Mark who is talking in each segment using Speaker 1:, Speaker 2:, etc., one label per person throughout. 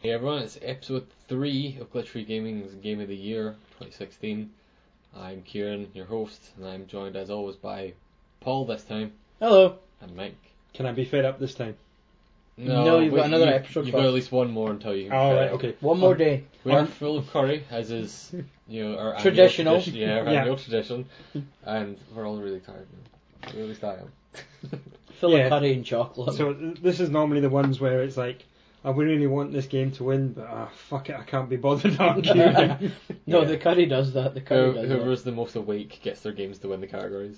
Speaker 1: Hey everyone, it's episode 3 of Glitch Free Gaming's Game of the Year 2016. I'm Kieran, your host, and I'm joined as always by Paul this time
Speaker 2: Hello.
Speaker 1: and Mike.
Speaker 3: Can I be fed up this time?
Speaker 2: No, you've got
Speaker 1: wait,
Speaker 2: another
Speaker 1: you've-
Speaker 2: episode
Speaker 1: You've
Speaker 2: for
Speaker 1: got
Speaker 2: us.
Speaker 1: at least one more until you.
Speaker 3: All right, okay.
Speaker 2: One more
Speaker 3: Um,
Speaker 2: day.
Speaker 1: We are
Speaker 2: Um,
Speaker 1: full of curry, as is you know our annual
Speaker 2: Traditional.
Speaker 1: tradition- yeah, our
Speaker 3: Yeah.
Speaker 1: annual tradition, and we're all really tired. Now. At least I am.
Speaker 2: Full of
Speaker 3: yeah.
Speaker 2: curry and chocolate.
Speaker 3: So th- this is normally the ones where it's like, I would really want this game to win, but ah, fuck it, I can't be bothered arguing.
Speaker 2: no,
Speaker 1: yeah.
Speaker 2: the curry does that. The curry
Speaker 1: Who,
Speaker 2: does
Speaker 1: whoever's the most awake gets their games to win the categories.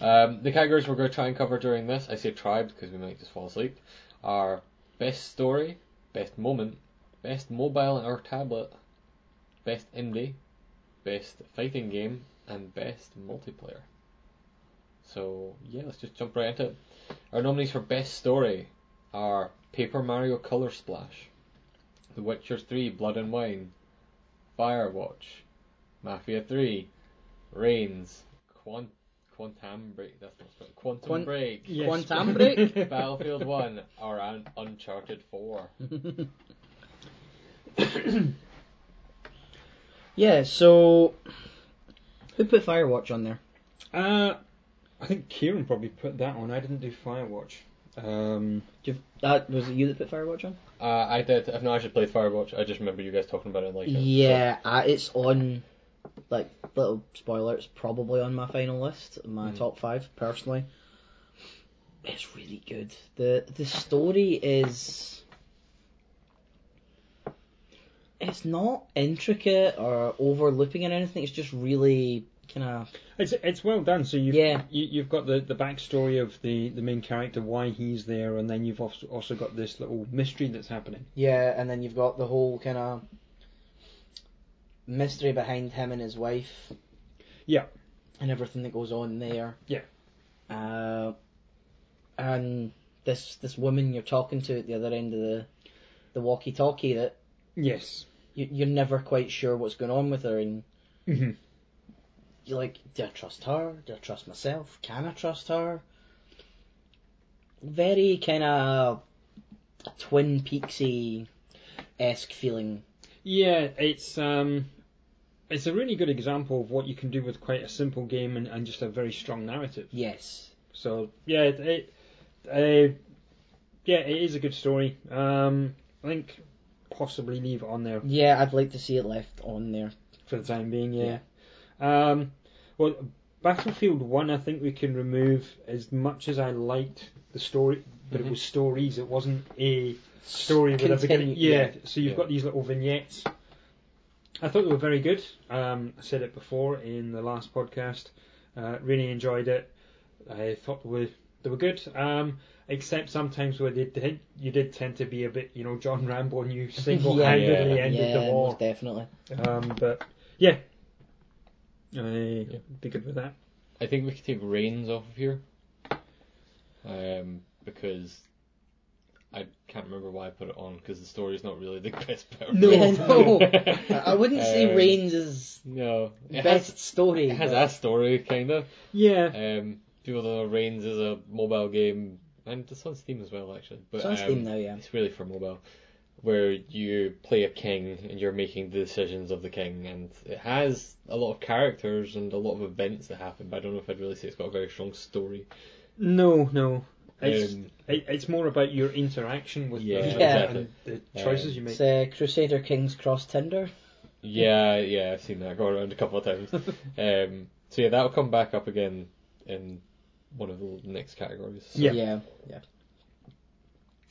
Speaker 1: Um, the categories we're going to try and cover during this, I say try because we might just fall asleep, are best story, best moment, best mobile or tablet, best indie, best fighting game, and best multiplayer. So yeah, let's just jump right into it. Our nominees for best story are Paper Mario Color Splash, The Witcher 3 Blood and Wine, Firewatch, Mafia 3, Reigns, Quant- Quantum Break. That's not spelled. Quantum
Speaker 2: Quan-
Speaker 1: Break.
Speaker 3: Yes.
Speaker 2: Quantum break?
Speaker 1: Battlefield 1 or Un- Uncharted 4.
Speaker 2: it. yeah. So who put Firewatch on there?
Speaker 3: uh, I think Kieran probably put that on. I didn't do Firewatch. Um,
Speaker 2: Do you- that was it you that put Firewatch on?
Speaker 1: Uh, I did. I've not actually played Firewatch. I just remember you guys talking about it like it.
Speaker 2: yeah, uh, it's on. Like little spoiler, it's probably on my final list, my
Speaker 1: Mm.
Speaker 2: top five personally. It's really good. the The story is. It's not intricate or overlooping or anything. It's just really kind of
Speaker 3: it's it's well done. So you've
Speaker 2: Yeah.
Speaker 3: you, you've got the, the backstory of the, the main character, why he's there, and then you've also also got this little mystery that's happening.
Speaker 2: Yeah, and then you've got the whole kind of mystery behind him and his wife.
Speaker 3: Yeah.
Speaker 2: And everything that goes on there.
Speaker 3: Yeah.
Speaker 2: Uh, and this this woman you're talking to at the other end of the the walkie-talkie that
Speaker 3: Yes.
Speaker 2: you, you're never quite sure what's going on with her, and
Speaker 3: hmm
Speaker 2: you're like, do I trust her? Do I trust myself? Can I trust her? Very kind of Twin Peaksy esque feeling
Speaker 3: Yeah, it's um, it's a really good example of what you can do with quite a simple game and, and just a very strong narrative.
Speaker 2: Yes.
Speaker 3: So yeah, it, it uh, yeah, it is a good story. Um, I think possibly leave it on there
Speaker 2: Yeah, I'd like to see it left on there.
Speaker 3: for the time being. Yeah. Um, well, Battlefield One, I think we can remove as much as I liked the story, but
Speaker 1: Mhm.
Speaker 3: it was stories. It wasn't a story with a
Speaker 2: Continue-
Speaker 3: beginning. Yeah. So you've
Speaker 1: Yeah.
Speaker 3: got these little vignettes. I thought they were very good. Um, I said it before in the last podcast. Uh, really enjoyed it. I thought they were they were good. Um, except sometimes where they did, you did tend to be a bit, you know, John Rambo and you single-handedly
Speaker 1: Yeah.
Speaker 3: ended
Speaker 2: yeah,
Speaker 3: the war.
Speaker 2: most definitely.
Speaker 3: Um, but yeah, I
Speaker 1: Yeah.
Speaker 3: be good with that.
Speaker 1: I think we could take Reigns off of here. Um, because I can't remember why I put it on because the story's not really the best part.
Speaker 3: No.
Speaker 2: Yeah, no. I wouldn't say
Speaker 1: Um,
Speaker 2: Reigns is
Speaker 1: No. It
Speaker 2: best
Speaker 1: has,
Speaker 2: story.
Speaker 1: it has
Speaker 2: but
Speaker 1: a story, kind of.
Speaker 3: Yeah,
Speaker 1: Um, people don't know Reigns is a mobile game, and it's on Steam as well, actually. But
Speaker 2: it's on
Speaker 1: um,
Speaker 2: Steam now, yeah.
Speaker 1: It's really for mobile, where you play a king and you're making the decisions of the king, and it has a lot of characters and a lot of events that happen. But I don't know if I'd really say it's got a very strong story.
Speaker 3: no, no. It's
Speaker 1: Um,
Speaker 3: it, it's more about your interaction with
Speaker 1: Yeah,
Speaker 3: people
Speaker 2: Yeah.
Speaker 3: and the
Speaker 1: Um,
Speaker 3: choices you make.
Speaker 2: It's uh, Crusader Kings Cross Tinder.
Speaker 1: yeah, yeah, I've seen that go around a couple of times. um, so yeah, that'll come back up again in one of the next categories. So
Speaker 3: Yeah.
Speaker 2: yeah.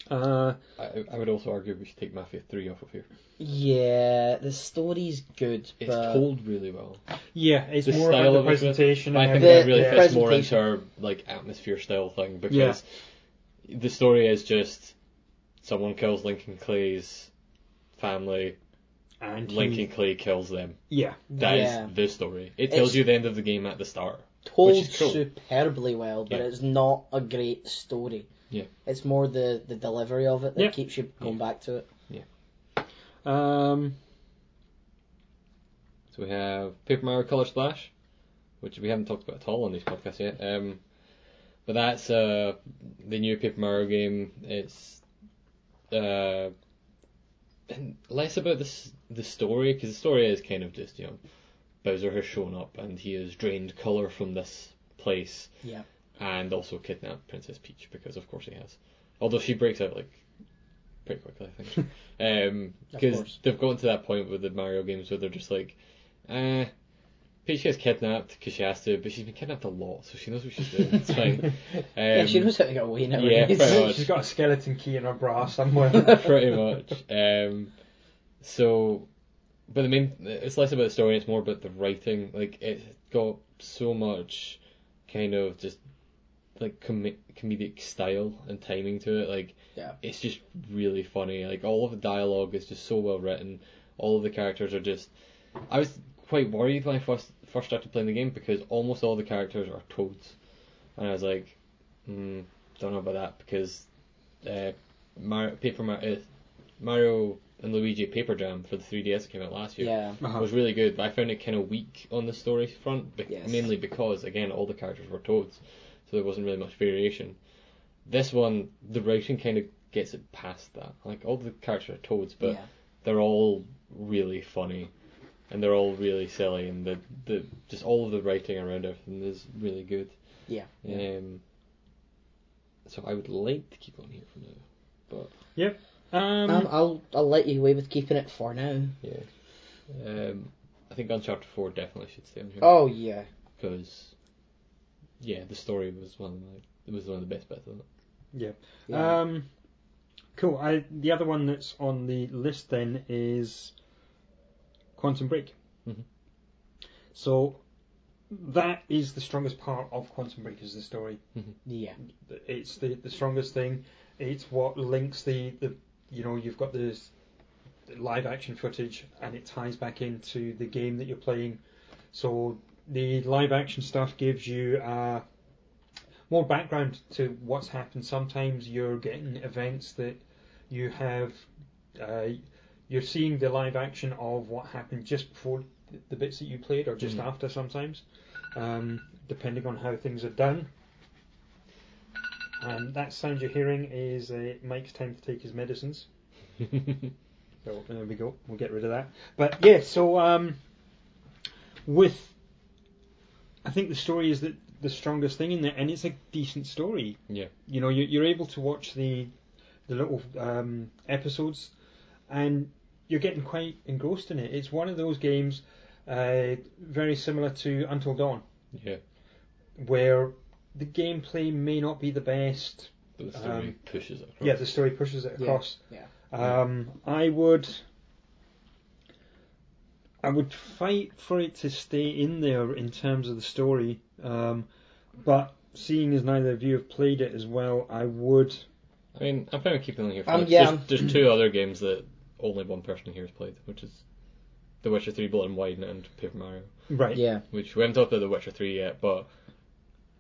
Speaker 3: Uh,
Speaker 1: I, I would also argue we should take Mafia Three off of here.
Speaker 2: Yeah, the story's good,
Speaker 1: It's
Speaker 2: but
Speaker 1: told really well.
Speaker 3: yeah, it's
Speaker 1: The
Speaker 3: more
Speaker 1: style
Speaker 3: about the
Speaker 1: of it,
Speaker 3: presentation.
Speaker 1: But I think
Speaker 3: and
Speaker 1: that
Speaker 2: The-
Speaker 1: really
Speaker 2: the
Speaker 1: fits more into
Speaker 2: presentation.
Speaker 1: our like atmosphere style thing because the story is just someone kills Lincoln Clay's family,
Speaker 3: and
Speaker 1: Lincoln
Speaker 3: he-
Speaker 1: Clay kills them.
Speaker 3: yeah,
Speaker 1: That is
Speaker 2: yeah,
Speaker 1: the story. It tells
Speaker 2: It's-
Speaker 1: you the end of the game at the start.
Speaker 2: told
Speaker 1: which is cool.
Speaker 2: superbly well, but
Speaker 1: Yeah.
Speaker 2: it's not a great story.
Speaker 1: Yeah.
Speaker 2: It's more the, the delivery of it that
Speaker 3: Yeah.
Speaker 2: keeps you going back to it.
Speaker 3: um,
Speaker 1: So we have Paper Mario Color Splash, which we haven't talked about at all on these podcasts yet. Um, but that's uh, the new Paper Mario game. It's uh, and less about this the story because the story is kind of just you know Bowser has shown up and he has drained color from this place
Speaker 2: Yeah.
Speaker 1: and also kidnapped Princess Peach because of course he has. Although she breaks out like pretty quickly, I think,
Speaker 2: Of
Speaker 1: because
Speaker 2: course.
Speaker 1: they've gotten to that point with the Mario games where they're just like, eh, Peach gets kidnapped because she has to, but she's been kidnapped a lot, so she knows what she's doing. It's fine. Um,
Speaker 2: yeah, she knows how to get away now.
Speaker 1: yeah, pretty much.
Speaker 3: She's got a skeleton key in her bra somewhere.
Speaker 1: pretty much. Um, so, but the main it's less about the story. It's more about the writing. Like it's got so much kind of just like com- comedic style and timing to it. Like
Speaker 2: Yeah.
Speaker 1: it's just really funny. Like all of the dialogue is just so well written. All of the characters are just. I was quite worried when I first first started playing the game because almost all the characters are toads, and I was like, mm, don't know about that because uh, Mar- Paper Mar- uh, Mario and Luigi Paper Jam for the 3DS that came out last year
Speaker 2: Yeah.
Speaker 3: Uh-huh.
Speaker 1: was really good, but I found it kind of weak on the story front, be-
Speaker 2: Yes.
Speaker 1: mainly because again all the characters were toads, so there wasn't really much variation. This one, the writing kind of gets it past that. Like all the characters are toads, but
Speaker 2: yeah.
Speaker 1: they're all really funny, and they're all really silly, and the the just all of the writing around everything is really good.
Speaker 2: Yeah.
Speaker 1: Um, so I would like to keep on here for now, but
Speaker 2: Um,
Speaker 3: Um,
Speaker 2: I'll I'll let you away with keeping it for now.
Speaker 1: yeah, um, I think Uncharted Four definitely should stay on here.
Speaker 2: Oh yeah.
Speaker 1: because yeah, the story was one of my it was one of the best bits of it.
Speaker 2: yeah.
Speaker 3: um, cool. I, the other one that's on the list then is Quantum Break.
Speaker 1: Mhm.
Speaker 3: So that is the strongest part of Quantum Break is the story.
Speaker 2: yeah.
Speaker 3: it's the, the strongest thing. It's what links the, the you know you've got this live action footage and it ties back into the game that you're playing. So the live action stuff gives you uh, more background to what's happened. Sometimes you're getting events that you have. Uh, you're seeing the live action of what happened just before the bits that you played, or just
Speaker 1: Mhm.
Speaker 3: after sometimes, um, depending on how things are done. Um, that sound you're hearing is uh, Mike's time to take his medicines. So there we go. We'll get rid of that. But yeah, so um, with I think the story is the, the strongest thing in there, and it's a decent story.
Speaker 1: Yeah.
Speaker 3: You know, you, you're able to watch the the little um, episodes, and you're getting quite engrossed in it. It's one of those games, uh, very similar to Until Dawn,
Speaker 1: Yeah,
Speaker 3: where the gameplay may not be the best.
Speaker 1: but the story
Speaker 3: Um,
Speaker 1: pushes it across.
Speaker 3: Yeah, the story pushes it
Speaker 2: Yeah.
Speaker 3: across.
Speaker 2: Yeah.
Speaker 3: Um, I would. I would fight for it to stay in there in terms of the story, um, but seeing as neither of you have played it as well, I would.
Speaker 1: I mean, I'm probably keeping on here. For
Speaker 2: Um,
Speaker 1: now.
Speaker 2: yeah,
Speaker 1: There's, there's two other games that only one person here has played, which is The Witcher Three: Blood and Wine and Paper Mario.
Speaker 3: Right.
Speaker 2: Yeah.
Speaker 1: Which we haven't talked about The Witcher Three yet, but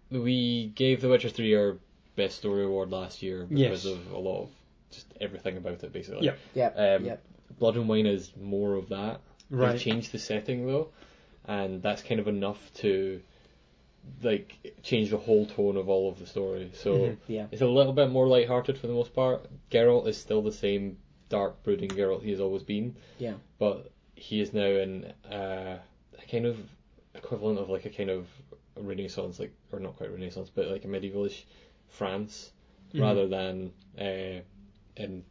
Speaker 1: we gave The Witcher Three our best story award last year because
Speaker 3: Yes.
Speaker 1: of a lot of just everything about it basically.
Speaker 3: Yep.
Speaker 2: Yep.
Speaker 1: Um,
Speaker 2: yep.
Speaker 1: Blood and Wine is more of that. They
Speaker 3: Right.
Speaker 1: changed the setting though, and that's kind of enough to like change the whole tone of all of the story. So
Speaker 3: Mhm.
Speaker 2: Yeah.
Speaker 1: it's a little bit more lighthearted for the most part. Geralt is still the same dark, brooding Geralt he has always been,
Speaker 2: Yeah.
Speaker 1: but he is now in uh, a kind of equivalent of like a kind of Renaissance, like or not quite Renaissance, but like a medievalish France
Speaker 3: Mhm.
Speaker 1: rather than uh, in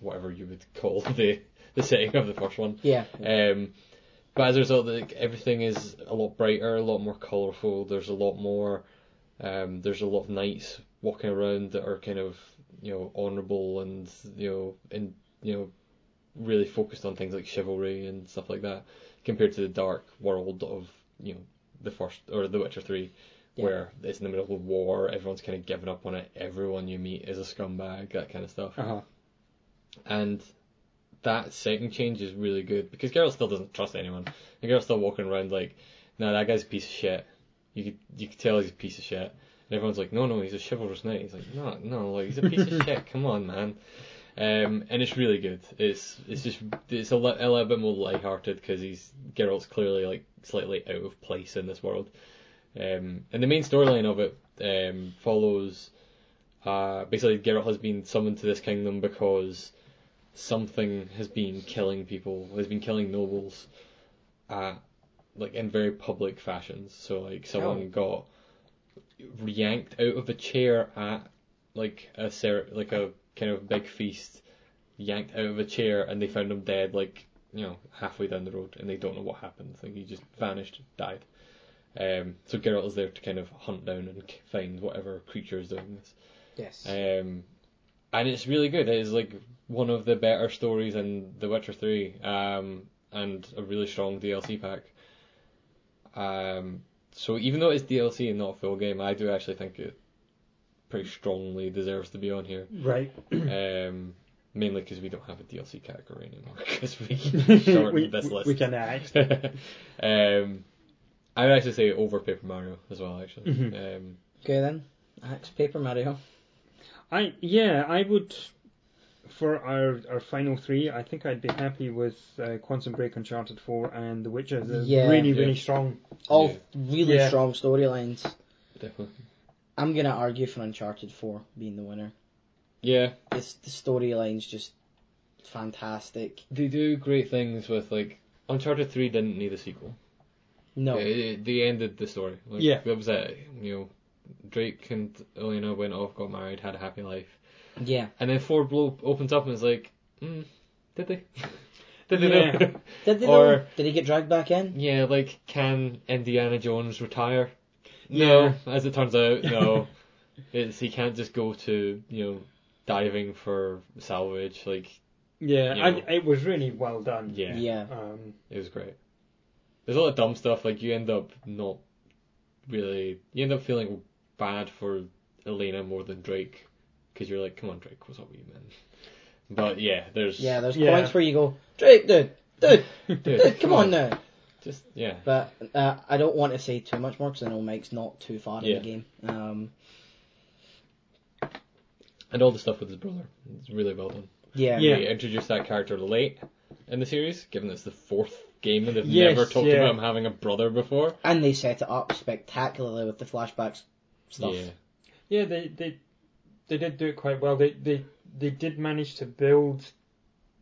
Speaker 1: whatever you would call the the setting of the first one.
Speaker 2: Yeah.
Speaker 1: Um, but as a result, like, everything is a lot brighter, a lot more colourful. There's a lot more. Um, there's a lot of knights walking around that are kind of you know honourable and you know and you know really focused on things like chivalry and stuff like that, compared to the dark world of you know the first or the Witcher Three,
Speaker 2: Yeah.
Speaker 1: where it's in the middle of war, everyone's kind of given up on it, everyone you meet is a scumbag, that kind of stuff
Speaker 3: Uh-huh.
Speaker 1: and that setting change is really good because Geralt still doesn't trust anyone. And Geralt's still walking around like, "No, that guy's a piece of shit." You could you could tell he's a piece of shit. And everyone's like, "No, no, he's a chivalrous knight." He's like, "No, no, like he's a piece of shit. Come on, man." Um, and it's really good. It's it's just it's a, li- a little bit more lighthearted because he's Geralt's clearly like slightly out of place in this world. Um, and the main storyline of it um, follows. Uh, basically, Geralt has been summoned to this kingdom because something has been killing people, has been killing nobles, at like in very public fashions. So like someone got yanked out of a chair at like a cer- like a kind of big feast, yanked out of a chair, and they found him dead like you know halfway down the road, and they don't know what happened. Like he just vanished, died. Um, so Geralt is there to kind of hunt down and k- find whatever creature is doing this.
Speaker 2: Yes.
Speaker 1: Um, and it's really good. It is like one of the better stories in The Witcher Three, um, and a really strong DLC pack. Um, so even though it's DLC and not a full game, I do actually think it pretty strongly deserves to be on here.
Speaker 3: Right.
Speaker 1: Um, mainly because we don't have a DLC category anymore because we shortened
Speaker 3: we,
Speaker 1: this
Speaker 3: we-
Speaker 1: list.
Speaker 3: we can act.
Speaker 1: um, I would actually say over Paper Mario as well. Actually,
Speaker 3: Mhm.
Speaker 1: um,
Speaker 2: okay then. Axe Paper Mario.
Speaker 3: I yeah, I would for our our final three. I think I'd be happy with uh, Quantum Break, Uncharted Four, and The Witcher. They're
Speaker 2: Yeah.
Speaker 3: really
Speaker 1: Yeah.
Speaker 3: really strong.
Speaker 2: All
Speaker 1: Yeah.
Speaker 2: really
Speaker 3: Yeah.
Speaker 2: strong storylines.
Speaker 1: definitely.
Speaker 2: I'm gonna argue for Uncharted 4 being the winner.
Speaker 1: Yeah,
Speaker 2: This the storyline's just fantastic.
Speaker 1: they do great things with like Uncharted Three didn't need a sequel.
Speaker 2: No,
Speaker 1: It- it- they ended the story. Like,
Speaker 3: Yeah.
Speaker 1: that was it. You know, Drake and Elena went off, got married, had a happy life,
Speaker 2: yeah.
Speaker 1: and then Ford Blow opens up and is like, mm, "Did they? did they?
Speaker 3: Yeah.
Speaker 1: know?
Speaker 2: Did they
Speaker 1: Or-
Speaker 2: know? Did he get dragged back in?
Speaker 1: yeah. Like, can Indiana Jones retire?
Speaker 3: Yeah.
Speaker 1: No. As it turns out, no. it's he can't just go to you know diving for salvage. Like,
Speaker 3: Yeah,
Speaker 1: Yeah.
Speaker 3: I, it was really well done.
Speaker 1: yeah.
Speaker 2: Yeah.
Speaker 3: Um,
Speaker 1: It was great. There's a lot of dumb stuff, like you end up not really. You end up feeling bad for Elena more than Drake, because you're like, come on, Drake, what's up with you, man? But yeah, there's.
Speaker 2: Yeah, there's
Speaker 3: Yeah.
Speaker 2: points where you go, Drake, dude, dude,
Speaker 1: Dude,
Speaker 2: dude, come on now.
Speaker 1: Just, yeah.
Speaker 2: But uh, I don't want to say too much more because I know Mike's not too far
Speaker 1: Yeah.
Speaker 2: in the game. Um,
Speaker 1: And all the stuff with his brother. It's really well done.
Speaker 2: yeah,
Speaker 3: Yeah.
Speaker 1: They introduced that character late in the series, given it's the fourth game and they've
Speaker 3: Yes,
Speaker 1: never talked
Speaker 3: yeah.
Speaker 1: about him having a brother before.
Speaker 2: and they set it up spectacularly with the flashbacks stuff.
Speaker 1: Yeah.
Speaker 3: yeah, they, they they did do it quite well. They they they did manage to build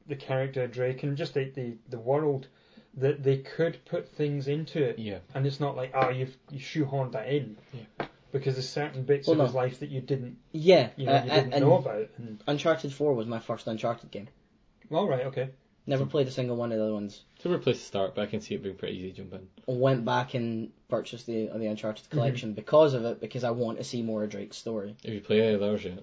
Speaker 3: the character Drake and just the the, the world that they could put things into it,
Speaker 1: Yeah.
Speaker 3: and it's not like oh you've you shoehorned that in.
Speaker 1: Yeah.
Speaker 3: Because there's certain bits
Speaker 2: Well,
Speaker 3: of
Speaker 2: no.
Speaker 3: his life that you didn't,
Speaker 2: Yeah,
Speaker 3: you know,
Speaker 2: uh, and,
Speaker 3: you didn't
Speaker 2: and
Speaker 3: know about. And,
Speaker 2: Uncharted 4 was my first Uncharted game.
Speaker 3: all right, okay.
Speaker 2: Never played a single one of the other ones.
Speaker 1: It's a weird place to start, but I can see it being pretty easy to jump in.
Speaker 2: Went back and purchased the the
Speaker 3: Mhm.
Speaker 2: Uncharted collection because of it, because I want to see more of Drake's story.
Speaker 1: If you play any of those yet.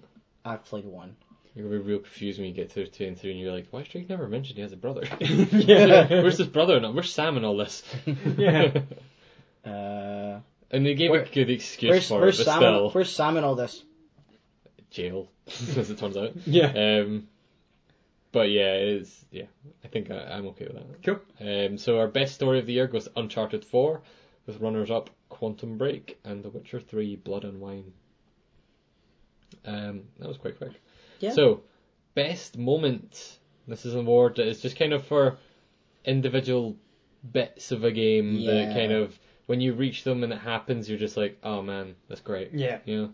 Speaker 2: I've played one.
Speaker 1: You're gonna be real confused when you get to two and three, and you're like, "Why is Drake never mentioned he has a brother?
Speaker 3: Yeah.
Speaker 1: Where's his brother? And where's Sam in all this?"
Speaker 3: Yeah.
Speaker 2: Uh,
Speaker 1: and they gave
Speaker 2: Where-
Speaker 1: a good excuse
Speaker 2: where's,
Speaker 1: for
Speaker 2: where's,
Speaker 1: it, but
Speaker 2: Sam
Speaker 1: still,
Speaker 2: and, where's Sam in all this?
Speaker 1: jail, as it turns out.
Speaker 3: Yeah.
Speaker 1: Um, but yeah, it's yeah. I think I, I'm okay with that.
Speaker 3: Cool.
Speaker 1: Um, so our best story of the year goes to Uncharted Four, with runners up Quantum Break and The Witcher Three: Blood and Wine. Um, that was quite quick.
Speaker 2: Yeah.
Speaker 1: So, best moment. This is an award that is just kind of for individual bits of a game
Speaker 2: Yeah.
Speaker 1: that kind of when you reach them and it happens, you're just like, oh man, that's great.
Speaker 3: Yeah.
Speaker 1: You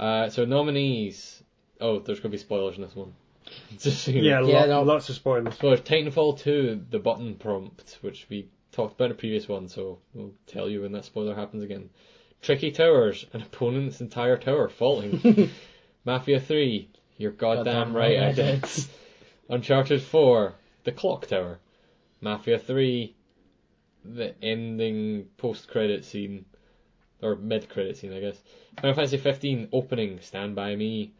Speaker 1: know. Uh, so nominees. Oh, there's gonna be spoilers in this one. Just so you know.
Speaker 3: Yeah,
Speaker 2: Yeah,
Speaker 3: lot-
Speaker 2: no.
Speaker 3: lots of spoilers.
Speaker 1: Spoilers. Titanfall 2, the button prompt, which we talked about in a previous one, so we'll tell you when that spoiler happens again. Tricky towers, an opponent's entire tower falling. Mafia 3, you're goddamn,
Speaker 2: Goddamn
Speaker 1: right,
Speaker 2: right,
Speaker 1: I
Speaker 2: I
Speaker 1: did. Uncharted 4, the clock tower. Mafia 3, the ending post-credit scene, or mid-credit scene, I guess. Final Fantasy 15, opening, Stand By Me.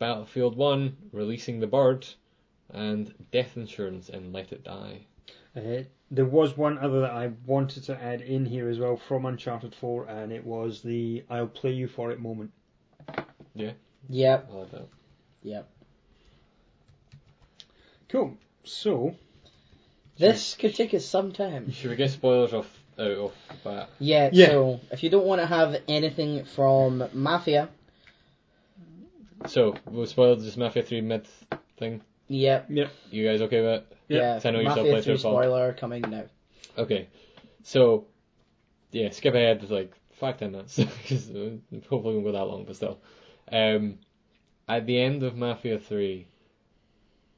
Speaker 1: Battlefield 1, releasing the bird and death insurance and let it die.
Speaker 3: Uh, there was one other that I wanted to add in here as well from Uncharted 4, and it was the I'll play you for it moment.
Speaker 2: Yep,
Speaker 1: I like that.
Speaker 2: yep.
Speaker 3: Cool. So,
Speaker 2: This could take us some time.
Speaker 1: Should we get spoilers off out off the bat?
Speaker 2: Yeah,
Speaker 3: Yeah.
Speaker 2: so if you don't want to have anything from Mafia,
Speaker 1: So we'll spoil this Mafia Three mid thing.
Speaker 2: yep,
Speaker 1: You guys okay with it?
Speaker 3: Yep.
Speaker 2: yeah,
Speaker 1: So I know you still
Speaker 2: Mafia
Speaker 1: play
Speaker 2: 3
Speaker 1: through Paul.
Speaker 2: spoiler coming now.
Speaker 1: Okay. So yeah, skip ahead with like five ten minutes 'cause it hopefully won't go that long, but still. Um, at the end of Mafia Three,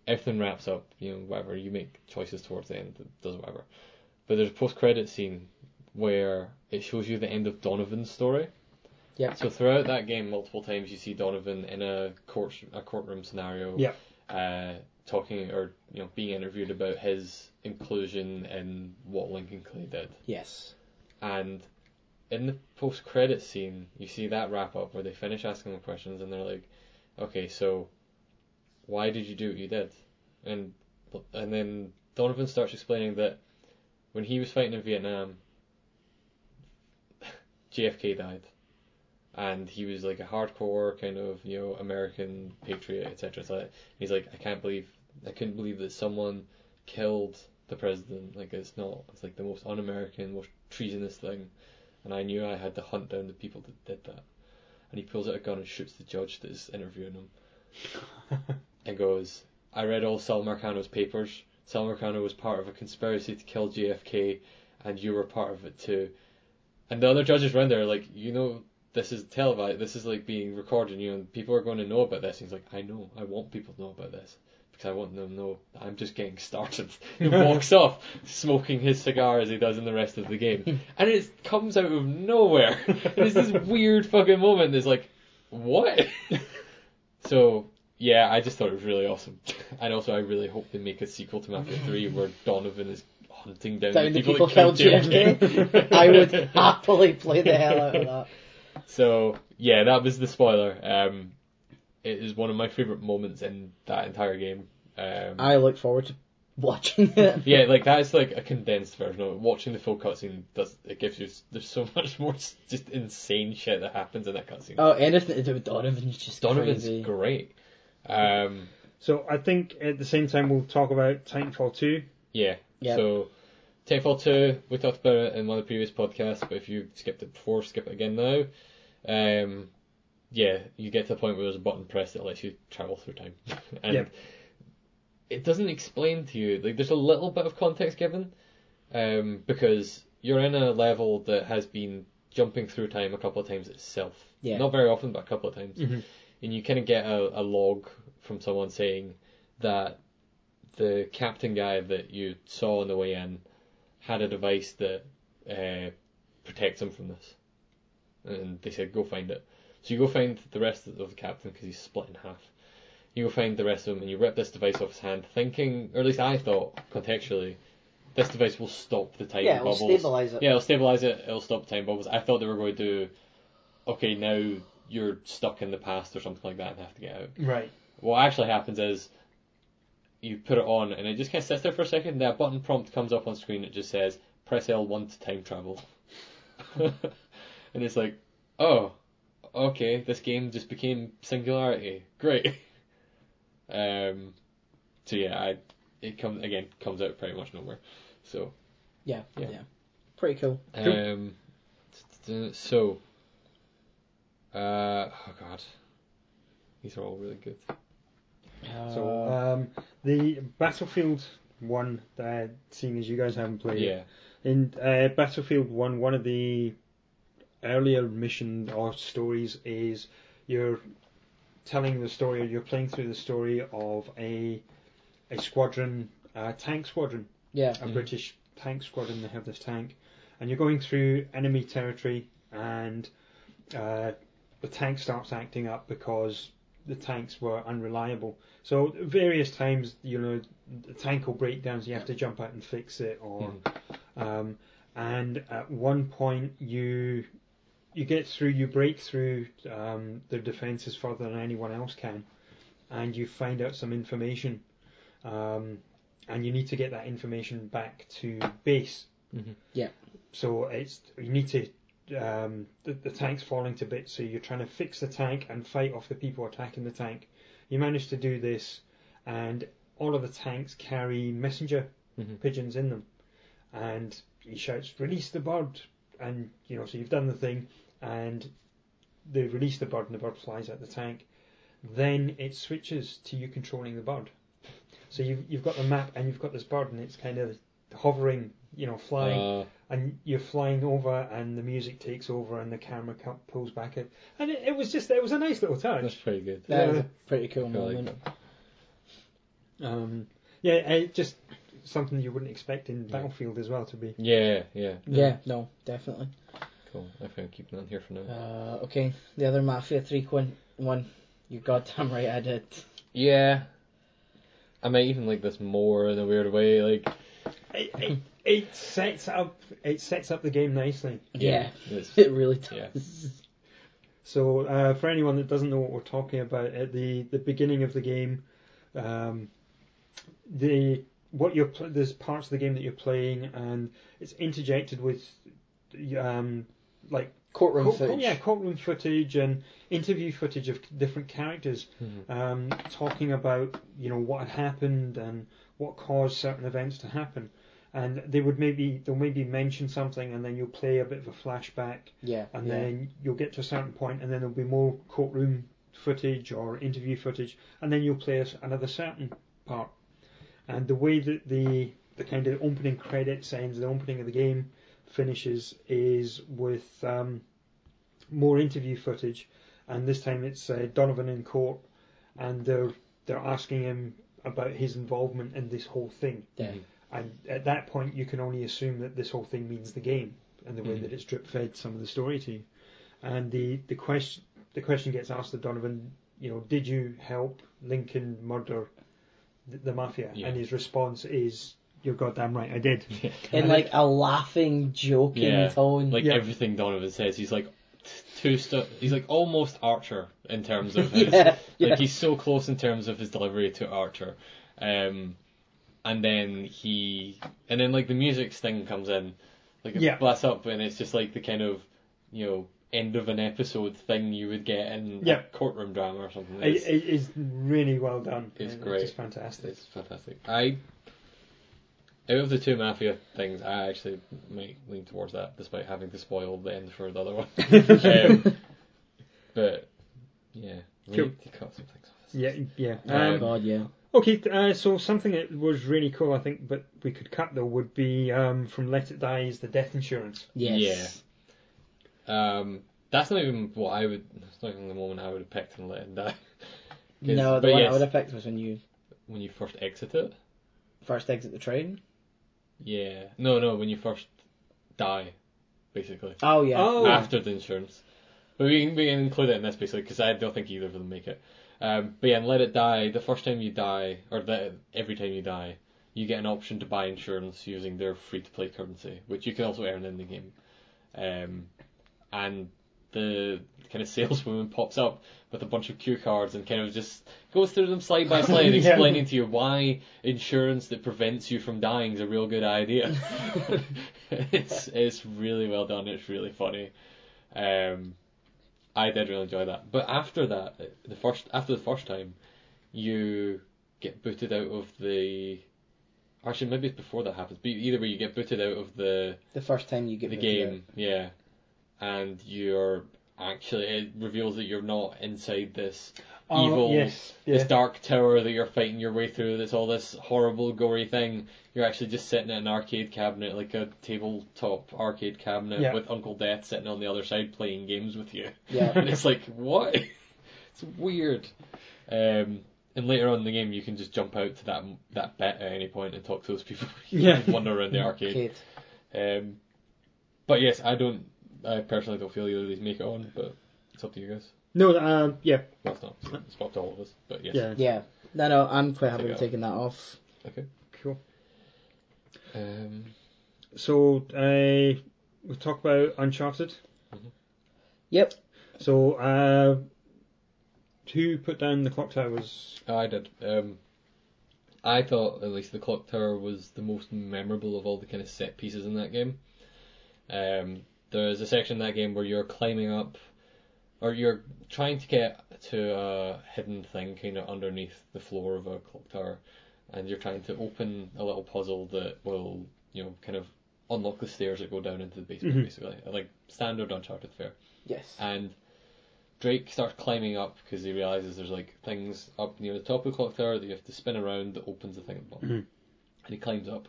Speaker 1: everything wraps up, you know, whatever, you make choices towards the end, it does whatever. But there's a post credit scene where it shows you the end of Donovan's story.
Speaker 2: Yeah.
Speaker 1: So throughout that game, multiple times you see Donovan in a court a courtroom scenario.
Speaker 3: Yeah.
Speaker 1: Uh, talking or you know being interviewed about his inclusion in what Lincoln Clay did,
Speaker 2: Yes.
Speaker 1: and in the post credit scene, you see that wrap up where they finish asking him questions and they're like, "Okay, so why did you do what you did?" And and then Donovan starts explaining that when he was fighting in Vietnam, JFK died and he was like a hardcore kind of you know American patriot, etc. So and he's like, I can't believe, I couldn't believe that someone killed the president. Like it's not, it's like the most un-American, most treasonous thing. And I knew I had to hunt down the people that did that. And he pulls out a gun and shoots the judge that is interviewing him, and goes, I read all Sal Marcano's papers. Sal Marcano was part of a conspiracy to kill JFK, and you were part of it too. And the other judges around there are like, you know, this is televised, this is like being recorded, you know, and people are going to know about this. And he's like, I know, I want people to know about this because I want them to know that I'm just getting started. he walks off smoking his cigar as he does in the rest of the game. And it comes out of nowhere. There's this weird fucking moment that's like, what? so, yeah, I just thought it was really awesome. And also, I really hope they make a sequel to Mafia 3 where Donovan is hunting down,
Speaker 2: Down
Speaker 1: the
Speaker 2: the
Speaker 1: people,
Speaker 2: people
Speaker 1: that killed
Speaker 2: killed
Speaker 1: JFK.
Speaker 2: I would happily play the hell out of that.
Speaker 1: So yeah, that was the spoiler. Um, it is one of my favorite moments in that entire game. Um,
Speaker 2: I look forward to watching it.
Speaker 1: yeah, like that is like a condensed version of it. Watching the full cutscene does it gives you there's so much more s- just insane shit that happens in that cutscene.
Speaker 2: Oh, anything to do with Donovan's just
Speaker 1: Donovan's
Speaker 2: crazy.
Speaker 1: great. Um,
Speaker 3: So I think at the same time we'll talk about Titanfall 2.
Speaker 1: yeah.
Speaker 2: Yep.
Speaker 1: So Titanfall two, we talked about it in one of the previous podcasts, but if you skipped it before, skip it again now. Um, yeah, you get to the point where there's a button pressed that lets you travel through time, and
Speaker 3: Yep.
Speaker 1: it doesn't explain to you. Like there's a little bit of context given, um, because you're in a level that has been jumping through time a couple of times itself.
Speaker 2: Yeah.
Speaker 1: Not very often, but a couple of times,
Speaker 3: Mhm.
Speaker 1: and you kind of get a, a log from someone saying that the captain guy that you saw on the way in had a device that uh, protects him from this, and they said go find it. So you go find the rest of the captain because he's split in half. You go find the rest of him and you rip this device off his hand, thinking, or at least I thought contextually, this device will stop the time
Speaker 2: Yeah, it'll
Speaker 1: bubbles.
Speaker 2: stabilise it.
Speaker 1: Yeah, it'll stabilize it. It'll stop time bubbles. I thought they were going to, okay, now you're stuck in the past or something like that and have to get out.
Speaker 3: Right.
Speaker 1: What actually happens is you put it on and it just kind of sits there for a second. And that button prompt comes up on screen. It just says press L1 to time travel, and it's like, oh, okay, this game just became Singularity. Great. Um, so yeah, I it comes again comes out pretty much nowhere. So
Speaker 2: Yeah,
Speaker 1: Yeah.
Speaker 2: yeah, Pretty cool.
Speaker 3: Cool.
Speaker 1: um, t- t- um, so uh, oh god, these are all really good.
Speaker 3: So um, the Battlefield 1, uh, seeing as you guys haven't played it,
Speaker 1: Yeah,
Speaker 3: In uh, Battlefield 1, one of the earlier mission or stories is you're telling the story, or you're playing through the story of a a squadron, a tank squadron,
Speaker 2: yeah,
Speaker 3: a
Speaker 1: Mhm.
Speaker 3: British tank squadron. They have this tank, and you're going through enemy territory, and uh, the tank starts acting up because the tanks were unreliable. So various times, you know, the tank will break down, so you have to jump out and fix it, or
Speaker 1: Mm-hmm.
Speaker 3: um, and at one point you you get through, you break through um, their defences further than anyone else can, and you find out some information, um, and you need to get that information back to base.
Speaker 1: Mhm.
Speaker 3: So it's you need to um, the, the tank's falling to bits, so you're trying to fix the tank and fight off the people attacking the tank. You manage to do this, and all of the tanks carry messenger
Speaker 1: Mhm.
Speaker 3: pigeons in them, and he shouts, "Release the bird!" And you know, so you've done the thing, and they release the bird, and the bird flies at the tank. Then it switches to you controlling the bird. So you've you've got the map, and you've got this bird, and it's kind of hovering, you know, flying
Speaker 1: Uh,
Speaker 3: and you're flying over, and the music takes over, and the camera cut, pulls back in, and it, it was just it was a nice little
Speaker 1: that's
Speaker 3: touch.
Speaker 1: pretty good.
Speaker 2: that was
Speaker 3: yeah.
Speaker 2: a pretty cool
Speaker 1: I like
Speaker 2: moment.
Speaker 3: Um, yeah, it just something you wouldn't expect in Battlefield as well to be.
Speaker 1: Yeah, yeah.
Speaker 2: Yeah, no, definitely.
Speaker 1: Cool. I think I'm keeping on here for now.
Speaker 2: Uh, okay, the other Mafia 3 quin- one. You're goddamn right, I did.
Speaker 1: yeah. I might even like this more in a weird way. Like,
Speaker 3: It, it, it sets up it sets up the game nicely.
Speaker 2: Yeah,
Speaker 1: it's-
Speaker 2: it really does.
Speaker 1: yeah.
Speaker 3: So uh, for anyone that doesn't know what we're talking about, at the, the beginning of the game, um, the what you're pl- there's parts of the game that you're playing, and it's interjected with um, like
Speaker 2: Courtroom
Speaker 3: court-
Speaker 2: footage.
Speaker 3: yeah courtroom footage and interview footage of different characters um, talking about you know what had happened and what caused certain events to happen. And they would maybe they'll maybe mention something, and then you'll play a bit of a flashback
Speaker 2: Yeah,
Speaker 3: and
Speaker 2: yeah.
Speaker 3: then you'll get to a certain point, and then there'll be more courtroom footage or interview footage, and then you'll play us another certain part. And the way that the the kind of opening credits ends, the opening of the game finishes, is with um, more interview footage, and this time it's uh, Donovan in court, and they're they're asking him about his involvement in this whole thing.
Speaker 2: Yeah.
Speaker 3: And at that point, you can only assume that this whole thing means the game and the way
Speaker 1: Mhm.
Speaker 3: that it's drip fed some of the story to you. And the, the question the question gets asked to Donovan, you know, did you help Lincoln murder the, the mafia?
Speaker 1: Yeah.
Speaker 3: And his response is, you're goddamn right, I did.
Speaker 2: In like a laughing, joking
Speaker 1: Yeah,
Speaker 2: tone.
Speaker 1: Like
Speaker 3: Yeah.
Speaker 1: everything Donovan says, he's like t- two stu- He's like almost Archer in terms of his.
Speaker 2: yeah, yeah.
Speaker 1: Like he's so close in terms of his delivery to Archer, um, and then he and then like the music thing comes in, like it
Speaker 3: Yeah.
Speaker 1: blasts up and it's just like the kind of you know end of an episode thing you would get in
Speaker 3: Yeah.
Speaker 1: a courtroom drama or something.
Speaker 3: It,
Speaker 1: It's,
Speaker 3: it is really well done.
Speaker 1: It's
Speaker 3: And
Speaker 1: great.
Speaker 3: It's just fantastic.
Speaker 1: it's fantastic. I out of the two mafia things, I actually might lean towards that, despite having to spoil the end for the other one. um, but yeah, we
Speaker 3: Cool.
Speaker 1: need to cut some things off.
Speaker 3: Yeah, yeah.
Speaker 1: Yeah.
Speaker 2: oh
Speaker 3: Um,
Speaker 2: god, yeah.
Speaker 3: Okay, th- uh, so something that was really cool, I think, but we could cut though, would be um, from Let It Die is the death insurance.
Speaker 2: Yes.
Speaker 1: Um, that's not even what I would. That's not even the moment I would have picked and let it die. 'Cause-
Speaker 2: No, the
Speaker 1: but
Speaker 2: one I
Speaker 1: yes,
Speaker 2: would have picked was when you
Speaker 1: when you first exit it.
Speaker 2: first exit the train.
Speaker 1: Yeah. No, no, when you first die, basically
Speaker 2: Oh yeah.
Speaker 3: Oh.
Speaker 1: after the insurance. But we can, we can include it in this basically because I don't think either of them make it. Um, but yeah, and let it die. The first time you die, or the, every time you die, you get an option to buy insurance using their free-to-play currency, which you can also earn in the game. Um, and the kind of saleswoman pops up with a bunch of cue cards and kind of just goes through them slide by slide,
Speaker 3: Yeah.
Speaker 1: explaining to you why insurance that prevents you from dying is a real good idea. it's it's really well done. It's really funny. Um, I did really enjoy that. But after that, the first after the first time, you get booted out of the. Actually, maybe it's before that happens. But either way, you get booted out of the
Speaker 2: The first time you get
Speaker 1: the
Speaker 2: booted
Speaker 1: game,
Speaker 2: out.
Speaker 1: yeah. And you're actually it reveals that you're not inside this
Speaker 3: Oh,
Speaker 1: evil,
Speaker 3: yes,
Speaker 1: this
Speaker 3: yeah.
Speaker 1: dark tower that you're fighting your way through. That's all this horrible, gory thing. You're actually just sitting at an arcade cabinet, like a tabletop arcade cabinet,
Speaker 3: Yeah.
Speaker 1: with Uncle Death sitting on the other side playing games with you.
Speaker 2: Yeah.
Speaker 1: and it's like what? It's weird. Um, and later on in the game, you can just jump out to that that bit at any point and talk to those people. You
Speaker 3: Yeah.
Speaker 1: can wander around the arcade.
Speaker 2: Kate.
Speaker 1: Um, but yes, I don't. I personally don't feel either of these make it on, but it's up to you guys.
Speaker 3: No, um, yeah,
Speaker 1: Well, it's not. It's up to all of us. But yes.
Speaker 3: yeah,
Speaker 2: Yeah. No, no, I'm quite
Speaker 1: Take it
Speaker 2: happy with
Speaker 1: off.
Speaker 2: taking that off.
Speaker 1: Okay.
Speaker 3: cool.
Speaker 1: Um,
Speaker 3: So uh, we talk about Uncharted.
Speaker 2: Yep.
Speaker 3: So uh, who put down the clock towers?
Speaker 1: I did. Um, I thought at least the clock tower was the most memorable of all the kind of set pieces in that game. Um, there is a section in that game where you're climbing up, or you're trying to get to a hidden thing kind of underneath the floor of a clock tower, and you're trying to open a little puzzle that will, you know, kind of unlock the stairs that go down into the basement,
Speaker 3: Mhm.
Speaker 1: basically, like standard Uncharted fare
Speaker 2: Yes.
Speaker 1: and Drake starts climbing up because he realizes there's like things up near the top of the clock tower that you have to spin around that opens the thing at the bottom.
Speaker 3: Mhm.
Speaker 1: And he climbs up,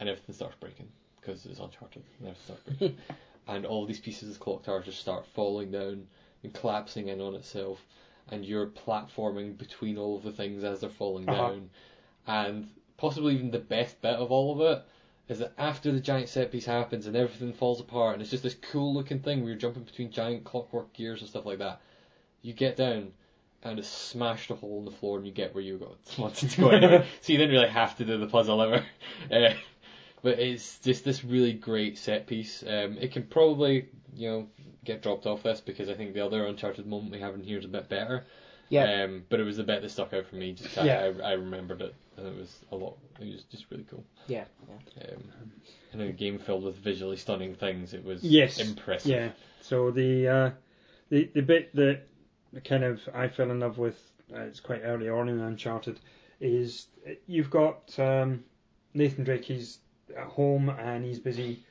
Speaker 1: and everything starts breaking because it's uncharted. And everything starts breaking, and all these pieces of the clock tower just start falling down and collapsing in on itself, and you're platforming between all of the things as they're falling
Speaker 3: Uh-huh.
Speaker 1: down. And possibly even the best bit of all of it is that after the giant set piece happens and everything falls apart and it's just this cool looking thing where you're jumping between giant clockwork gears and stuff like that, you get down and it's smashed a hole in the floor and you get where you got wanted to go anyway. so you didn't really have to do the puzzle ever. Eh, but it's just this really great set piece. Um, it can probably, you know, get dropped off this because I think the other Uncharted moment we have in here is a bit better.
Speaker 2: Yeah.
Speaker 1: Um, but it was the bit that stuck out for me. Just 'cause
Speaker 3: Yeah.
Speaker 1: I, I remembered it, and it was a lot. It was just really cool.
Speaker 2: yeah. Yeah.
Speaker 1: Um, in a game filled with visually stunning things, it was
Speaker 3: Yes.
Speaker 1: impressive.
Speaker 3: Yeah. So the uh, the the bit that kind of I fell in love with uh, it's quite early on in Uncharted is you've got um, Nathan Drake. He's at home and he's busy,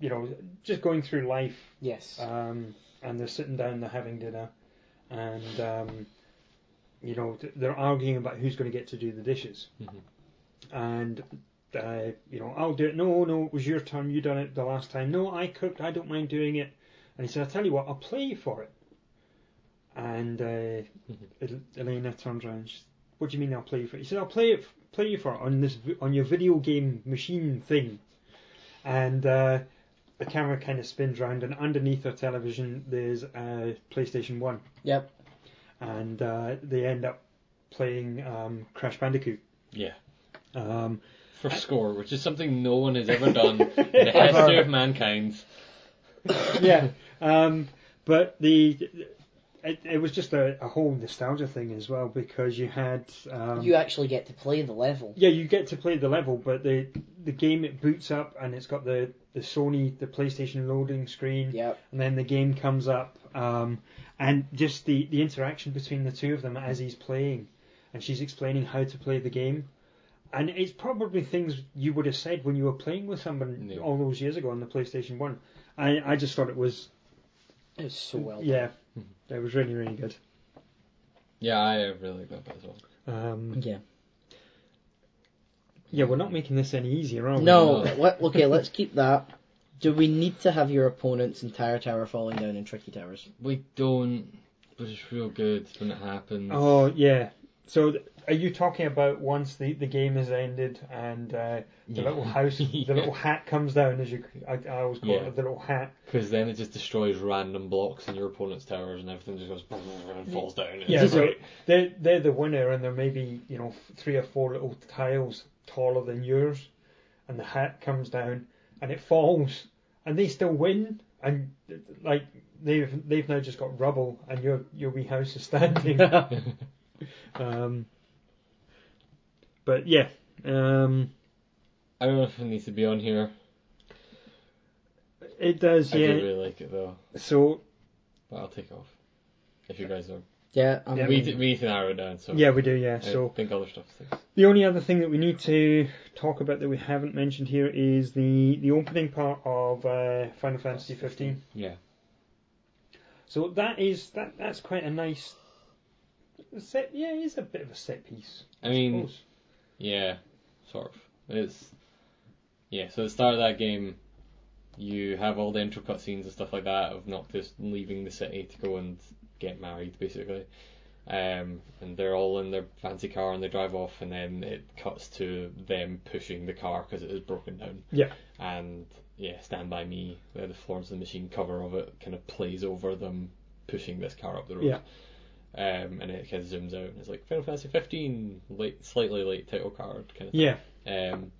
Speaker 3: you know, just going through life.
Speaker 2: Yes.
Speaker 3: Um, and they're sitting down, they're having dinner, and um, you know th- they're arguing about who's going to get to do the dishes
Speaker 1: Mhm.
Speaker 3: and uh, you know I'll do it. No, no, it was your turn. You done it the last time. No, I cooked. I don't mind doing it. And he said, I tell you what, I'll play you for it. And uh,
Speaker 1: Mm-hmm.
Speaker 3: El- Elena turns around. And she's, what do you mean I'll play you for it? He said, I'll play it, play you for it on this vi- on your video game machine thing. And uh, the camera kind of spins round, and underneath her television there's a PlayStation One,
Speaker 2: Yep.
Speaker 3: and uh, they end up playing um, Crash Bandicoot.
Speaker 1: Yeah.
Speaker 3: Um,
Speaker 1: For score, which is something no one has ever done in the history of mankind.
Speaker 3: yeah. Um, but the it, it was just a, a whole nostalgia thing as well because you had um,
Speaker 2: you actually get to play the level.
Speaker 3: yeah you get to play the level, but the the game it boots up and it's got the the Sony the PlayStation loading screen
Speaker 2: Yep.
Speaker 3: and then the game comes up um, and just the, the interaction between the two of them as he's playing and she's explaining how to play the game and it's probably things you would have said when you were playing with someone
Speaker 1: Yeah.
Speaker 3: all those years ago on the PlayStation 1 I, I just thought it was
Speaker 2: It was so well done.
Speaker 3: yeah it was really really good
Speaker 1: Yeah, I really like that bit as well.
Speaker 3: um,
Speaker 2: Yeah.
Speaker 3: yeah we're not making this any easier are we
Speaker 2: No,
Speaker 1: no.
Speaker 2: let, okay, let's keep that. Do we need to have your opponent's entire tower falling down in tricky towers?
Speaker 1: We don't, but it's real good when it happens.
Speaker 3: oh yeah so th- are you talking about once the, the game has ended and uh, the little house, the little hat comes down, as you, I, I always call
Speaker 1: Yeah.
Speaker 3: it the little hat.
Speaker 1: Because then it just destroys random blocks in your opponent's towers, and everything just goes and falls down. It's
Speaker 3: Yeah,
Speaker 1: just
Speaker 3: so
Speaker 1: like-
Speaker 3: they're they're the winner, and there may be you know f- three or four little tiles taller than yours, and the hat comes down and it falls, and they still win, and like they've they've now just got rubble, and your your wee house is standing. um, but yeah, um,
Speaker 1: I don't know if it needs to be on here.
Speaker 3: it does.
Speaker 1: I
Speaker 3: Yeah,
Speaker 1: do really like it though,
Speaker 3: so
Speaker 1: but I'll take it off if you guys are
Speaker 2: Yeah, I'm
Speaker 3: Yeah,
Speaker 1: We need, to, we need to narrow it down. So
Speaker 3: yeah, we do. Yeah,
Speaker 1: I
Speaker 3: so.
Speaker 1: think other stuff. sticks.
Speaker 3: The only other thing that we need to talk about that we haven't mentioned here is the, the opening part of uh, Final Fantasy 15.
Speaker 1: Yeah,
Speaker 3: So that is that that's quite a nice set. Yeah, it is a bit of a set piece.
Speaker 1: I mean,
Speaker 3: suppose.
Speaker 1: yeah, sort of. It's yeah. So at the start of that game, you have all the intro cutscenes and stuff like that of Noctis leaving the city to go and get married, basically. Um, and they're all in their fancy car and they drive off, and then it cuts to them pushing the car because it is broken down.
Speaker 3: Yeah.
Speaker 1: And yeah, Stand By Me, where the Florence and the Machine cover of it kind of plays over them pushing this car up the road.
Speaker 3: Yeah.
Speaker 1: Um, and it kind of zooms out and it's like Final Fantasy 15, late, slightly late title card kind of
Speaker 3: Yeah,
Speaker 1: um,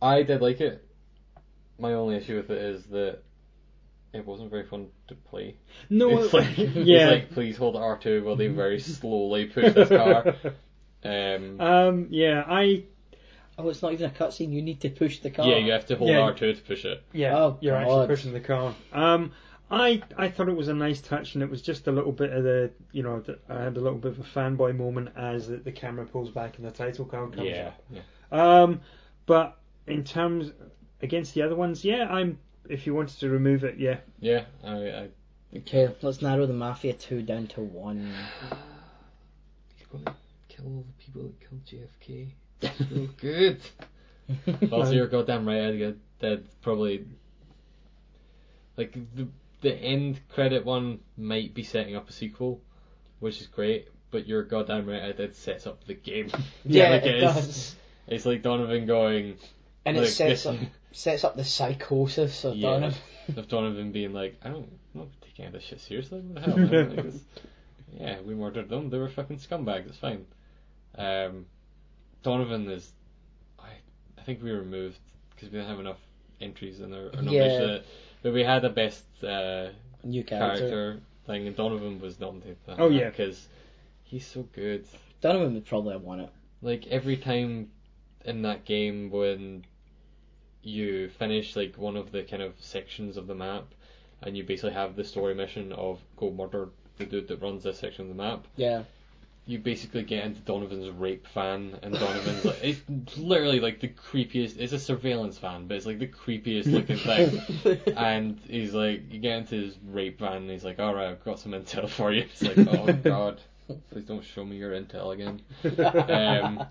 Speaker 1: I did like it. My only issue with it is that it wasn't very fun to play.
Speaker 3: no, uh,
Speaker 1: it's like,
Speaker 3: yeah.
Speaker 1: it's like please hold R two while they very slowly push this car. Um,
Speaker 3: um, yeah, I
Speaker 2: Oh, it's not even a cutscene. You need to push the car.
Speaker 1: yeah, you have to hold
Speaker 3: Yeah.
Speaker 1: R two to push it.
Speaker 3: yeah,
Speaker 2: Oh,
Speaker 3: you're
Speaker 2: God.
Speaker 3: actually pushing the car. Um, I I thought it was a nice touch, and it was just a little bit of the you know th- I had a little bit of a fanboy moment as the, the camera pulls back and the title card comes
Speaker 1: Yeah,
Speaker 3: up.
Speaker 1: yeah.
Speaker 3: Um, but in terms against the other ones, yeah, I'm. If you wanted to remove it, yeah,
Speaker 1: yeah. I, I
Speaker 2: Okay, let's narrow the Mafia 2 down to 1.
Speaker 1: you're gonna kill all the people that killed JFK. so good. also, you're goddamn right. I'd get that probably like the the end credit one might be setting up a sequel, which is great. but you're goddamn right, it did sets up the game.
Speaker 2: Yeah,
Speaker 1: like
Speaker 2: it
Speaker 1: is-
Speaker 2: does.
Speaker 1: It's like Donovan going,
Speaker 2: And
Speaker 1: Like,
Speaker 2: it sets
Speaker 1: this-
Speaker 2: up sets up the psychosis of
Speaker 1: Yeah.
Speaker 2: Donovan.
Speaker 1: of Donovan being like, I don't, I'm not taking any of this shit seriously. What the hell? man?" Like, it's- yeah, we murdered them. They were fucking scumbags. It's fine. Um, Donovan is, I, I think we removed because we didn't have enough entries in our, our numbers.
Speaker 2: Yeah.
Speaker 1: That, but we had a best uh,
Speaker 2: New
Speaker 1: character.
Speaker 2: character.
Speaker 1: thing, and Donovan was nominated. for
Speaker 3: Oh,
Speaker 1: that
Speaker 3: yeah.
Speaker 1: because uh, he's so good.
Speaker 2: Donovan would probably have won it.
Speaker 1: Like every time in that game when you finish like one of the kind of sections of the map and you basically have the story mission of go murder the dude that runs this section of the map,
Speaker 2: Yeah.
Speaker 1: you basically get into Donovan's rape fan and Donovan's like it's literally like the creepiest it's a surveillance van, but it's like the creepiest looking thing. and he's like you get into his rape van and he's like, Alright, I've got some intel for you. It's like, Oh god, please don't show me your intel again. Um,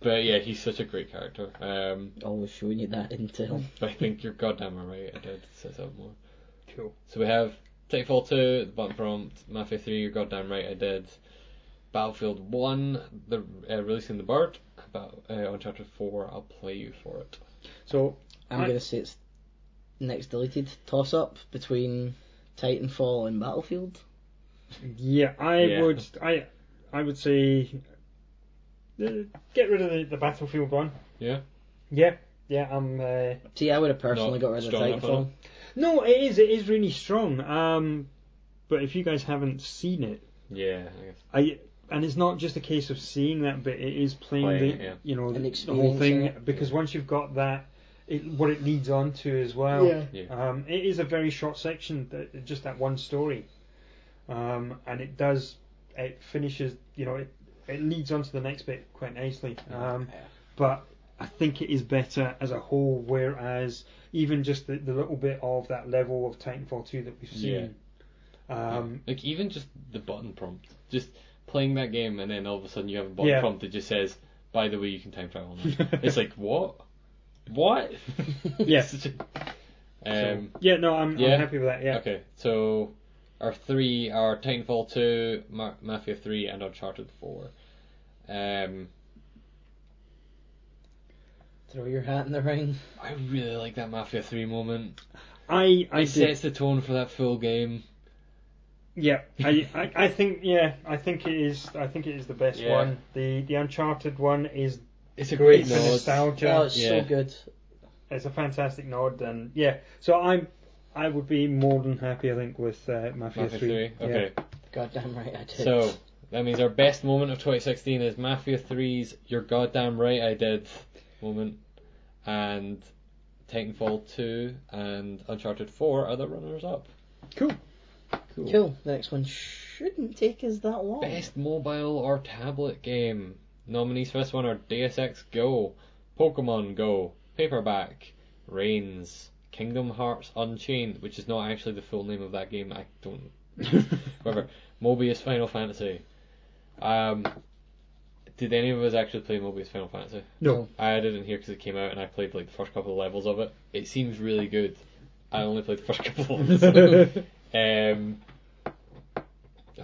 Speaker 1: but yeah, he's such a great character. Um,
Speaker 2: Always showing you that intel.
Speaker 1: but I think you're goddamn right. I did set up more.
Speaker 3: Cool.
Speaker 1: So we have Titanfall 2, The Button Prompt, Mafia 3, you're goddamn right. I did. Battlefield 1, the uh, releasing the bird. About uh, Uncharted 4, I'll play you for it.
Speaker 3: So
Speaker 2: I'm
Speaker 3: I-
Speaker 2: gonna say it's next deleted toss up between Titanfall and Battlefield.
Speaker 3: yeah, I
Speaker 1: Yeah.
Speaker 3: would I I would say uh, get rid of the, the battlefield one.
Speaker 1: Yeah.
Speaker 3: Yeah, yeah. I'm. Uh,
Speaker 2: See, I would have personally
Speaker 1: Not
Speaker 2: got rid of
Speaker 1: strong enough,
Speaker 2: Titanfall.
Speaker 3: no, it is. It is really strong. Um, but if you guys haven't seen it,
Speaker 1: Yeah. I guess.
Speaker 3: I and it's not just a case of seeing that, but it is playing,
Speaker 1: Playing
Speaker 3: the
Speaker 1: it, yeah.
Speaker 3: you know
Speaker 2: And
Speaker 3: the, the whole
Speaker 2: experiencing
Speaker 3: thing
Speaker 2: it.
Speaker 3: because once you've got that, it, what it leads on to as well.
Speaker 2: Yeah.
Speaker 1: Yeah.
Speaker 3: Um, it is a very short section, that, just that one story, um, and it does it finishes you know it it leads on to the next bit quite nicely. Um, but I think it is better as a whole, whereas even just the, the little bit of that level of Titanfall two that we've
Speaker 1: Yeah.
Speaker 3: seen. Um,
Speaker 1: like even just the button prompt, just playing that game, and then all of a sudden you have a button
Speaker 3: Yeah.
Speaker 1: prompt that just says, "By the way, you can time travel." Now. it's like what? What?
Speaker 3: Yeah.
Speaker 1: Such a-
Speaker 3: so-
Speaker 1: um,
Speaker 3: yeah, no, I'm,
Speaker 1: yeah.
Speaker 3: I'm happy with that. Yeah.
Speaker 1: Okay, so our three are Titanfall two, Ma- Mafia three, and Uncharted four. Um,
Speaker 2: Throw your hat in the ring.
Speaker 1: I really like that Mafia three moment.
Speaker 3: I I
Speaker 1: It
Speaker 3: did
Speaker 1: sets the tone for that full game.
Speaker 3: Yeah, I, I, I think yeah, I think it is. I think it is the best
Speaker 1: Yeah.
Speaker 3: one. The the Uncharted one is
Speaker 1: It's a
Speaker 3: great
Speaker 1: great,
Speaker 3: for
Speaker 1: nod.
Speaker 3: nostalgia.
Speaker 2: Oh, it's so
Speaker 1: Yeah.
Speaker 2: good.
Speaker 3: It's a fantastic nod, and yeah. So I'm, I would be more than happy. I think with uh, Mafia,
Speaker 1: Mafia three. Okay.
Speaker 2: Goddamn right, I did.
Speaker 1: So that means our best moment of 2016 is Mafia 3's "You're Goddamn Right I Did" moment, and Titanfall 2 and Uncharted 4 are the runners up.
Speaker 3: Cool.
Speaker 1: Cool.
Speaker 2: cool. The next one shouldn't take us that long.
Speaker 1: Best mobile or tablet game nominees for this one are Deus Ex Go, Pokemon Go, Paperback, Reigns, Kingdom Hearts Unchained, which is not actually the full name of that game. I don't Whatever. Mobius Final Fantasy. Um, did any of us actually play Mobius Final Fantasy?
Speaker 3: No.
Speaker 1: I didn't hear because it came out and I played like the first couple of levels of it. It seems really good. I only played the first couple of levels. Of it. Um, oh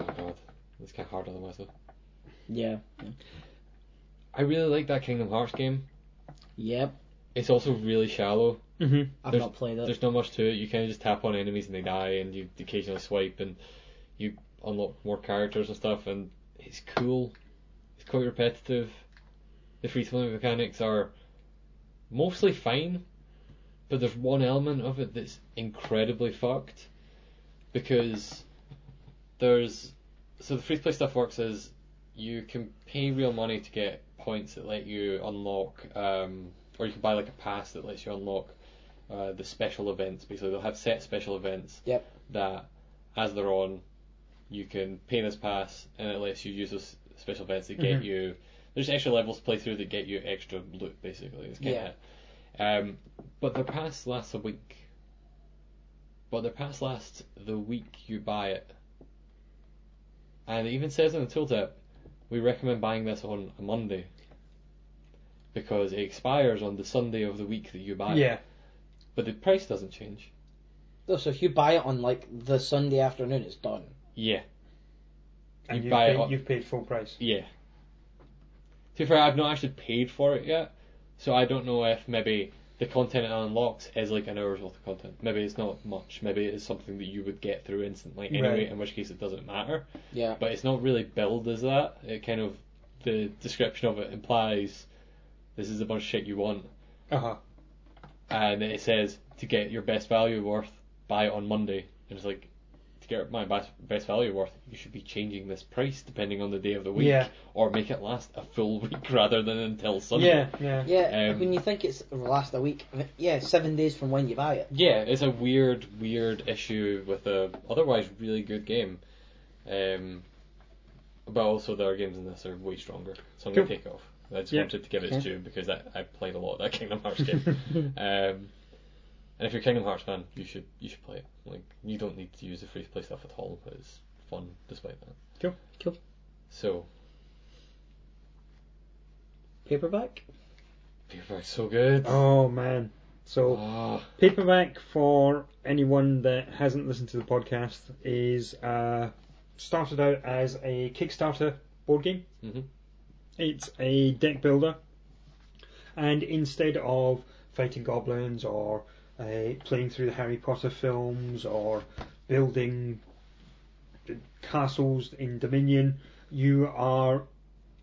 Speaker 1: god, it's kind of hard on the whistle.
Speaker 2: Yeah.
Speaker 1: I really like that Kingdom Hearts game.
Speaker 2: Yep.
Speaker 1: It's also really shallow.
Speaker 3: hmm
Speaker 2: I've
Speaker 1: There's-
Speaker 2: not played it.
Speaker 1: There's not much to it. You kind of just tap on enemies and they die, and you occasionally swipe and you unlock more characters and stuff. And it's cool. It's quite repetitive. The free swimming mechanics are mostly fine, but there's one element of it that's incredibly fucked because there's so the free to play stuff works is you can pay real money to get points that let you unlock, um, or you can buy like a pass that lets you unlock uh, the special events. Basically, they'll have set special events
Speaker 2: Yep.
Speaker 1: that, as they're on, you can pay this pass, and it lets you use those special events that get
Speaker 3: Mhm.
Speaker 1: you. There's extra levels to play through that get you extra loot, basically. It's kinda
Speaker 2: Yeah.
Speaker 1: it. Um, but their pass lasts a week. But their pass lasts the week you buy it. And it even says in the tooltip, we recommend buying this on a Monday. Because it expires on the Sunday of the week that you buy it.
Speaker 3: Yeah.
Speaker 1: But the price doesn't change.
Speaker 2: Oh, So if you buy it on like the Sunday afternoon, it's done.
Speaker 1: Yeah.
Speaker 3: and
Speaker 1: You
Speaker 3: you
Speaker 1: buy it
Speaker 3: have
Speaker 1: on-
Speaker 3: paid, you've paid full price.
Speaker 1: Yeah. To be fair, I've not actually paid for it yet, so I don't know if maybe the content it unlocks is like an hour's worth of content. Maybe it's not much. Maybe it is something that you would get through instantly anyway,
Speaker 3: Right.
Speaker 1: in which case it doesn't matter.
Speaker 2: Yeah.
Speaker 1: But it's not really billed as that. It kind of the description of it implies this is the bunch of shit you want,
Speaker 3: Uh
Speaker 1: Uh-huh.
Speaker 3: huh.
Speaker 1: and it says to get your best value worth, buy it on Monday. And it's like to get my best best value worth, you should be changing this price depending on the day of the week
Speaker 3: Yeah.
Speaker 1: or make it last a full week rather than until Sunday.
Speaker 3: Yeah, yeah.
Speaker 2: Yeah,
Speaker 1: Um,
Speaker 2: when you think it's the last a week, yeah, seven days from when you buy it.
Speaker 1: Yeah, it's a weird, weird issue with a otherwise really good game. Um, but also there are games in this that are way stronger, so I'm
Speaker 3: Cool.
Speaker 1: gonna take it off. I just
Speaker 3: Yeah.
Speaker 1: wanted to give it its
Speaker 2: Okay.
Speaker 1: due because I, I played a lot of that Kingdom Hearts game. um, and if you're a Kingdom Hearts fan, you should you should play it. Like you don't need to use the free to play stuff at all. It's fun despite that.
Speaker 3: Cool.
Speaker 2: Cool.
Speaker 1: So
Speaker 2: Paperback?
Speaker 1: Paperback's so good.
Speaker 3: Oh man. So
Speaker 1: Ah,
Speaker 3: paperback for anyone that hasn't listened to the podcast is uh, started out as a Kickstarter board game.
Speaker 1: mhm.
Speaker 3: It's a deck builder, and instead of fighting goblins or uh, playing through the Harry Potter films or building the castles in Dominion, you are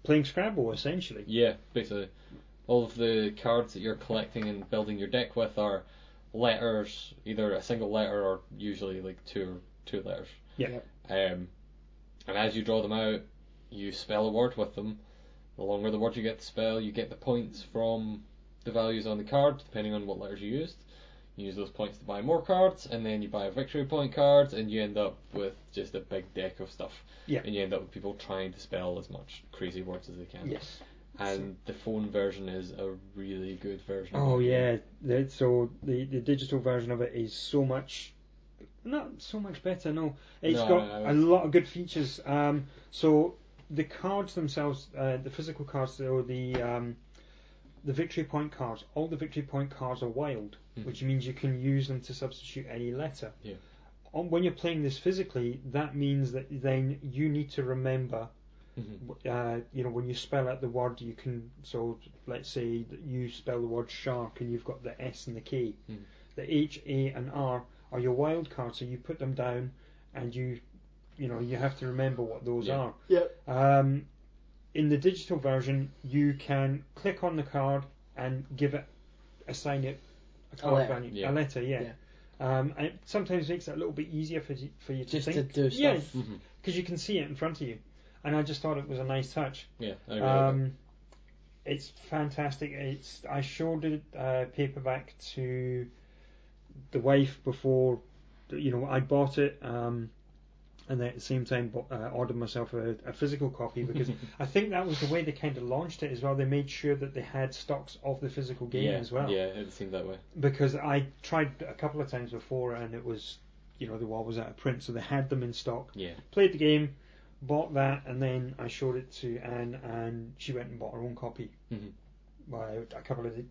Speaker 3: playing Scrabble essentially.
Speaker 1: Yeah, basically. All of the cards that you're collecting and building your deck with are letters, either a single letter or usually like two two letters.
Speaker 3: Yeah.
Speaker 2: Yep.
Speaker 1: Um, and as you draw them out, you spell a word with them. The longer the word you get to spell, you get the points from the values on the cards, depending on what letters you used. You use those points to buy more cards, and then you buy victory point cards, and you end up with just a big deck of stuff.
Speaker 3: Yeah.
Speaker 1: And you end up with people trying to spell as much crazy words as they can
Speaker 3: Yes.
Speaker 1: and the phone version is a really good version. of
Speaker 3: Oh
Speaker 1: it.
Speaker 3: yeah, the, so the the digital version of it is so much, not so much better. No, It's
Speaker 1: No,
Speaker 3: got
Speaker 1: no, no.
Speaker 3: a lot of good features. Um, so the cards themselves, uh, the physical cards, so the um, the victory point cards. All the victory point cards are wild,
Speaker 1: Mhm.
Speaker 3: which means you can use them to substitute any letter.
Speaker 1: Yeah.
Speaker 3: On, when you're playing this physically, that means that then you need to remember
Speaker 1: Mhm.
Speaker 2: Mm-hmm.
Speaker 3: uh, you know, when you spell out the word, you can. So, let's say that you spell the word shark and you've got the S and the K.
Speaker 2: Mm-hmm.
Speaker 1: Mhm.
Speaker 3: The H, A, and R are your wild cards, so you put them down and you, you know, you have to remember what those
Speaker 1: Yeah.
Speaker 3: are.
Speaker 2: Yep.
Speaker 3: Um, in the digital version, you can click on the card and give it, assign it a card
Speaker 2: letter.
Speaker 3: value,
Speaker 1: Yeah.
Speaker 3: a letter, yeah. Um, and it sometimes makes it a little bit easier for you, for you to
Speaker 2: Just to
Speaker 3: think.
Speaker 2: do
Speaker 3: Yeah,
Speaker 2: stuff.
Speaker 1: Mhm.
Speaker 3: because you can see it in front of you. And I just thought it was a nice touch.
Speaker 1: yeah. I really like
Speaker 3: Um, it's fantastic. It's I showed it uh, paperback to the wife before, you know, I bought it, um, and then at the same time bought, uh, ordered myself a, a physical copy because I think that was the way they kind of launched it as well. They made sure that they had stocks of the physical
Speaker 1: it.
Speaker 3: game
Speaker 1: yeah,
Speaker 3: as well
Speaker 1: Yeah, it seemed that way.
Speaker 3: because I tried a couple of times before and it was, you know, the wall was out of print, so they had them in stock
Speaker 1: Yeah.
Speaker 3: played the game, bought that, and then I showed it to Anne, and she went and bought her own copy.
Speaker 1: Mhm.
Speaker 3: Well, a couple of the,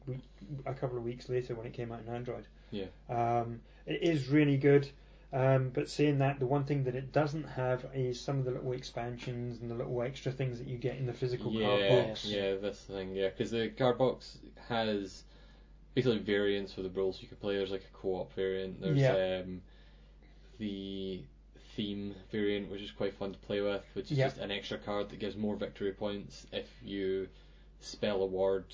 Speaker 3: a couple of weeks later when it came out in Android.
Speaker 1: Yeah.
Speaker 3: Um, it is really good. Um, but saying that, the one thing that it doesn't have is some of the little expansions and the little extra things that you get in the physical card
Speaker 1: Yeah,
Speaker 3: box.
Speaker 1: yeah, that's the thing. Yeah, because the card box has basically variants for the rules you can play. There's like a co-op variant. There's
Speaker 3: Yeah.
Speaker 1: um, the theme variant, which is quite fun to play with, which is
Speaker 3: Yeah.
Speaker 1: just an extra card that gives more victory points if you spell a word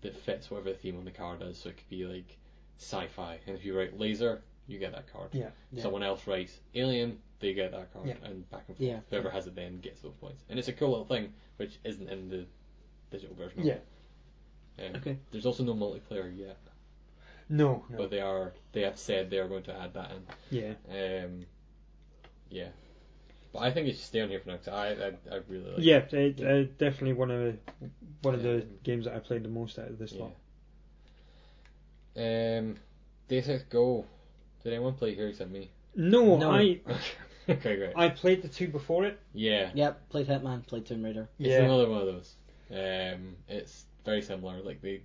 Speaker 1: that fits whatever the theme on the card is. So it could be like sci-fi, and if you write laser, you get that card.
Speaker 3: Yeah.
Speaker 2: Yeah.
Speaker 1: Someone else writes alien, they get that card,
Speaker 3: Yeah.
Speaker 1: and back and forth.
Speaker 2: Yeah.
Speaker 1: Whoever has it then gets those points. And it's a cool little thing, which isn't in the digital version. of
Speaker 3: Yeah.
Speaker 1: it. Um,
Speaker 2: Okay.
Speaker 1: There's also no multiplayer yet,
Speaker 3: No, no.
Speaker 1: but they are they have said they are going to add that
Speaker 3: yeah.
Speaker 1: in. Um, yeah. But I think it should stay on here for now 'cause I, I I really like.
Speaker 3: Yeah, it, uh, definitely one of the, one of the
Speaker 1: Um,
Speaker 3: games that I played the most out of this
Speaker 1: Yeah.
Speaker 3: lot.
Speaker 1: Um, Deus Go. Did anyone play here except me?
Speaker 3: No,
Speaker 2: No.
Speaker 3: I
Speaker 1: okay, great.
Speaker 3: I played the two before it.
Speaker 1: Yeah.
Speaker 2: Yep, played Hitman, played Tomb Raider.
Speaker 1: It's another one of those. Um, it's very similar. Like they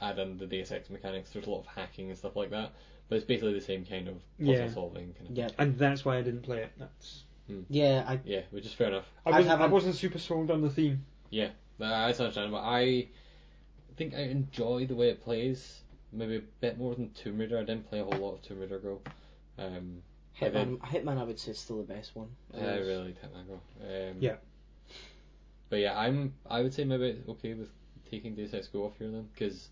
Speaker 1: add in the Deus Ex mechanics. There's a lot of hacking and stuff like that, but it's basically the same kind of puzzle
Speaker 3: Yeah.
Speaker 1: solving kind of.
Speaker 2: Yep.
Speaker 3: and that's why I didn't play it. That's
Speaker 2: Yeah, I
Speaker 1: Yeah, which is fair enough.
Speaker 3: I
Speaker 2: I
Speaker 3: wasn't, I,
Speaker 2: haven't-
Speaker 3: wasn't super sold on the theme.
Speaker 1: Yeah, that's understandable. I think I enjoy the way it plays, maybe a bit more than Tomb Raider. I didn't play a whole lot of Tomb Raider Girl. Um, I
Speaker 2: Hitman. Hitman, I would say, is still the best one.
Speaker 1: I really liked Hitman Girl. Um,
Speaker 3: Yeah.
Speaker 1: But yeah, I'm. I would say maybe it's okay with taking Deus Ex Go off here then, because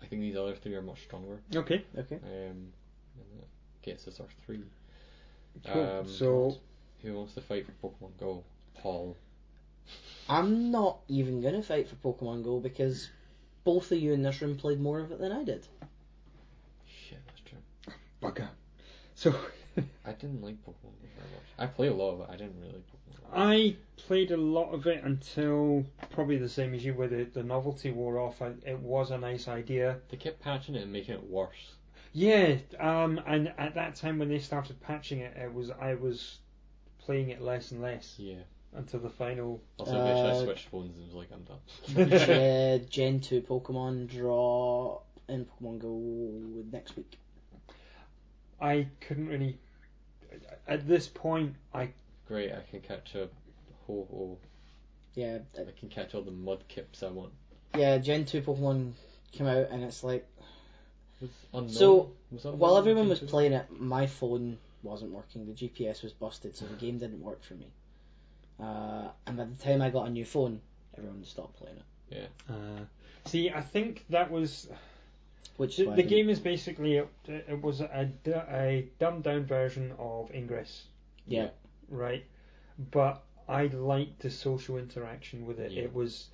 Speaker 1: I think these other three are much stronger.
Speaker 3: Okay,
Speaker 2: Okay.
Speaker 1: Um, and that gets us our three.
Speaker 3: cool.
Speaker 1: Um,
Speaker 3: so
Speaker 1: Who wants to fight for Pokemon Go? Paul.
Speaker 2: I'm not even going to fight for Pokemon Go because both of you in this room played more of it than I did.
Speaker 1: Shit, that's true.
Speaker 3: bugger. So
Speaker 1: I didn't like Pokemon Go very much. I play a lot of it. I didn't really like Pokemon. Go.
Speaker 3: I played a lot of it until probably the same as you, where the, the novelty wore off. I, it was a nice idea.
Speaker 1: They kept patching it and making it worse.
Speaker 3: Yeah, um, and at that time when they started patching it, it was I was playing it less and less
Speaker 1: Yeah.
Speaker 3: until the final.
Speaker 1: Also, eventually
Speaker 2: Uh,
Speaker 1: I switched phones and was like, I'm done.
Speaker 2: yeah, uh, Gen 2 Pokemon drop in Pokemon Go next week.
Speaker 3: I couldn't really. At this point, I
Speaker 1: Great, I can catch a ho ho.
Speaker 2: Yeah, uh,
Speaker 1: I can catch all the mud kips I want.
Speaker 2: yeah, Gen 2 Pokemon came out and it's like,
Speaker 1: Was unknown.
Speaker 2: So,
Speaker 1: was unknown
Speaker 2: while everyone was
Speaker 1: Gen two?
Speaker 2: playing it, my phone wasn't working. The GPS was busted, so the game didn't work for me. Uh, and by the time I got a new phone, everyone stopped playing it.
Speaker 1: Yeah.
Speaker 3: uh, see. I think that was
Speaker 2: Which is
Speaker 3: the,
Speaker 2: why I
Speaker 3: the
Speaker 2: didn't-
Speaker 3: game is basically it, it was a, du- a dumbed down version of Ingress,
Speaker 2: Yeah.
Speaker 3: right? But I liked the social interaction with it.
Speaker 1: Yeah.
Speaker 3: It was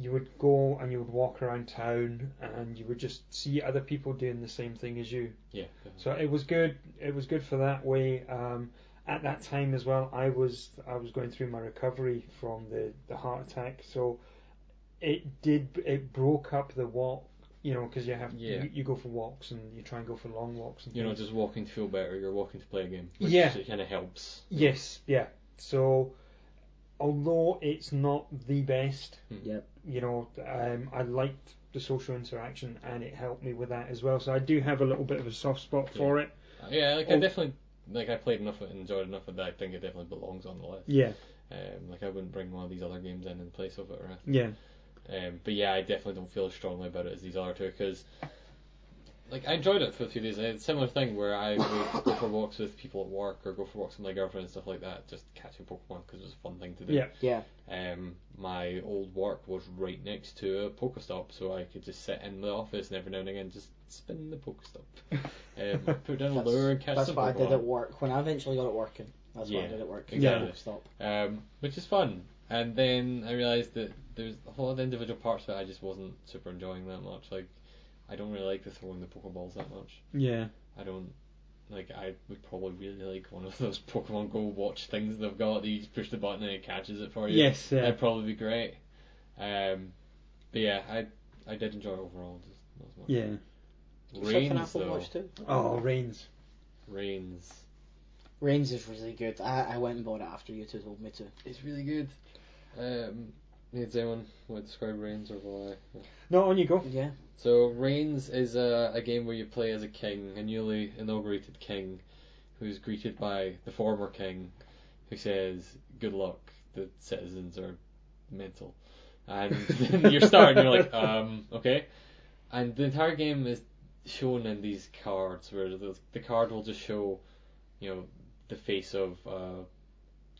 Speaker 3: you would go and you would walk around town and you would just see other people doing the same thing as you.
Speaker 1: Yeah.
Speaker 3: So it was good. It was good for that way. Um, at that time as well, I was I was going through my recovery from the, the heart attack, so it did it broke up the walk, you know, because you have
Speaker 1: Yeah.
Speaker 3: you, you go for walks and you try and go for long walks and
Speaker 1: You're not
Speaker 3: things.
Speaker 1: just walking to feel better, you're walking to play a game. Which
Speaker 3: Yeah.
Speaker 1: kind of helps.
Speaker 3: yes, yeah. So although it's not the best,
Speaker 1: Hmm.
Speaker 2: Yep.
Speaker 3: you know, um, I liked the social interaction and it helped me with that as well. So I do have a little bit of a soft spot for it.
Speaker 1: Yeah, like
Speaker 3: Oh.
Speaker 1: I definitely. Like I played enough of it and enjoyed enough of it that I think it definitely belongs on the list.
Speaker 3: Yeah,
Speaker 1: Um, like I wouldn't bring one of these other games in in place of it or anything.
Speaker 3: yeah.
Speaker 1: Um, but yeah, I definitely don't feel as strongly about it as these other two because, like, I enjoyed it for a few days. I had a similar thing where I would go for walks with people at work or go for walks with my girlfriend and stuff like that, just catching Pokemon because it was a fun thing to do.
Speaker 3: Yeah.
Speaker 2: Yeah.
Speaker 1: Um, my old work was right next to a Pokestop, so I could just sit in the office and every now and again just spin the Pokestop, um, put down a lure and catch
Speaker 2: that's
Speaker 1: some
Speaker 2: what I did at
Speaker 1: Pokemon,
Speaker 2: work when I eventually got it working. That's what I
Speaker 1: Yeah,
Speaker 2: did at work.
Speaker 1: exactly.
Speaker 2: Yeah. Stop.
Speaker 1: um, which is fun. And then I realised that there's a lot of individual parts that I just wasn't super enjoying that much. Like, I don't really like the throwing the Pokeballs that much.
Speaker 3: Yeah.
Speaker 1: I don't like. I would probably really like one of those Pokemon Go watch things they've got. That you just push the button and it catches it for you.
Speaker 3: Yes, yeah.
Speaker 1: that'd probably be great. Um, but yeah, I I did enjoy it overall. Just not as much.
Speaker 3: Yeah.
Speaker 2: Except for an
Speaker 1: Rains
Speaker 2: Apple
Speaker 1: though.
Speaker 2: Watch too.
Speaker 3: Oh, rains.
Speaker 1: Rains.
Speaker 2: Reigns is really good. I, I went and bought it after you two told me to.
Speaker 1: It's really good. Um, needs anyone want to describe Rains or why?
Speaker 3: No, on you go.
Speaker 2: Yeah.
Speaker 1: So Reigns is a, a game where you play as a king, a newly inaugurated king, who's greeted by the former king, who says, "Good luck, the citizens are mental," and then you're starting. You're like, um, okay, and the entire game is shown in these cards where the, the card will just show, you know, the face of uh,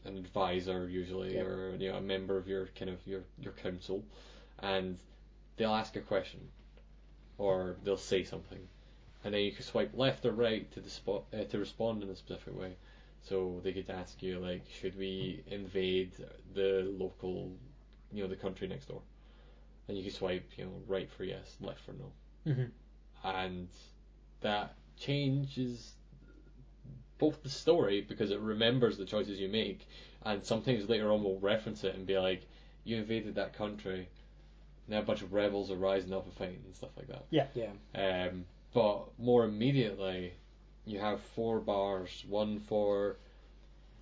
Speaker 1: an advisor usually,
Speaker 2: Yeah.
Speaker 1: or you know, a member of your kind of your your council, and they'll ask a question or they'll say something, and then you can swipe left or right to the spot uh, to respond in a specific way. So they could ask you like, should we invade the local, you know, the country next door, and you can swipe, you know, right for yes, left for no,
Speaker 3: Mm-hmm.
Speaker 1: and that changes both the story because it remembers the choices you make, and sometimes later on will reference it and be like, you invaded that country. Now a bunch of rebels are rising up and fighting and stuff like that.
Speaker 2: Yeah.
Speaker 1: Um, but more immediately, you have four bars: one for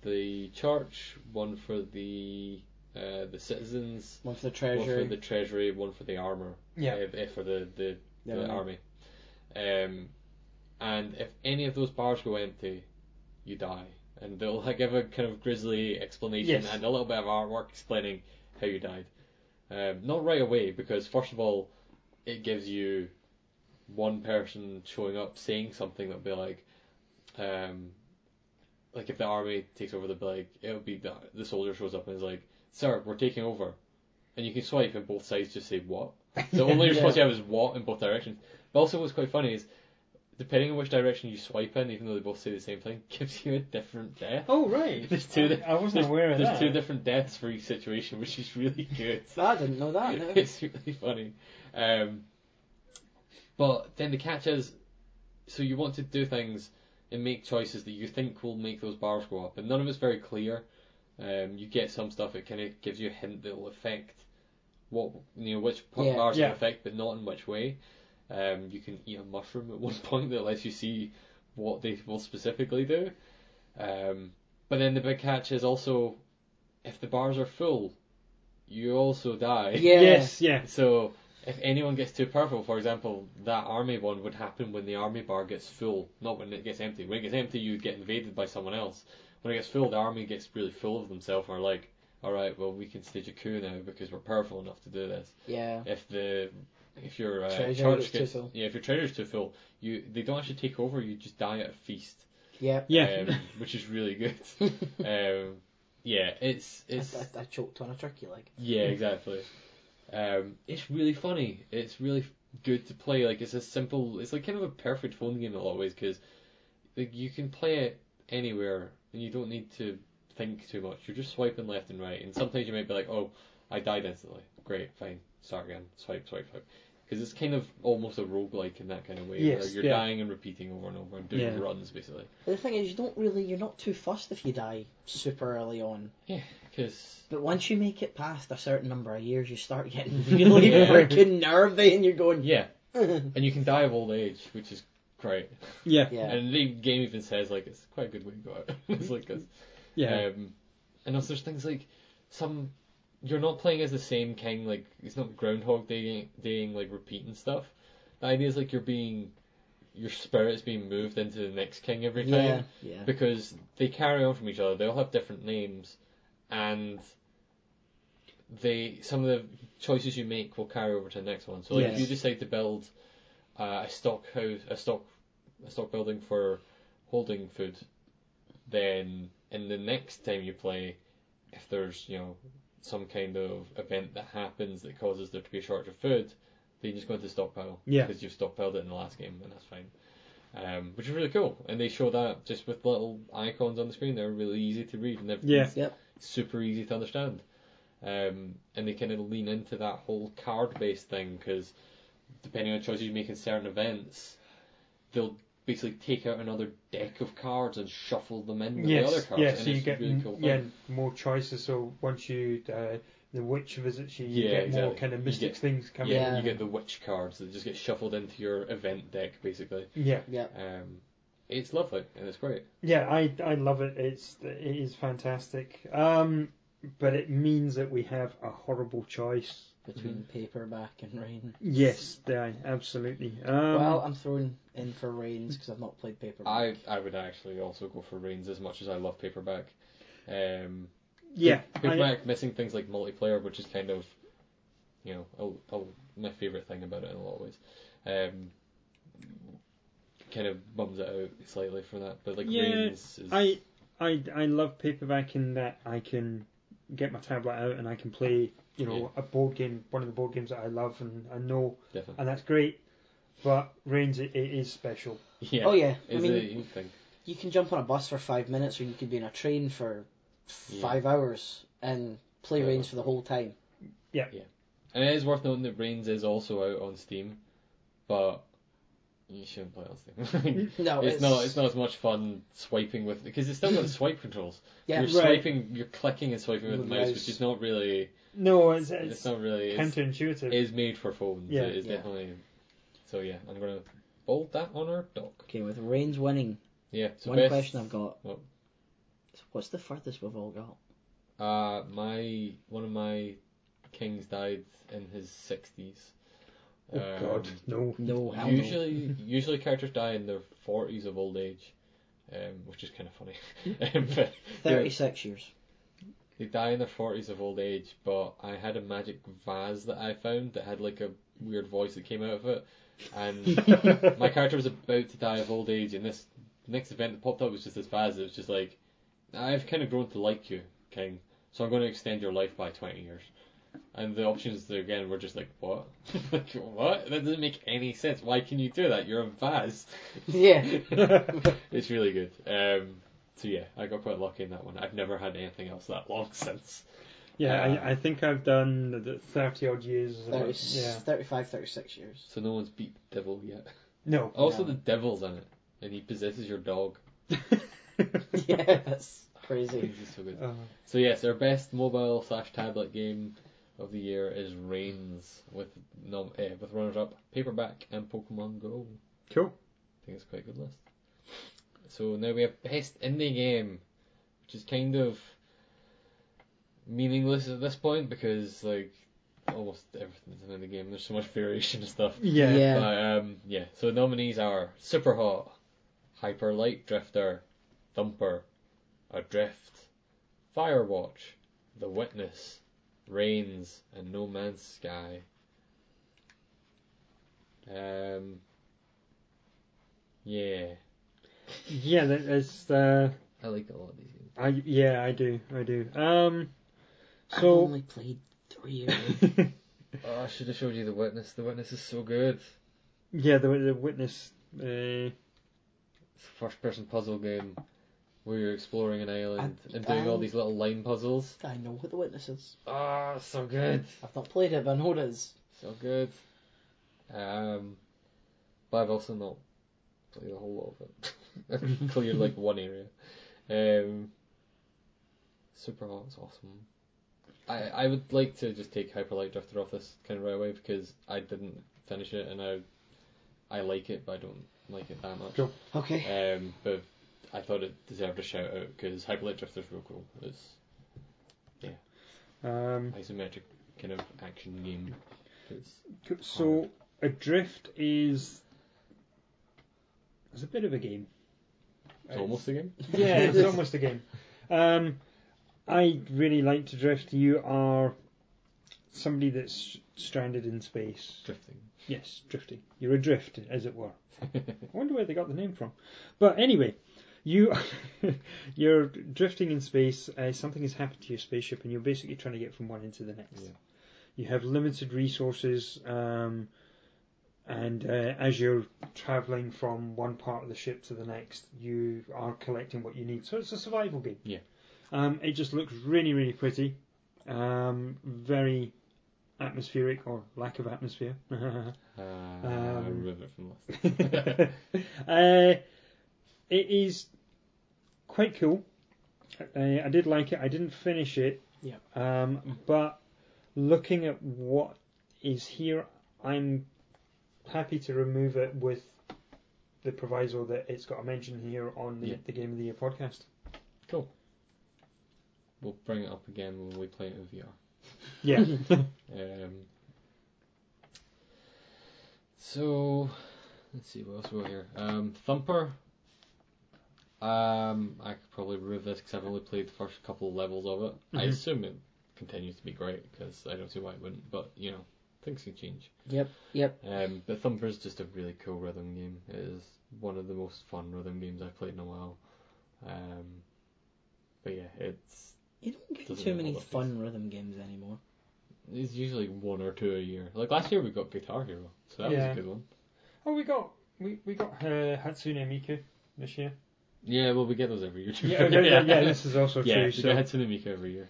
Speaker 1: the church, one for the uh, the citizens,
Speaker 2: One for the
Speaker 1: one
Speaker 2: treasure.
Speaker 1: for the treasury, one for the armor,
Speaker 3: Yeah.
Speaker 1: uh, uh, for the the,
Speaker 2: Yeah,
Speaker 1: the
Speaker 2: right.
Speaker 1: army. Um, and if any of those bars go empty, you die. and they'll like, give a kind of grisly explanation
Speaker 3: Yes.
Speaker 1: and a little bit of artwork explaining how you died. Um, not right away because first of all, it gives you one person showing up saying something that'll be like, um, like if the army takes over, they'll be like, it'll be the the soldier shows up and is like, "Sir, we're taking over," and you can swipe and both sides just say what. The only
Speaker 2: Yeah.
Speaker 1: response you have is what in both directions. But also, what's quite funny is depending on which direction you swipe in, even though they both say the same thing, gives you a different death.
Speaker 3: Oh right.
Speaker 1: There's two di-
Speaker 3: I wasn't aware of
Speaker 1: There's
Speaker 3: that.
Speaker 1: two different deaths for each situation, which is really good.
Speaker 2: Ah, I didn't know that. No.
Speaker 1: it's really funny. Um, but then the catch is, so you want to do things and make choices that you think will make those bars go up, and none of it's very clear. Um, you get some stuff that kind of gives you a hint that will affect what you know which p-
Speaker 2: Yeah.
Speaker 1: bars
Speaker 3: Yeah.
Speaker 1: will affect, but not in which way. Um, you can eat a mushroom at one point that lets you see what they will specifically do. Um, but then the big catch is also if the bars are full, you also die.
Speaker 2: Yeah.
Speaker 3: Yes, yeah.
Speaker 1: So if anyone gets too powerful, for example, that army one would happen when the army bar gets full, not when it gets empty. When it gets empty, you get invaded by someone else. When it gets full, the army gets really full of themselves and are like, all right, well, we can stage a coup now because we're powerful enough to do this.
Speaker 2: Yeah.
Speaker 1: If the if your uh,
Speaker 2: Treasure
Speaker 1: church
Speaker 2: gets too
Speaker 1: gets
Speaker 2: full.
Speaker 1: yeah, if your treasure's too full, you they don't actually take over. You just die at a feast,
Speaker 2: Yeah.
Speaker 3: Yeah.
Speaker 1: um, which is really good. Um, yeah, it's
Speaker 2: I,
Speaker 1: it's
Speaker 2: I, I choked on a turkey leg.
Speaker 1: yeah, exactly. Um, it's really funny. It's really f- good to play. Like it's a simple. It's like kind of a perfect phone game in a lot of ways because like, you can play it anywhere and you don't need to think too much. You're just swiping left and right, and sometimes you might be like, "Oh, I died instantly. Great, fine, start again. Swipe, swipe, swipe." Because it's kind of almost a roguelike in that kind of way, where
Speaker 3: Yes,
Speaker 1: you're
Speaker 3: yeah.
Speaker 1: dying and repeating over and over and doing
Speaker 3: Yeah.
Speaker 1: runs basically.
Speaker 2: But the thing is, you don't really, you're not too fussed if you die super early on.
Speaker 1: Because
Speaker 2: But once you make it past a certain number of years, you start getting really freaking nervy, and you're going,
Speaker 1: yeah, and you can die of old age, which is great.
Speaker 3: Yeah.
Speaker 2: yeah.
Speaker 1: And the game even says like it's quite a good way to go out. it's like this.
Speaker 3: Yeah.
Speaker 1: Um, and also there's things like some you're not playing as the same king. Like it's not Groundhog Day, daying like repeating stuff. The idea is like you're being your spirit's being moved into the next king every time
Speaker 2: yeah, yeah,
Speaker 1: because they carry on from each other. They all have different names, and they some of the choices you make will carry over to the next one. So like if
Speaker 2: Yes.
Speaker 1: you decide to build uh, a stock house, a stock, a stock building for holding food, then in the next time you play, if there's you know some kind of event that happens that causes there to be a shortage of food, then you just go into stockpile
Speaker 3: Yeah.
Speaker 1: because you've stockpiled it in the last game and that's fine um, which is really cool. And they show that just with little icons on the screen. They're really easy to read and everything's
Speaker 2: Yep.
Speaker 1: super easy to understand. Um, and they kind of lean into that whole card-based thing because depending on choices you make in certain events, they'll basically take out another deck of cards and shuffle them in with
Speaker 3: Yes,
Speaker 1: Um, the other cards.
Speaker 3: yeah,
Speaker 1: and
Speaker 3: so you
Speaker 1: it's
Speaker 3: get
Speaker 1: a really
Speaker 3: m-
Speaker 1: cool.
Speaker 3: yeah,
Speaker 1: thing.
Speaker 3: more choices. So once you uh, the witch visits you, you
Speaker 1: Yeah,
Speaker 3: get more
Speaker 1: exactly.
Speaker 3: kind of
Speaker 1: You
Speaker 3: mystic
Speaker 1: get-
Speaker 3: things coming.
Speaker 1: yeah,
Speaker 2: Yeah.
Speaker 1: you get the witch cards that just get shuffled into your event deck basically.
Speaker 3: yeah,
Speaker 2: yep.
Speaker 1: Um, it's lovely and it's great.
Speaker 3: yeah. I I love it. It's it is fantastic. Um, but it means that we have a horrible choice.
Speaker 2: Between
Speaker 1: Mm-hmm.
Speaker 2: paperback and rain.
Speaker 3: Yes, yeah, absolutely. Um,
Speaker 2: well, I'm thrown in for rains because I've not played paperback.
Speaker 1: I I would actually also go for Reigns as much as I love paperback. Um,
Speaker 3: yeah, I-
Speaker 1: paperback missing things like multiplayer, which is kind of you know a, a, my favorite thing about it in a lot of ways. Um, kind of bums it out slightly from that, but like
Speaker 3: Yeah,
Speaker 1: Reigns is
Speaker 3: I I I love paperback in that I can get my tablet out and I can play you know
Speaker 1: Yeah.
Speaker 3: a board game, one of the board games that I love and I know,
Speaker 1: definitely
Speaker 3: and that's great. But Reigns, it, it is special.
Speaker 1: yeah.
Speaker 2: oh yeah, I
Speaker 1: Is
Speaker 2: mean,
Speaker 1: a unique thing.
Speaker 2: you can jump on a bus for five minutes, or you could be in a train for
Speaker 1: Yeah.
Speaker 2: five hours and play
Speaker 1: Yeah.
Speaker 2: rains for the whole time.
Speaker 1: And it is worth noting that Reigns is also out on Steam, but you shouldn't play it on Steam.
Speaker 2: No,
Speaker 1: it's not it's not as much fun swiping with because it's still got the swipe controls.
Speaker 2: Yeah,
Speaker 1: you're
Speaker 3: Right.
Speaker 1: swiping, you're clicking and swiping with the mouse, which is not really,
Speaker 3: No, it's
Speaker 1: it's,
Speaker 3: it's,
Speaker 1: not really, it's,
Speaker 3: counterintuitive.
Speaker 1: it's made for phones.
Speaker 3: Yeah.
Speaker 1: it is
Speaker 2: Yeah.
Speaker 1: definitely. So yeah, I'm gonna bold that on our dock.
Speaker 2: okay, with rains winning,
Speaker 1: Yeah. So
Speaker 2: one
Speaker 1: best,
Speaker 2: question I've got:
Speaker 1: What?
Speaker 2: is What's the furthest we've all got?
Speaker 1: Uh, my one of my kings died in his sixties. Um,
Speaker 3: oh
Speaker 1: uh,
Speaker 3: God, no.
Speaker 2: No, hell no.
Speaker 1: Usually, usually characters die in their forties of old age. um, which is kind of funny. um, but
Speaker 2: Thirty six years.
Speaker 1: they die in their forties of old age, but I had a magic vase that I found that had like a weird voice that came out of it, and my character was about to die of old age, and this next event that popped up was just this vase. It was just like, I've kind of grown to like you, King, so I'm going to extend your life by twenty years. And the options there again were just like, what? Like, what? That doesn't make any sense. Why can you do that? You're a vase.
Speaker 2: Yeah.
Speaker 1: It's really good. Um, so yeah, I got quite lucky in that one. I've never had anything else that long since.
Speaker 3: Yeah,
Speaker 1: Uh,
Speaker 3: I, I think I've done the- the 30 odd years. of
Speaker 2: Thirty
Speaker 3: it, yeah.
Speaker 2: 35, 36 years.
Speaker 1: So no one's beat the devil yet.
Speaker 3: No.
Speaker 1: Also,
Speaker 2: No.
Speaker 1: the devil's in it, and he possesses your dog.
Speaker 2: yeah, that's crazy.
Speaker 1: He's just so good.
Speaker 3: Uh,
Speaker 1: So yes, our best mobile slash tablet game of the year is Reigns with nom- eh, with runners up Paperback and Pokemon Go.
Speaker 3: cool.
Speaker 1: I think it's quite a good list. So now we have best indie game, which is kind of meaningless at this point because like almost everything's an indie game. There's so much variation and stuff.
Speaker 3: Yeah.
Speaker 2: Yeah.
Speaker 1: But um, yeah. So nominees are Super Hot, Hyper Light Drifter, Thumper, Adrift, Firewatch, The Witness, Rains, and No Man's Sky. Um. Yeah,
Speaker 3: Yeah, that- that's. Uh,
Speaker 1: I like a lot of these games.
Speaker 3: I, yeah, I do. I do. Um,
Speaker 2: I've
Speaker 3: so.
Speaker 2: only played three of them.
Speaker 1: Oh, I should have showed you The Witness. The Witness is so good.
Speaker 3: yeah, the, the witness. Uh,
Speaker 1: It's a first-person puzzle game where you're exploring an island
Speaker 2: And-
Speaker 1: and doing all
Speaker 2: and-
Speaker 1: these little line puzzles.
Speaker 2: I know what the witness is.
Speaker 1: Ah, so good.
Speaker 2: I've not played it, but I know what it is.
Speaker 1: So good. Um, but I've also not played a whole lot of it. I've cleared like one area. Um, Super Hot's awesome. I I would like to just take Hyper Light Drifter off this kind of right away because I didn't finish it and I I like it but I don't like it that much.
Speaker 3: Cool.
Speaker 2: Okay.
Speaker 1: Um, but I thought it deserved a shout out because Hyper Light Drifter's real cool. It's
Speaker 3: um,
Speaker 1: isometric kind of action game. It's
Speaker 3: so, Adrift is. It's a bit of a game.
Speaker 1: it's almost a game.
Speaker 3: Yeah, it's almost a game. Um, I really like to drift. You are somebody that's stranded in space.
Speaker 1: Drifting.
Speaker 3: Yes, drifting. You're adrift, as it were. I wonder where they got the name from. But anyway, you you're drifting in space. Uh, something has happened to your spaceship, and you're basically trying to get from one end to the next.
Speaker 1: Yeah.
Speaker 3: You have limited resources, um, and uh, as you're traveling from one part of the ship to the next, you are collecting what you need. So it's a survival game.
Speaker 1: Yeah.
Speaker 3: Um, it just looks really, really pretty. Um, very atmospheric or lack of atmosphere.
Speaker 1: Uh,
Speaker 3: Um,
Speaker 1: I remember it from last.
Speaker 3: uh, it is quite cool. Uh, I did like it. I didn't finish it.
Speaker 2: Yeah.
Speaker 3: Um, but looking at what is here, I'm happy to remove it with the proviso that it's got a mention here on the,
Speaker 1: Yeah.
Speaker 3: the Game of the Year podcast.
Speaker 1: We'll bring it up again when we play it in
Speaker 3: Yeah.
Speaker 1: VR. Um, so let's see what else we got here. Um, Thumper. Um, I could probably remove this because I've only played the first couple of levels of it. I
Speaker 3: Mhm.
Speaker 1: assume it continues to be great because I don't see why it wouldn't. But you know, things can change.
Speaker 2: Yep. Yep.
Speaker 1: Um, but Thumper is just a really cool rhythm game. It is one of the most fun rhythm games I've played in a while. Um, but yeah, it's
Speaker 2: You don't get
Speaker 1: Doesn't
Speaker 2: too
Speaker 1: know
Speaker 2: many
Speaker 1: what it
Speaker 2: fun rhythm games anymore.
Speaker 1: It's usually one or two a year. Like last year we got Guitar Hero, so that
Speaker 3: Yeah.
Speaker 1: was a good one.
Speaker 3: oh, we got we, we got uh, Hatsune Miku this year.
Speaker 1: Yeah, well we get those every year. too.
Speaker 3: Yeah, yeah, yeah, yeah, this is also
Speaker 1: yeah.
Speaker 3: true.
Speaker 1: we
Speaker 3: So
Speaker 1: get Hatsune Miku every year.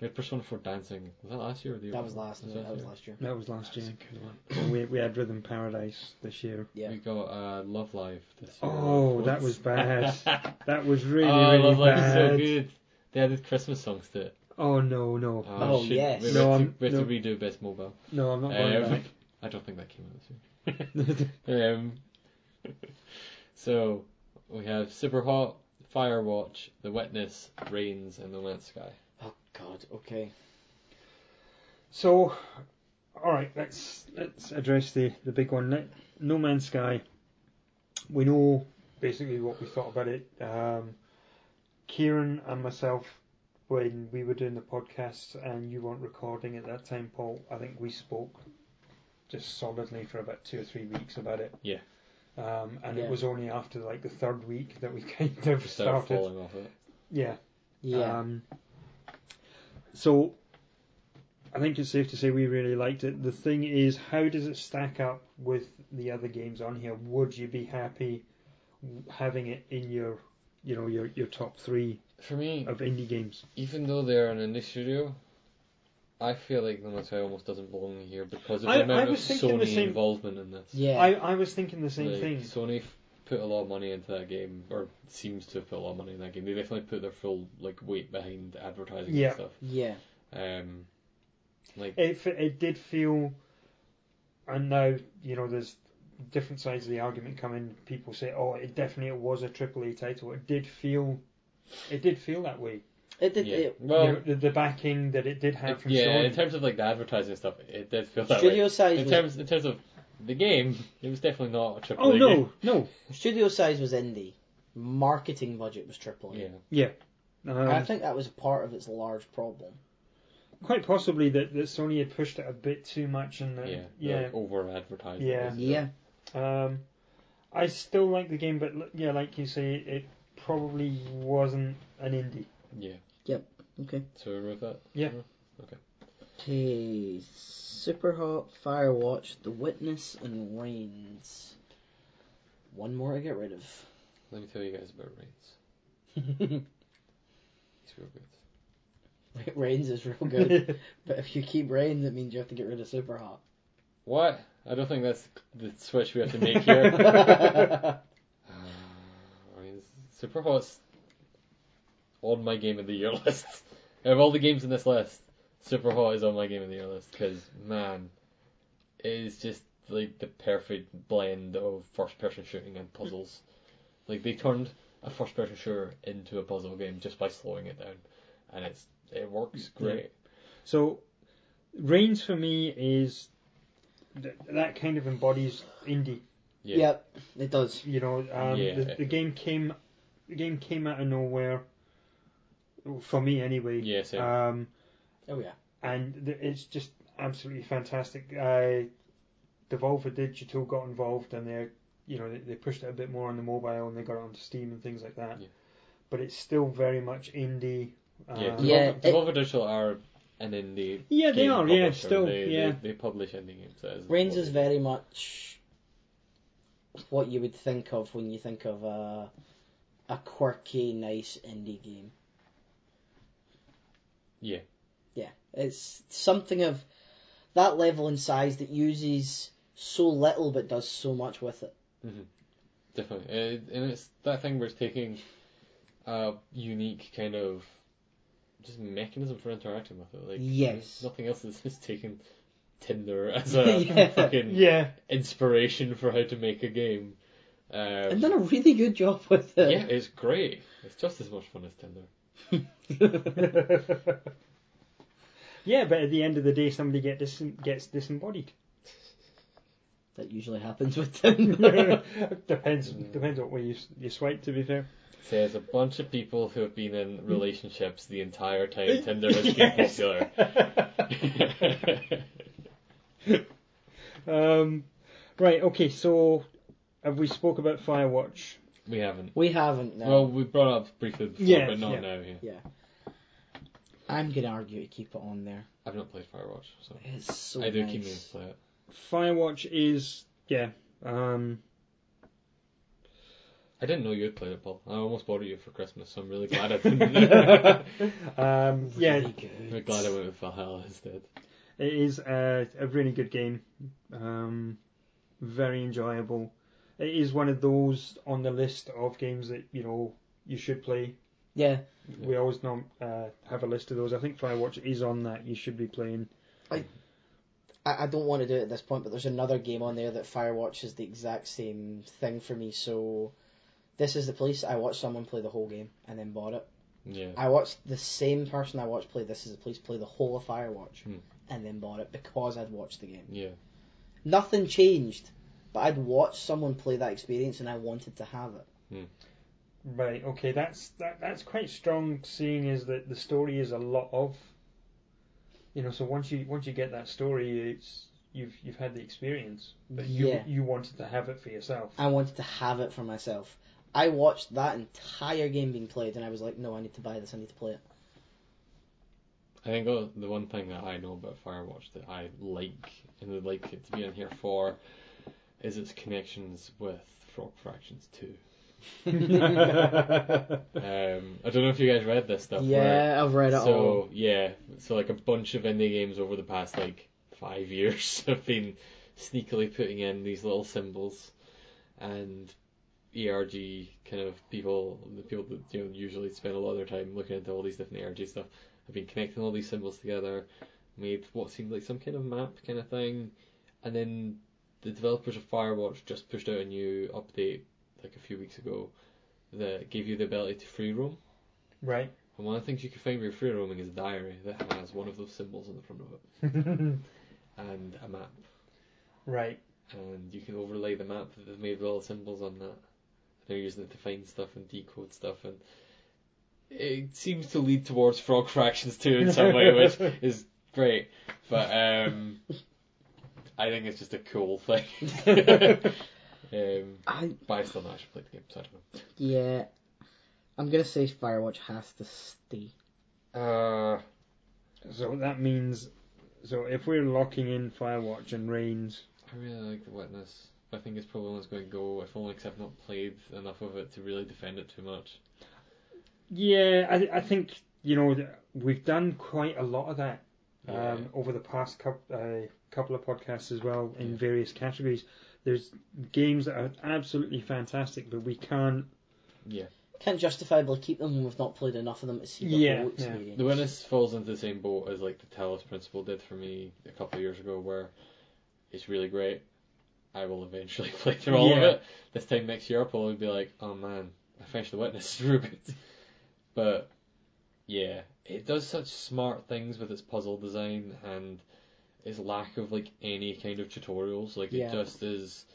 Speaker 1: We had Persona 4 Dancing. Was that last year or the year
Speaker 2: That was
Speaker 1: before?
Speaker 2: last. That was last year.
Speaker 3: that was last year.
Speaker 1: That's a good one.
Speaker 3: we, we had Rhythm Paradise this year.
Speaker 2: Yeah.
Speaker 1: We got uh, Love Live this year.
Speaker 3: Oh, that was bad. That was really,
Speaker 1: oh,
Speaker 3: really
Speaker 1: Love Live is
Speaker 3: bad.
Speaker 1: so good. They added Christmas songs to it.
Speaker 3: Oh no, no,
Speaker 2: Oh,
Speaker 1: shit.
Speaker 2: yes.
Speaker 1: We,
Speaker 3: No,
Speaker 1: have,
Speaker 3: I'm-
Speaker 1: to, we have
Speaker 3: no.
Speaker 1: to redo Best Mobile.
Speaker 3: no! I'm not going
Speaker 1: Um,
Speaker 3: back.
Speaker 1: I don't think that came out this year. um, so we have Superhot, Firewatch, The Witness, Rains, and The Man's Sky.
Speaker 2: Oh God. Okay.
Speaker 3: So, all right, let's let's address the the big one. No Man's Sky. We know basically what we thought about it. Um, Kieran and myself, when we were doing the podcast and you weren't recording at that time, Paul, I think we spoke just solidly for about two or three weeks about it.
Speaker 1: Yeah.
Speaker 3: Um, and
Speaker 2: Yeah.
Speaker 3: it was only after like the third week that we kind of
Speaker 1: Start
Speaker 3: started.
Speaker 1: falling off it.
Speaker 3: Yeah.
Speaker 2: Yeah.
Speaker 3: Um, so I think it's safe to say we really liked it. The thing is, how does it stack up with the other games on here? Would you be happy w- having it in your, you know, your your top three
Speaker 1: For me,
Speaker 3: of indie games?
Speaker 1: even though they're in a new studio, I feel like the Matai almost doesn't belong here because of the
Speaker 3: I- I
Speaker 1: amount of
Speaker 3: was thinking the
Speaker 1: Sony
Speaker 3: same-
Speaker 1: involvement in this.
Speaker 2: yeah.
Speaker 3: I, I was thinking the same
Speaker 1: Like,
Speaker 3: thing.
Speaker 1: Sony f- put a lot of money into that game, or seems to have put a lot of money in that game. They definitely put their full like weight behind advertising
Speaker 3: Yeah.
Speaker 1: and stuff.
Speaker 2: yeah.
Speaker 1: Um, like
Speaker 3: It f- it did feel, and now you know there's different sides of the argument coming. People say, oh, it definitely was a AAA title. It did feel, it did feel that way.
Speaker 2: It did.
Speaker 1: yeah.
Speaker 2: It,
Speaker 1: well,
Speaker 3: you know, the, the backing that it did have
Speaker 1: it-
Speaker 3: from
Speaker 1: yeah,
Speaker 3: Sony.
Speaker 1: in terms of like the advertising stuff, it did feel that
Speaker 2: studio
Speaker 1: way.
Speaker 2: size
Speaker 1: In
Speaker 2: was
Speaker 1: terms in terms of the game, it was definitely not a triple.
Speaker 3: oh
Speaker 1: A
Speaker 3: no,
Speaker 1: game.
Speaker 3: no,
Speaker 2: studio size was indie. Marketing budget was triple.
Speaker 1: Yeah,
Speaker 3: um,
Speaker 2: And I think that was part of its large problem.
Speaker 3: quite possibly that, that Sony had pushed it a bit too much, and that,
Speaker 1: yeah,
Speaker 3: yeah,
Speaker 1: Like, over advertising.
Speaker 3: Yeah.
Speaker 2: Yeah.
Speaker 3: Um, I still like the game, but l- yeah, like you say, it probably wasn't an indie.
Speaker 1: yeah.
Speaker 2: Okay.
Speaker 1: So we remove that.
Speaker 3: Yeah.
Speaker 2: Okay. Superhot, Firewatch, The Witness, and Reigns. One more to get rid
Speaker 1: Let me tell you guys about Reigns.
Speaker 2: of.
Speaker 1: He's real good.
Speaker 2: Reigns is real good, but if you keep Reigns, it means you have to get rid of Superhot.
Speaker 1: What? I don't think that's the switch we have to make here. Uh, I mean, Superhot's on my game of the year list. Out of all the games in this list, Superhot is on my game of the year list because man, it is just like the perfect blend of first-person shooting and puzzles. Like they turned a first-person shooter into a puzzle game just by slowing it down, and it's it works great.
Speaker 3: So, Reigns for me is th- that kind of embodies indie.
Speaker 1: Yeah.
Speaker 2: Yep, it does.
Speaker 3: You know, um,
Speaker 1: Yeah.
Speaker 3: the, the game came, the game came out of nowhere. For me, anyway.
Speaker 1: Yeah, same.
Speaker 3: Um,
Speaker 2: Oh yeah.
Speaker 3: and th- it's just absolutely fantastic. Uh, Devolver Digital got involved, and they, you know, they, they pushed it a bit more on the mobile, and they got it onto Steam and things like that.
Speaker 1: Yeah.
Speaker 3: But it's still very much indie.
Speaker 1: Yeah,
Speaker 3: Um,
Speaker 2: Yeah,
Speaker 1: Devolver,
Speaker 2: it-
Speaker 1: Devolver Digital are an indie.
Speaker 3: yeah, they
Speaker 1: game
Speaker 3: are. Yeah,
Speaker 1: publisher.
Speaker 3: still,
Speaker 1: They,
Speaker 3: yeah.
Speaker 1: They, they publish indie games. That is
Speaker 2: Reigns
Speaker 1: what
Speaker 2: is
Speaker 1: they
Speaker 2: very much what you would think of when you think of a a quirky, nice indie game.
Speaker 1: Yeah.
Speaker 2: Yeah, it's something of that level and size that uses so little but does so much with it.
Speaker 1: Definitely, it, and it's that thing where it's taking a unique kind of just mechanism for interacting with it. Like
Speaker 2: Yes.
Speaker 1: there's nothing else is just taking Tinder as a
Speaker 2: Yeah.
Speaker 1: fucking
Speaker 3: yeah,
Speaker 1: inspiration for how to make a game. Um,
Speaker 2: And done a really good job with it.
Speaker 1: yeah, it's great. It's just as much fun as Tinder.
Speaker 3: yeah. But at the end of the day, somebody get dis- gets disembodied.
Speaker 2: That usually happens with them.
Speaker 3: depends depends what way you s- you swipe. To be fair.
Speaker 1: There's a bunch of people who have been in relationships the entire time Tinder has
Speaker 3: Yes.
Speaker 1: been popular.
Speaker 3: Um, right. Okay. So, have we spoke about Firewatch?
Speaker 1: we haven't.
Speaker 2: we haven't now.
Speaker 1: Well, we brought it up briefly before,
Speaker 3: Yeah,
Speaker 1: but not
Speaker 3: yeah.
Speaker 1: now. Yeah.
Speaker 2: I'm gonna argue to keep it on there.
Speaker 1: I've not played Firewatch, so
Speaker 2: It's so
Speaker 1: I do
Speaker 2: Oh, nice.
Speaker 1: keep meaning to play it.
Speaker 3: Firewatch is yeah. Um,
Speaker 1: I didn't know you had played it, Paul. I almost bought it you for Christmas, so I'm really glad I didn't. I'm
Speaker 3: um, yeah,
Speaker 2: Really good.
Speaker 1: glad I went with Valhalla instead.
Speaker 3: it is a, a really good game. Um, very enjoyable. It is one of those on the list of games that you know you should play.
Speaker 2: Yeah,
Speaker 3: We always nom- uh, have a list of those. I think Firewatch is on that. You should be playing.
Speaker 2: I, I don't want to do it at this point, but there's another game on there that Firewatch is the exact same thing for me. So, this is the police. I watched someone play the whole game and then bought it.
Speaker 1: Yeah.
Speaker 2: I watched the same person I watched play This Is the Police play the whole of Firewatch
Speaker 1: Hmm.
Speaker 2: and then bought it because I'd watched the game.
Speaker 1: Yeah.
Speaker 2: Nothing changed, but I'd watched someone play that experience and I wanted to have it.
Speaker 1: Hmm.
Speaker 3: Right. Okay. That's that. That's quite strong. Seeing is that the story is a lot of. You know, so once you once you get that story, it's you've you've had the experience, but you
Speaker 2: Yeah.
Speaker 3: you wanted to have it for yourself.
Speaker 2: I wanted to have it for myself. I watched that entire game being played, and I was like, no, I need to buy this. I need to play it.
Speaker 1: I think the the one thing that I know about Firewatch that I like and would like it to be in here for is its connections with Frog Fractions 2. Um, I don't know if you guys read this stuff. where-
Speaker 2: yeah, I've read it
Speaker 1: so
Speaker 2: all.
Speaker 1: yeah, so like a bunch of indie games over the past like five years have been sneakily putting in these little symbols, and ERG kind of people, the people that you know usually spend a lot of their time looking into all these different ERG stuff, have been connecting all these symbols together, made what seemed like some kind of map kind of thing, and then the developers of Firewatch just pushed out a new update like a few weeks ago that gave you the ability to free roam.
Speaker 3: Right.
Speaker 1: And one of the things you can find when you're free roaming is a diary that has one of those symbols on the front of it and a map.
Speaker 3: right.
Speaker 1: And you can overlay the map that they've made with all the symbols on that. And they're using it to find stuff and decode stuff. And it seems to lead towards Frog Fractions 2 in some way, which is great. But um, I think it's just a cool thing. um,
Speaker 2: I
Speaker 1: but I still not actually played the game, so I don't know.
Speaker 2: yeah, I'm gonna say Firewatch has to stay.
Speaker 1: Uh,
Speaker 3: So that means, so if we're locking in Firewatch and Reigns,
Speaker 1: I really like The Witness. I think it's probably one that's going to go, if only because I've not played enough of it to really defend it too much.
Speaker 3: yeah, I I think you know th- we've done quite a lot of that um,
Speaker 1: Yeah.
Speaker 3: over the past couple uh, couple of podcasts as well in
Speaker 1: Yeah.
Speaker 3: various categories. There's games that are absolutely fantastic, but we can't.
Speaker 1: yeah.
Speaker 2: Can't justifiably keep them when we've not played enough of them to see the
Speaker 3: Yeah,
Speaker 2: whole
Speaker 3: yeah.
Speaker 2: experience.
Speaker 1: The Witness falls into the same boat as like the Talos Principle did for me a couple of years ago, where it's really great. I will eventually play through all of
Speaker 3: Yeah.
Speaker 1: it. This time next year, I'll probably be like, oh man, I finished The Witness. It's real good. But yeah, it does such smart things with its puzzle design and its lack of like any kind of tutorials. Like
Speaker 2: Yeah.
Speaker 1: it just is,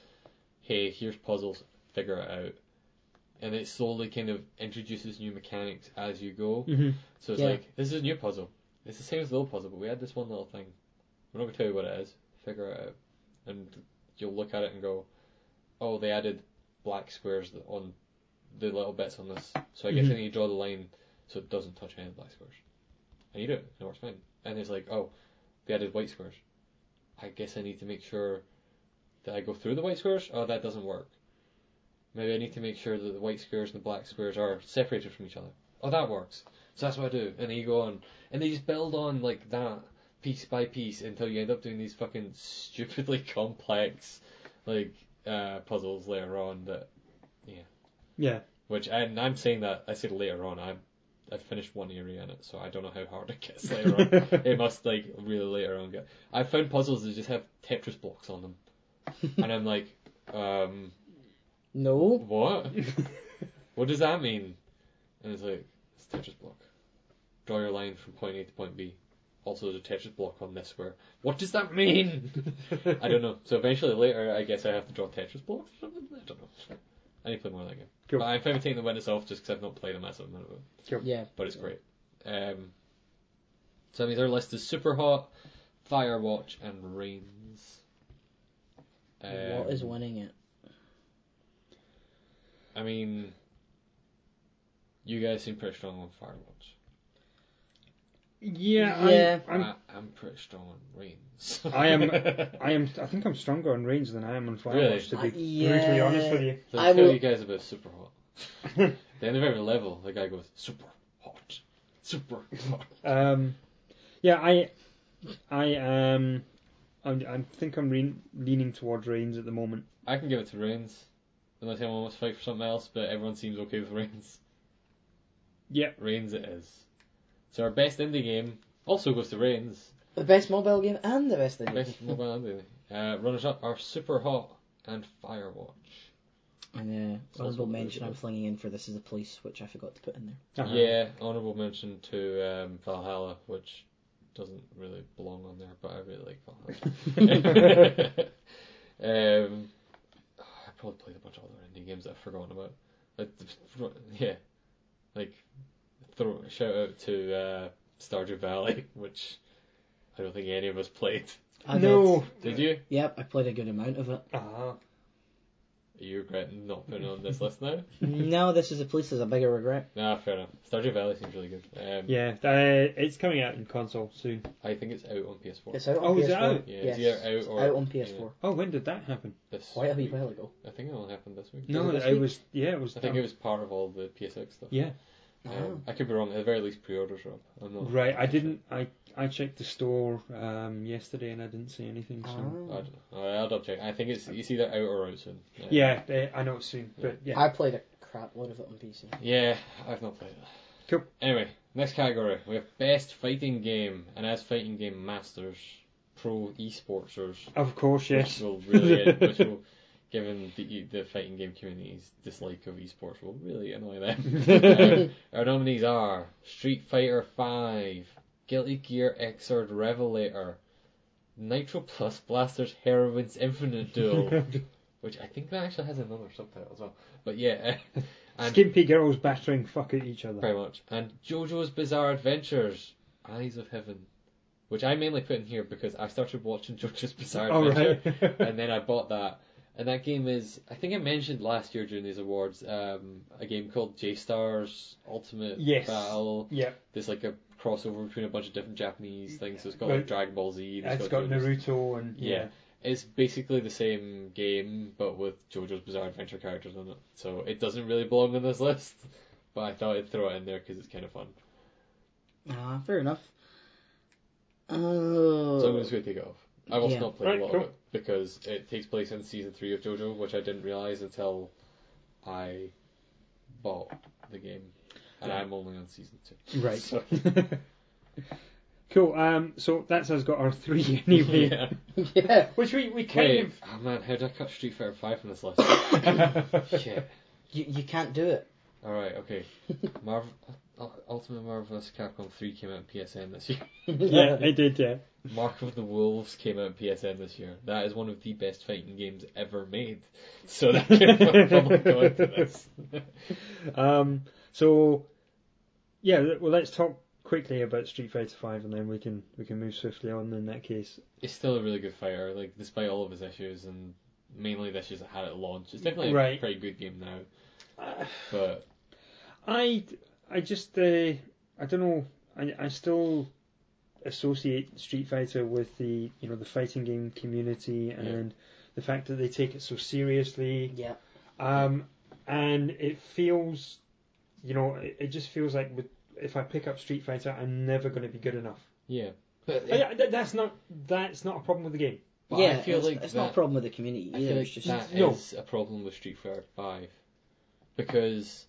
Speaker 1: hey, here's puzzles, figure it out. And it slowly kind of introduces new mechanics as you go. So it's
Speaker 2: Yeah.
Speaker 1: like this is a new puzzle. It's the same as the old puzzle, but we had this one little thing. We're not gonna tell you what it is. Figure it out, and you'll look at it and go, "Oh, they added black squares th- on the little bits on this." So I guess
Speaker 3: Mhm.
Speaker 1: I need to draw the line so it doesn't touch any of the black squares. And you do it, and it works fine. And it's like, "Oh, they added white squares. I guess I need to make sure that I go through the white squares. Oh, that doesn't work. Maybe I need to make sure that the white squares and the black squares are separated from each other. Oh, that works. So that's what I do. And then you go on, and they just build on like that piece by piece until you end up doing these fucking stupidly complex like uh, puzzles later on. That
Speaker 3: Yeah,
Speaker 1: which and I'm saying that I said later on. I I finished one area in it, so I don't know how hard it gets later on it must like really later on get. I found puzzles that just have Tetris blocks on them, and I'm like, um,
Speaker 2: No,
Speaker 1: what? what does that mean? And it's like it's a Tetris block. Draw your line from point A to point B. Also, there's a Tetris block on this square. What does that mean? I don't know. So eventually later, I guess I have to draw Tetris blocks. or something? I don't know. I need to play more of that game.
Speaker 3: Cool.
Speaker 1: But I'm fine with taking the witness off just because I've not played a massive amount of it
Speaker 2: yeah,
Speaker 1: but it's great. Um, so that means our list is Super Hot, Firewatch, and Reigns. Um,
Speaker 2: what is winning it?
Speaker 1: I mean, you guys seem pretty strong on Firewatch.
Speaker 3: yeah, I'm-
Speaker 2: Yeah.
Speaker 3: I'm,
Speaker 1: I, I'm pretty strong on Reigns.
Speaker 3: I am- I am. I think I'm stronger on Reigns than I am on Firewatch.
Speaker 2: Really?
Speaker 3: To
Speaker 2: Uh,
Speaker 3: be
Speaker 2: yeah.
Speaker 3: brutally honest with you.
Speaker 1: so
Speaker 2: I
Speaker 1: I tell
Speaker 2: will-
Speaker 1: you guys about Super Hot. then at every level, the guy goes Super Hot, Super Hot.
Speaker 3: Um, yeah, I, I am. I'm, I think I'm re- leaning towards Reigns at the moment.
Speaker 1: I can give it to Reigns, unless anyone wants to fight for something else. But everyone seems okay with Reigns.
Speaker 3: Yep.
Speaker 1: Reigns it is. So our best indie game also goes to Reigns.
Speaker 2: The best mobile game and the best thing.
Speaker 1: Best mobile indie. Uh, runners up are Super Hot and Firewatch.
Speaker 2: And uh,
Speaker 1: It's also
Speaker 2: honorable
Speaker 1: really
Speaker 2: mention I'm
Speaker 1: good.
Speaker 2: flinging in for this is a police, which I forgot to put in there.
Speaker 3: Uh-huh.
Speaker 1: Yeah, honourable mention to um, Valhalla, which doesn't really belong on there, but I really like Valhalla. um, I probably played a bunch of other indie games that I've forgotten about. Uh, yeah, like throw, shout out to uh, Stardew Valley, which I don't think any of us played.
Speaker 2: I
Speaker 3: no.
Speaker 1: Did you?
Speaker 2: Did. Yep, I played a good amount of it.
Speaker 3: Ah.
Speaker 1: Are you regretting not putting it on this list now?
Speaker 2: no, this is the police is a bigger regret.
Speaker 1: Nah, fair enough. Stardew Valley seems really good. Um,
Speaker 3: Yeah, uh, it's coming out in console soon.
Speaker 1: I think it's out on PS4.
Speaker 2: It's out on
Speaker 3: Oh,
Speaker 2: PS4.
Speaker 3: is it out?
Speaker 1: Yeah,
Speaker 2: yes.
Speaker 1: it's either out
Speaker 2: it's
Speaker 1: or-
Speaker 2: out on
Speaker 1: yeah.
Speaker 2: PS4.
Speaker 3: Oh, when did that happen?
Speaker 1: This
Speaker 2: Quite a wee
Speaker 1: week.
Speaker 2: while ago.
Speaker 1: I think it all happened this week.
Speaker 3: No,
Speaker 2: it this
Speaker 3: it
Speaker 2: week?
Speaker 3: was. Yeah, it was.
Speaker 1: I think it was part of all the PSX stuff.
Speaker 3: Yeah.
Speaker 1: Um, I could be wrong. At the very least, pre-orders are up. I'm not.
Speaker 3: Right, I didn't. I I checked the store um, yesterday and I didn't see anything.
Speaker 2: Ah.
Speaker 3: So
Speaker 1: I don't- I'll double check. I think it's it's either out or out soon. Um,
Speaker 3: yeah, eh, I know it's soon, but yeah,
Speaker 2: I played a crap load of it on PC.
Speaker 1: Yeah, I've not played it.
Speaker 3: Cool.
Speaker 1: Anyway, next category we have best fighting game, and as fighting game masters, pro esportsers,
Speaker 3: of course, yes.
Speaker 1: which will really, which will, given the the fighting game community's dislike of esports, will really annoy them. um, our nominees are Street Fighter Five, Guilty Gear Xrd Revelator, Nitro Plus Blasters Heroines Infinite Duel, which I think that actually has another subtitle as well. But yeah, and
Speaker 3: Skimpy girls battering fuck at each other.
Speaker 1: very much. And JoJo's Bizarre Adventures, Eyes of Heaven, which I mainly put in here because I started watching JoJo's Bizarre
Speaker 3: All
Speaker 1: Adventure,
Speaker 3: Oh, right.
Speaker 1: and then I bought that. And that game is, I think I mentioned last year during these awards, um, a game called J Stars Ultimate
Speaker 3: Yes.
Speaker 1: Battle.
Speaker 3: yeah,
Speaker 1: There's like a crossover between a bunch of different Japanese things. So it's got like
Speaker 3: Right.
Speaker 1: Dragon Ball Z. and
Speaker 3: it's got
Speaker 1: JoJo's-
Speaker 3: Naruto and yeah.
Speaker 1: Yeah. It's basically the same game, but with JoJo's Bizarre Adventure characters in it. So it doesn't really belong on this list, but I thought I'd throw it in there because it's kind of fun.
Speaker 2: Ah, fair enough. Oh.
Speaker 1: So I'm just going to take it off. I've also
Speaker 2: Yeah.
Speaker 1: not played
Speaker 3: Right,
Speaker 1: a lot
Speaker 3: cool.
Speaker 1: of it because it takes place in season three of JoJo, which I didn't realize until I bought the game, and I'm only on season two.
Speaker 3: Right.
Speaker 1: So-
Speaker 3: cool. Um. So that's us got our three anyway,
Speaker 1: yeah.
Speaker 2: yeah.
Speaker 3: which we we kind
Speaker 1: Wait,
Speaker 3: of
Speaker 1: oh man, how did I cut Street Fighter Five from this list? Shit.
Speaker 2: You, you can't do it.
Speaker 1: All right, okay. Marvel, Ultimate Marvel vs. Capcom 3 came out on PSN this year.
Speaker 3: yeah, I did yeah.
Speaker 1: Mark of the Wolves came out on PSN this year. That is one of the best fighting games ever made. So that can probably go into this.
Speaker 3: Um, so, yeah, le- well, let's talk quickly about Street Fighter Five, and then we can we can move swiftly on. In that case,
Speaker 1: It's still a really good fighter, like despite all of his issues and mainly the issues that had at launch. It's definitely a
Speaker 3: Right.
Speaker 1: pretty good game now. But
Speaker 3: I I just uh, I don't know. I I still associate Street Fighter with the you know the fighting game community and the fact that they take it so seriously.
Speaker 2: Yeah.
Speaker 3: Um, and it feels, you know, it, it just feels like with, if I pick up Street Fighter, I'm never going to be good enough.
Speaker 1: yeah, but,
Speaker 3: Oh, yeah, th- that's not that's not a problem with the game.
Speaker 1: but
Speaker 2: yeah,
Speaker 1: I feel
Speaker 2: it's,
Speaker 1: like
Speaker 2: it's
Speaker 1: that,
Speaker 2: not a problem with the community
Speaker 1: I
Speaker 2: either.
Speaker 1: feel like
Speaker 2: it's just
Speaker 1: that
Speaker 3: No.
Speaker 1: is a problem with Street Fighter Five because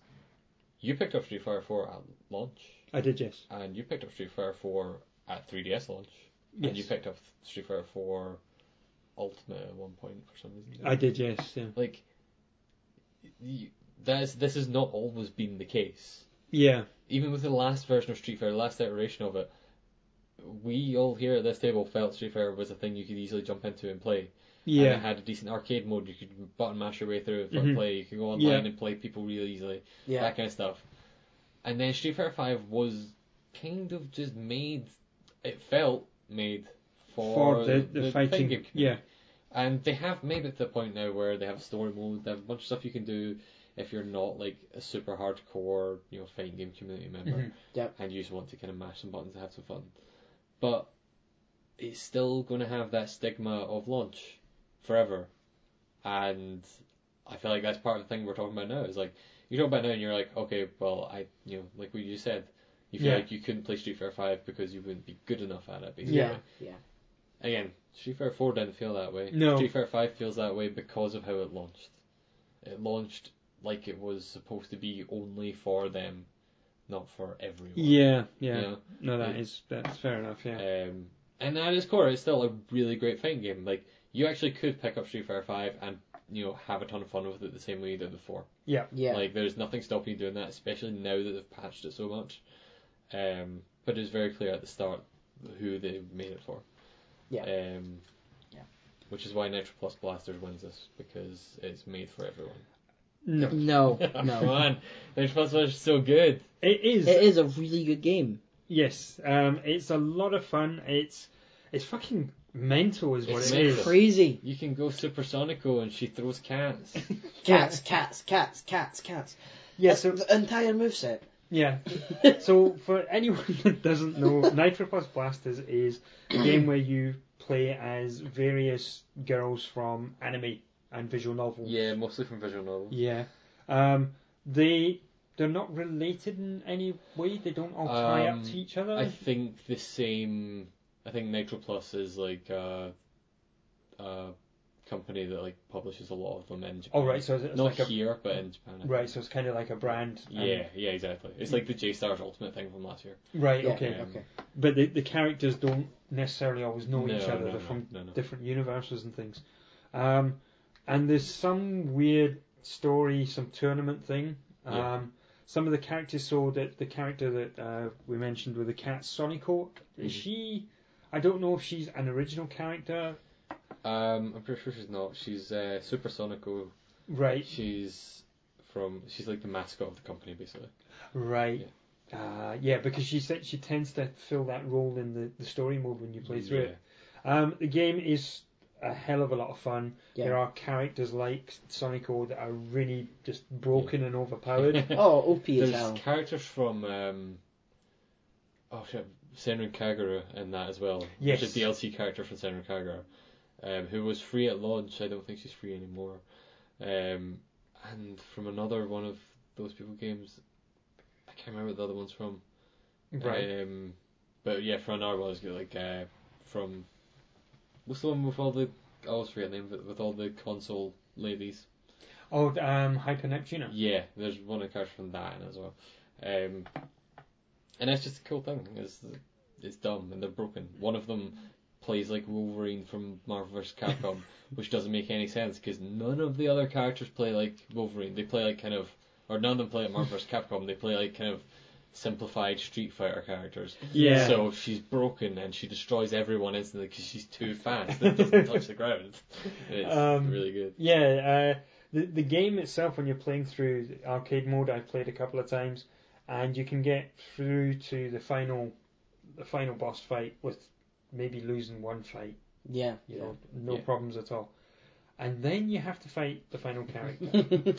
Speaker 1: you picked up Street Fighter Four at launch.
Speaker 3: I did yes.
Speaker 1: and you picked up Street Fighter 4 at 3DS launch, and you
Speaker 3: Yes,
Speaker 1: picked up Street Fighter 4 Ultimate at one point for some reason.
Speaker 3: I did. Yes, yeah,
Speaker 1: Like, you, that is, this has not always been the case.
Speaker 3: yeah,
Speaker 1: Even with the last version of Street Fighter, the last iteration of it, we all here at this table felt Street Fighter was a thing you could easily jump into and play. And
Speaker 3: yeah.
Speaker 1: it had a decent arcade mode. You could button mash your way through and
Speaker 3: Mhm.
Speaker 1: play. You could go online
Speaker 3: Yeah.
Speaker 1: and play people really easily
Speaker 2: yeah.
Speaker 1: that kind of stuff. And then Street Fighter Five was kind of just made. It felt made for,
Speaker 3: For the, the, fighting,
Speaker 1: game.
Speaker 3: yeah,
Speaker 1: And they have made it to the point now where they have story mode. They have a bunch of stuff you can do if you're not like a super hardcore, you know, fighting game community member,
Speaker 3: Mhm.
Speaker 2: Yep.
Speaker 1: and you just want to kind of mash some buttons and have some fun. But it's still going to have that stigma of launch forever, and I feel like that's part of the thing we're talking about now. Is like you talk about now, and you're like, okay, well, I, you know, like what you said, you feel
Speaker 3: Yeah.
Speaker 1: like you couldn't play Street Fighter Five because you wouldn't be good enough at it, basically.
Speaker 2: Yeah.
Speaker 3: Yeah.
Speaker 2: Yeah.
Speaker 1: Again, Street Fighter 4 didn't feel that way.
Speaker 3: No.
Speaker 1: Street Fighter 5 feels that way because of how it launched. It launched like it was supposed to be only for them, not for everyone.
Speaker 3: yeah, yeah.
Speaker 1: You know?
Speaker 3: No, that
Speaker 1: Yeah.
Speaker 3: is that's fair enough. Yeah,
Speaker 1: Um, and at its core, it's still a really great fighting game. Like, you actually could pick up Street Fighter 5 and, you know, have a ton of fun with it the same way you did before.
Speaker 3: yeah.
Speaker 2: Yeah.
Speaker 1: Like, there's nothing stopping you doing that, especially now that they've patched it so much. Um, but it's very clear at the start who they made it for.
Speaker 2: Yeah.
Speaker 1: Um,
Speaker 2: Yeah.
Speaker 1: Which is why Nitro Plus Blasters wins this because it's made for everyone.
Speaker 3: No.
Speaker 2: No,
Speaker 1: Come
Speaker 2: no.
Speaker 1: on, the Response Brothers is so good.
Speaker 3: It is.
Speaker 2: it is a really good game.
Speaker 3: Yes. Um, it's a lot of fun. It's it's fucking mental, is what
Speaker 1: It's
Speaker 3: it is.
Speaker 1: mental.
Speaker 2: Crazy.
Speaker 1: You can go supersonical and she throws cats.
Speaker 2: Cats, cats, cats, cats, cats.
Speaker 3: Yeah.
Speaker 2: That's
Speaker 3: So
Speaker 2: the entire moveset.
Speaker 3: yeah. so for anyone that doesn't know, Nitro Plus Blasters is a game where you play as various girls from anime and visual novels.
Speaker 1: yeah, mostly from visual novels.
Speaker 3: Yeah. Um, they they're not related in any way. They don't all tie
Speaker 1: Um,
Speaker 3: up to each other.
Speaker 1: I think the same. I think Nitro Plus is like a, a company that like publishes a lot of them in Japan.
Speaker 3: oh right, so it's it's
Speaker 1: Not
Speaker 3: like a
Speaker 1: here, but in Japan. I think.
Speaker 3: right, so it's kind of like a brand. and-
Speaker 1: Yeah, yeah, exactly. It's like the J Stars Ultimate thing from last year.
Speaker 3: right.
Speaker 2: Yeah,
Speaker 3: Okay.
Speaker 1: Um,
Speaker 2: okay.
Speaker 3: But the the characters don't necessarily always know
Speaker 1: No,
Speaker 3: each other.
Speaker 1: no,
Speaker 3: they're
Speaker 1: no,
Speaker 3: from
Speaker 1: no, no.
Speaker 3: different universes and things. Um, and there's some weird story, some tournament thing. Um,
Speaker 1: Yeah.
Speaker 3: Some of the characters, so that the character that uh, we mentioned with the cat Sonico, is
Speaker 1: Mhm.
Speaker 3: she? I don't know if she's an original character.
Speaker 1: Um, I'm pretty sure she's not. She's uh, Supersonico.
Speaker 3: Right.
Speaker 1: She's from. She's like the mascot of the company, basically.
Speaker 3: Right. Uh, yeah, because she said she tends to fill that role in the, the story mode when you play through
Speaker 1: yeah.
Speaker 3: it. Um, the game is a hell of a lot of fun.
Speaker 2: Yeah.
Speaker 3: There are characters like Sonico that are really just broken and overpowered.
Speaker 2: Oh, OP as
Speaker 1: There's
Speaker 2: hell.
Speaker 1: characters from. Um, oh shit, Senran Kagura in that as well.
Speaker 3: Yes.
Speaker 1: There's a DLC character from Senran Kagura, um, who was free at launch. I don't think she's free anymore. Um, and from another one of those people games, I can't remember what the other one's from.
Speaker 3: right.
Speaker 1: Um, but yeah, for another one, it's got, like uh, from what's the one with all the I always forget the name, but with all the console ladies.
Speaker 3: Oh, um, Hyper Neptune.
Speaker 1: Yeah, there's one of character from that in as well. Um, and that's just a cool thing. It's it's dumb and they're broken. One of them plays like Wolverine from Marvel vs. Capcom, which doesn't make any sense because none of the other characters play like Wolverine. They play like kind of, or none of them play like Marvel vs. Capcom. They play like kind of simplified Street Fighter characters.
Speaker 3: Yeah.
Speaker 1: So she's broken and she destroys everyone instantly because she's too fast and doesn't touch the ground. It's
Speaker 3: Um,
Speaker 1: really good.
Speaker 3: Yeah, uh, the the game itself, when you're playing through the arcade mode, I played a couple of times, and you can get through to the final, the final boss fight with maybe losing one fight,
Speaker 2: Yeah.
Speaker 3: you know, no
Speaker 1: Yeah.
Speaker 3: problems at all. And then you have to fight the final character,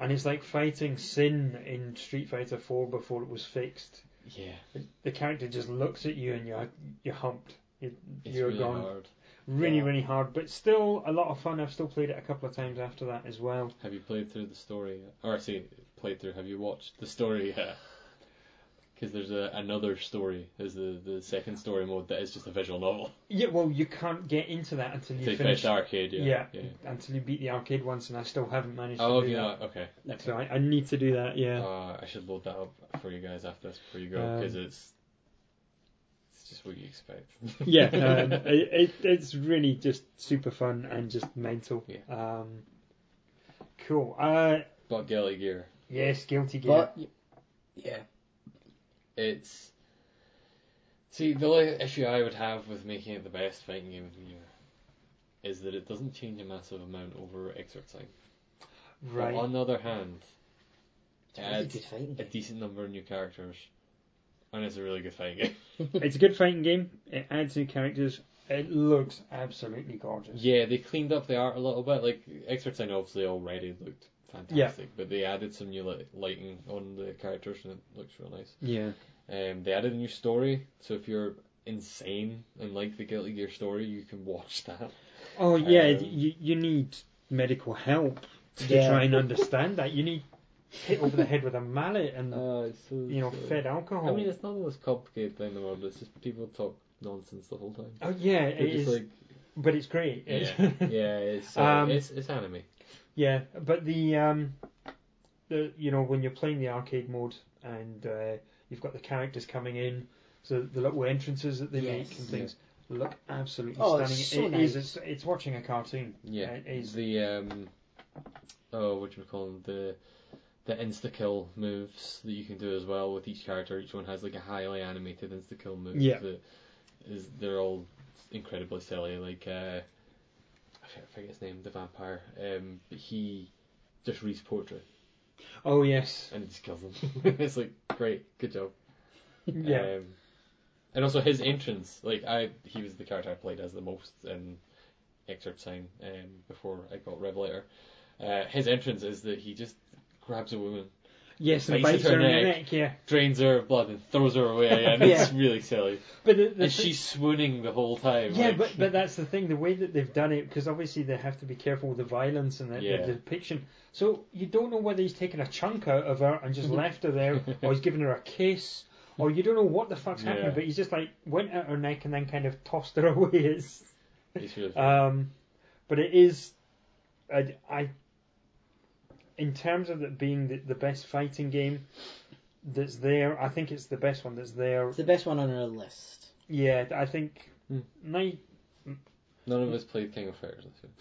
Speaker 3: and it's like fighting Sin in Street Fighter Four before it was fixed.
Speaker 1: Yeah,
Speaker 3: The character just looks at you, and you're you're humped. You-
Speaker 1: it's
Speaker 3: You're
Speaker 1: really
Speaker 3: gone
Speaker 1: hard.
Speaker 3: really,
Speaker 2: Yeah.
Speaker 3: really hard, but still a lot of fun. I've still played it a couple of times after that as well.
Speaker 1: Have you played through the story? Or I say played through. Have you watched the story? Because there's a, another story. There's the the second story mode that is just a visual novel.
Speaker 3: Yeah, well, you can't get into that until you
Speaker 1: They
Speaker 3: finish
Speaker 1: finished arcade. Yeah.
Speaker 3: yeah, until you beat the arcade once, and I still haven't managed
Speaker 1: Oh,
Speaker 3: to
Speaker 1: have
Speaker 3: do
Speaker 1: you
Speaker 3: that.
Speaker 1: not? Okay.
Speaker 3: So I, I need to do that. Yeah.
Speaker 1: Uh, I should load that up for you guys after this before you go because
Speaker 3: Um,
Speaker 1: it's it's just what you expect.
Speaker 3: yeah, um, it, it, it's really just super fun and just mental.
Speaker 1: Yeah.
Speaker 3: Um, cool. Uh,
Speaker 1: But Gally Gear,
Speaker 3: yes, Guilty Gear.
Speaker 2: But yeah,
Speaker 1: it's see the only issue I would have with making it the best fighting game of the year is that it doesn't change a massive amount over excerpt time.
Speaker 3: right.
Speaker 1: But on the other hand,
Speaker 2: it's
Speaker 1: it
Speaker 2: a really
Speaker 1: adds
Speaker 2: good fighting
Speaker 1: a
Speaker 2: game.
Speaker 1: decent number of new characters, and it's a really good fighting game.
Speaker 3: It's a good fighting game. It adds new characters. It looks absolutely gorgeous.
Speaker 1: yeah, they cleaned up the art a little bit. Like Experts I know obviously already looked fantastic, but they added some new li- lighting on the characters, and it looks real nice.
Speaker 3: Yeah.
Speaker 1: Um, they added a new story, so if you're insane and like the Guilty Gear story, you can watch that.
Speaker 3: Oh yeah,
Speaker 1: Um,
Speaker 3: you you need medical help to
Speaker 2: Yeah.
Speaker 3: try and understand that. You need hit over the head with a mallet and you know fed alcohol.
Speaker 1: Oh, I mean, it's not the most complicated thing in the world. It's just people talk nonsense the whole time.
Speaker 3: Oh yeah,
Speaker 1: They're
Speaker 3: it
Speaker 1: just
Speaker 3: is,
Speaker 1: like
Speaker 3: but it's great.
Speaker 1: yeah,
Speaker 3: It's-
Speaker 1: yeah. It's, uh,
Speaker 3: Um,
Speaker 1: it's it's anime.
Speaker 3: yeah, but the um, the you know when you're playing the arcade mode and uh, you've got the characters coming in, so the little entrances that they make
Speaker 2: Yes.
Speaker 3: and things look absolutely
Speaker 2: Oh,
Speaker 3: stunning.
Speaker 2: it's so
Speaker 3: It
Speaker 2: nice.
Speaker 3: is- It's, it's watching a cartoon.
Speaker 1: Yeah,
Speaker 3: It is.
Speaker 1: the um, oh, what do we call them? The the insta kill moves that you can do as well with each character. Each one has like a highly animated insta kill move.
Speaker 3: Yeah.
Speaker 1: that is they're all incredibly silly. Like uh, I forget his name, the vampire. Um, but he just Reese Portrait
Speaker 3: Oh
Speaker 2: Uh,
Speaker 3: yes.
Speaker 1: and he just kills them. it's like great, good job.
Speaker 3: Yeah.
Speaker 1: Um, and also his entrance, like I, he was the character I played as the most in excerpt sign um, before I got Revelator. Uh, his entrance is that he just grabs a woman,
Speaker 3: yes, and
Speaker 1: bites
Speaker 3: bites her in the
Speaker 1: neck.
Speaker 3: neck. Yeah.
Speaker 1: drains her of blood, and throws her away. And it's really silly.
Speaker 3: But the, the
Speaker 1: And
Speaker 3: thi-
Speaker 1: she's swooning the whole time.
Speaker 3: Yeah,
Speaker 1: like-
Speaker 3: but but that's the thing. The way that they've done it, because obviously they have to be careful with the violence and the, the
Speaker 1: Yeah.
Speaker 3: depiction. So you don't know whether he's taken a chunk out of her and just
Speaker 1: Mm-hmm.
Speaker 3: left her there, or he's given her a kiss, or you don't know what the fuck's happened.
Speaker 1: Yeah.
Speaker 3: But he's just like went at her neck and then kind of tossed her away. It's,
Speaker 1: it's really funny.
Speaker 3: um, but it is, I, I- in terms of it being the, the best fighting game that's there, I think it's the best one that's there.
Speaker 2: It's the best one on our list.
Speaker 3: Yeah, I think.
Speaker 1: Hmm.
Speaker 3: Ni-
Speaker 1: None of us played King of Fighters. I think.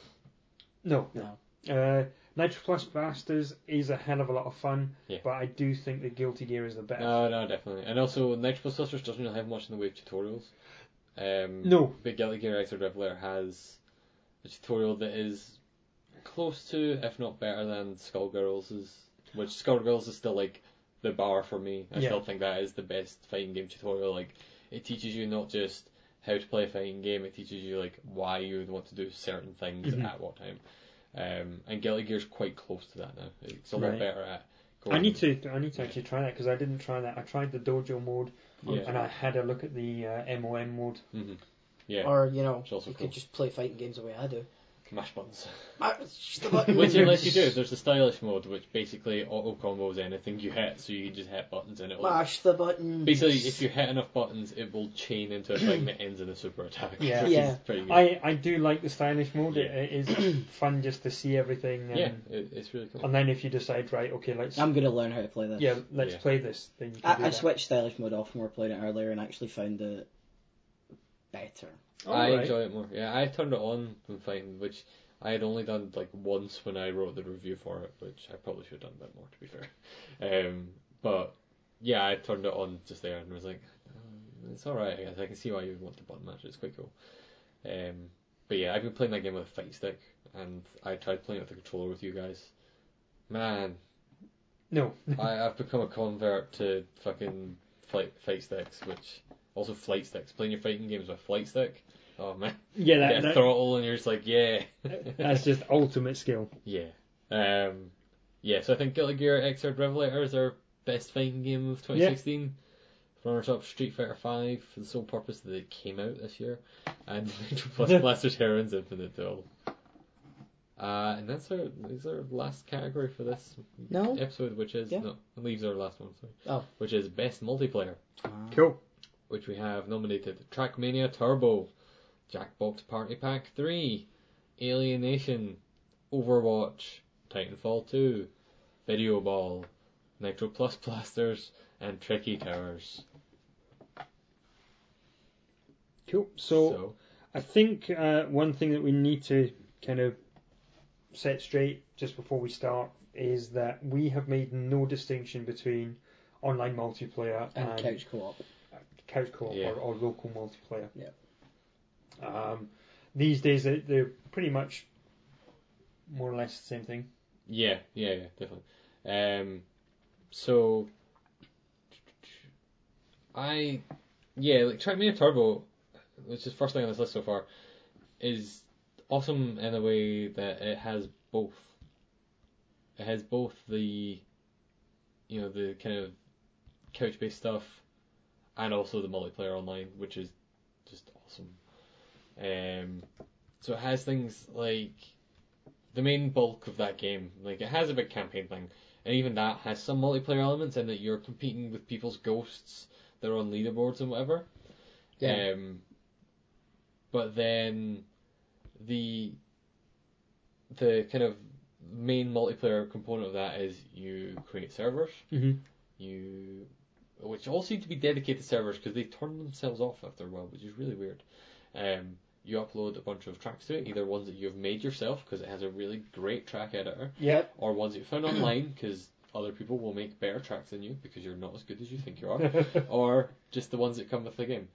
Speaker 3: no,
Speaker 2: No.
Speaker 3: Uh, Nitro Plus Bastards is a hell of a lot of fun,
Speaker 1: Yeah.
Speaker 3: but I do think the Guilty Gear is the best.
Speaker 1: No, no, definitely. And also, Nitro Plus Sisters doesn't really have much in the way of tutorials. Um,
Speaker 3: No.
Speaker 1: But Guilty Gear Xrd Reveler has a tutorial that is close to, if not better than, Skullgirls', which Skullgirls is still like the bar for me. I
Speaker 3: Yeah.
Speaker 1: still think that is the best fighting game tutorial. Like, it teaches you not just how to play a fighting game, it teaches you like why you would want to do certain things
Speaker 3: Mhm.
Speaker 1: at what time. Um, and Guilty Gear's quite close to that now. It's a
Speaker 3: Right.
Speaker 1: lot better at.
Speaker 3: I need to I need to actually try that because I didn't try that. I tried the Dojo mode
Speaker 1: Yeah.
Speaker 3: and I had a look at the uh, MOM mode.
Speaker 1: hmm Yeah.
Speaker 2: Or, you know,
Speaker 1: It's
Speaker 2: you
Speaker 1: also cool.
Speaker 2: could just play fighting games the way I do.
Speaker 1: Mash buttons.
Speaker 2: Ah, it's just the button.
Speaker 1: Which, unless you do, there's a stylish mode which basically auto combos anything you hit, so you can just hit buttons and it'll.
Speaker 2: Mash the button.
Speaker 1: Basically, if you hit enough buttons, it will chain into a thing that ends in a super attack.
Speaker 3: Yeah.
Speaker 1: which
Speaker 2: Yeah.
Speaker 1: Is pretty good.
Speaker 3: I, I do like the stylish mode.
Speaker 1: Yeah.
Speaker 3: It, it is fun just to see everything. And,
Speaker 1: yeah, it, it's really cool.
Speaker 3: and then if you decide right, okay, let's
Speaker 2: I'm going to learn how to play this.
Speaker 3: yeah let's
Speaker 1: Yeah.
Speaker 3: play this. Then you can do
Speaker 2: I, I
Speaker 3: that.
Speaker 2: switched stylish mode off when we were playing it earlier and actually found it better.
Speaker 3: All
Speaker 1: I
Speaker 3: right.
Speaker 1: enjoy it more. Yeah, I turned it on when fighting, which I had only done like once when I wrote the review for it, which I probably should have done a bit more to be fair. Um, but yeah, I turned it on just there and was like, "Mm, it's all right. I guess I can see why you would want the button match. It's quite cool. Um, but yeah, I've been playing that game with a fight stick, and I tried playing it with the controller with you guys. Man,
Speaker 3: No,
Speaker 1: I, I've become a convert to fucking fight, fight sticks, which also flight sticks. Playing your fighting games with flight stick. Oh man
Speaker 3: yeah,
Speaker 1: yeah,
Speaker 3: that, that,
Speaker 1: throttle, and you're just like, yeah,
Speaker 3: that's just ultimate skill.
Speaker 1: yeah, um, yeah. So I think Guilty Gear Xrd Revelator is our best fighting game of 2016. Runners up Street Fighter Five for the sole purpose that it came out this year, and Nitro Plus Blaster Terran's Infinite Duel. Uh, and that's our is our last category for this
Speaker 2: No?
Speaker 1: episode, which is
Speaker 2: Yeah.
Speaker 1: no leaves our last one, sorry,
Speaker 2: Oh.
Speaker 1: which is best multiplayer
Speaker 2: Ah.
Speaker 3: Cool.
Speaker 1: which we have nominated Trackmania Turbo, Jackbox Party Pack 3, Alienation, Overwatch, Titanfall 2, Video Ball, Nitro Plus Blasters, and Tricky Towers.
Speaker 3: Cool. so I think uh, one thing that we need to kind of set straight just before we start is that we have made no distinction between online multiplayer
Speaker 2: And
Speaker 3: and,
Speaker 2: couch co-op.
Speaker 3: couch co-op
Speaker 1: Yeah.
Speaker 3: or, or local multiplayer.
Speaker 2: Yeah.
Speaker 3: Um, these days they, they're pretty much more or less the same thing.
Speaker 1: yeah, yeah, yeah, definitely. Um, so I, yeah, like Trackmania Turbo, which is first thing on this list so far, is awesome in a way that it has both. It has both the, you know, the kind of couch-based stuff, and also the multiplayer online, which is just awesome. Um, so it has things like the main bulk of that game. Like it has a big campaign thing, and even that has some multiplayer elements in that you're competing with people's ghosts that are on leaderboards and whatever.
Speaker 2: Yeah.
Speaker 1: Um, but then the the kind of main multiplayer component of that is you create servers,
Speaker 3: Mm-hmm.
Speaker 1: you which all seem to be dedicated servers because they turn themselves off after a while, which is really weird. Um, you upload a bunch of tracks to it, either ones that you've made yourself because it has a really great track editor,
Speaker 3: Yep.
Speaker 1: or ones that you found online because other people will make better tracks than you because you're not as good as you think you are or just the ones that come with the game.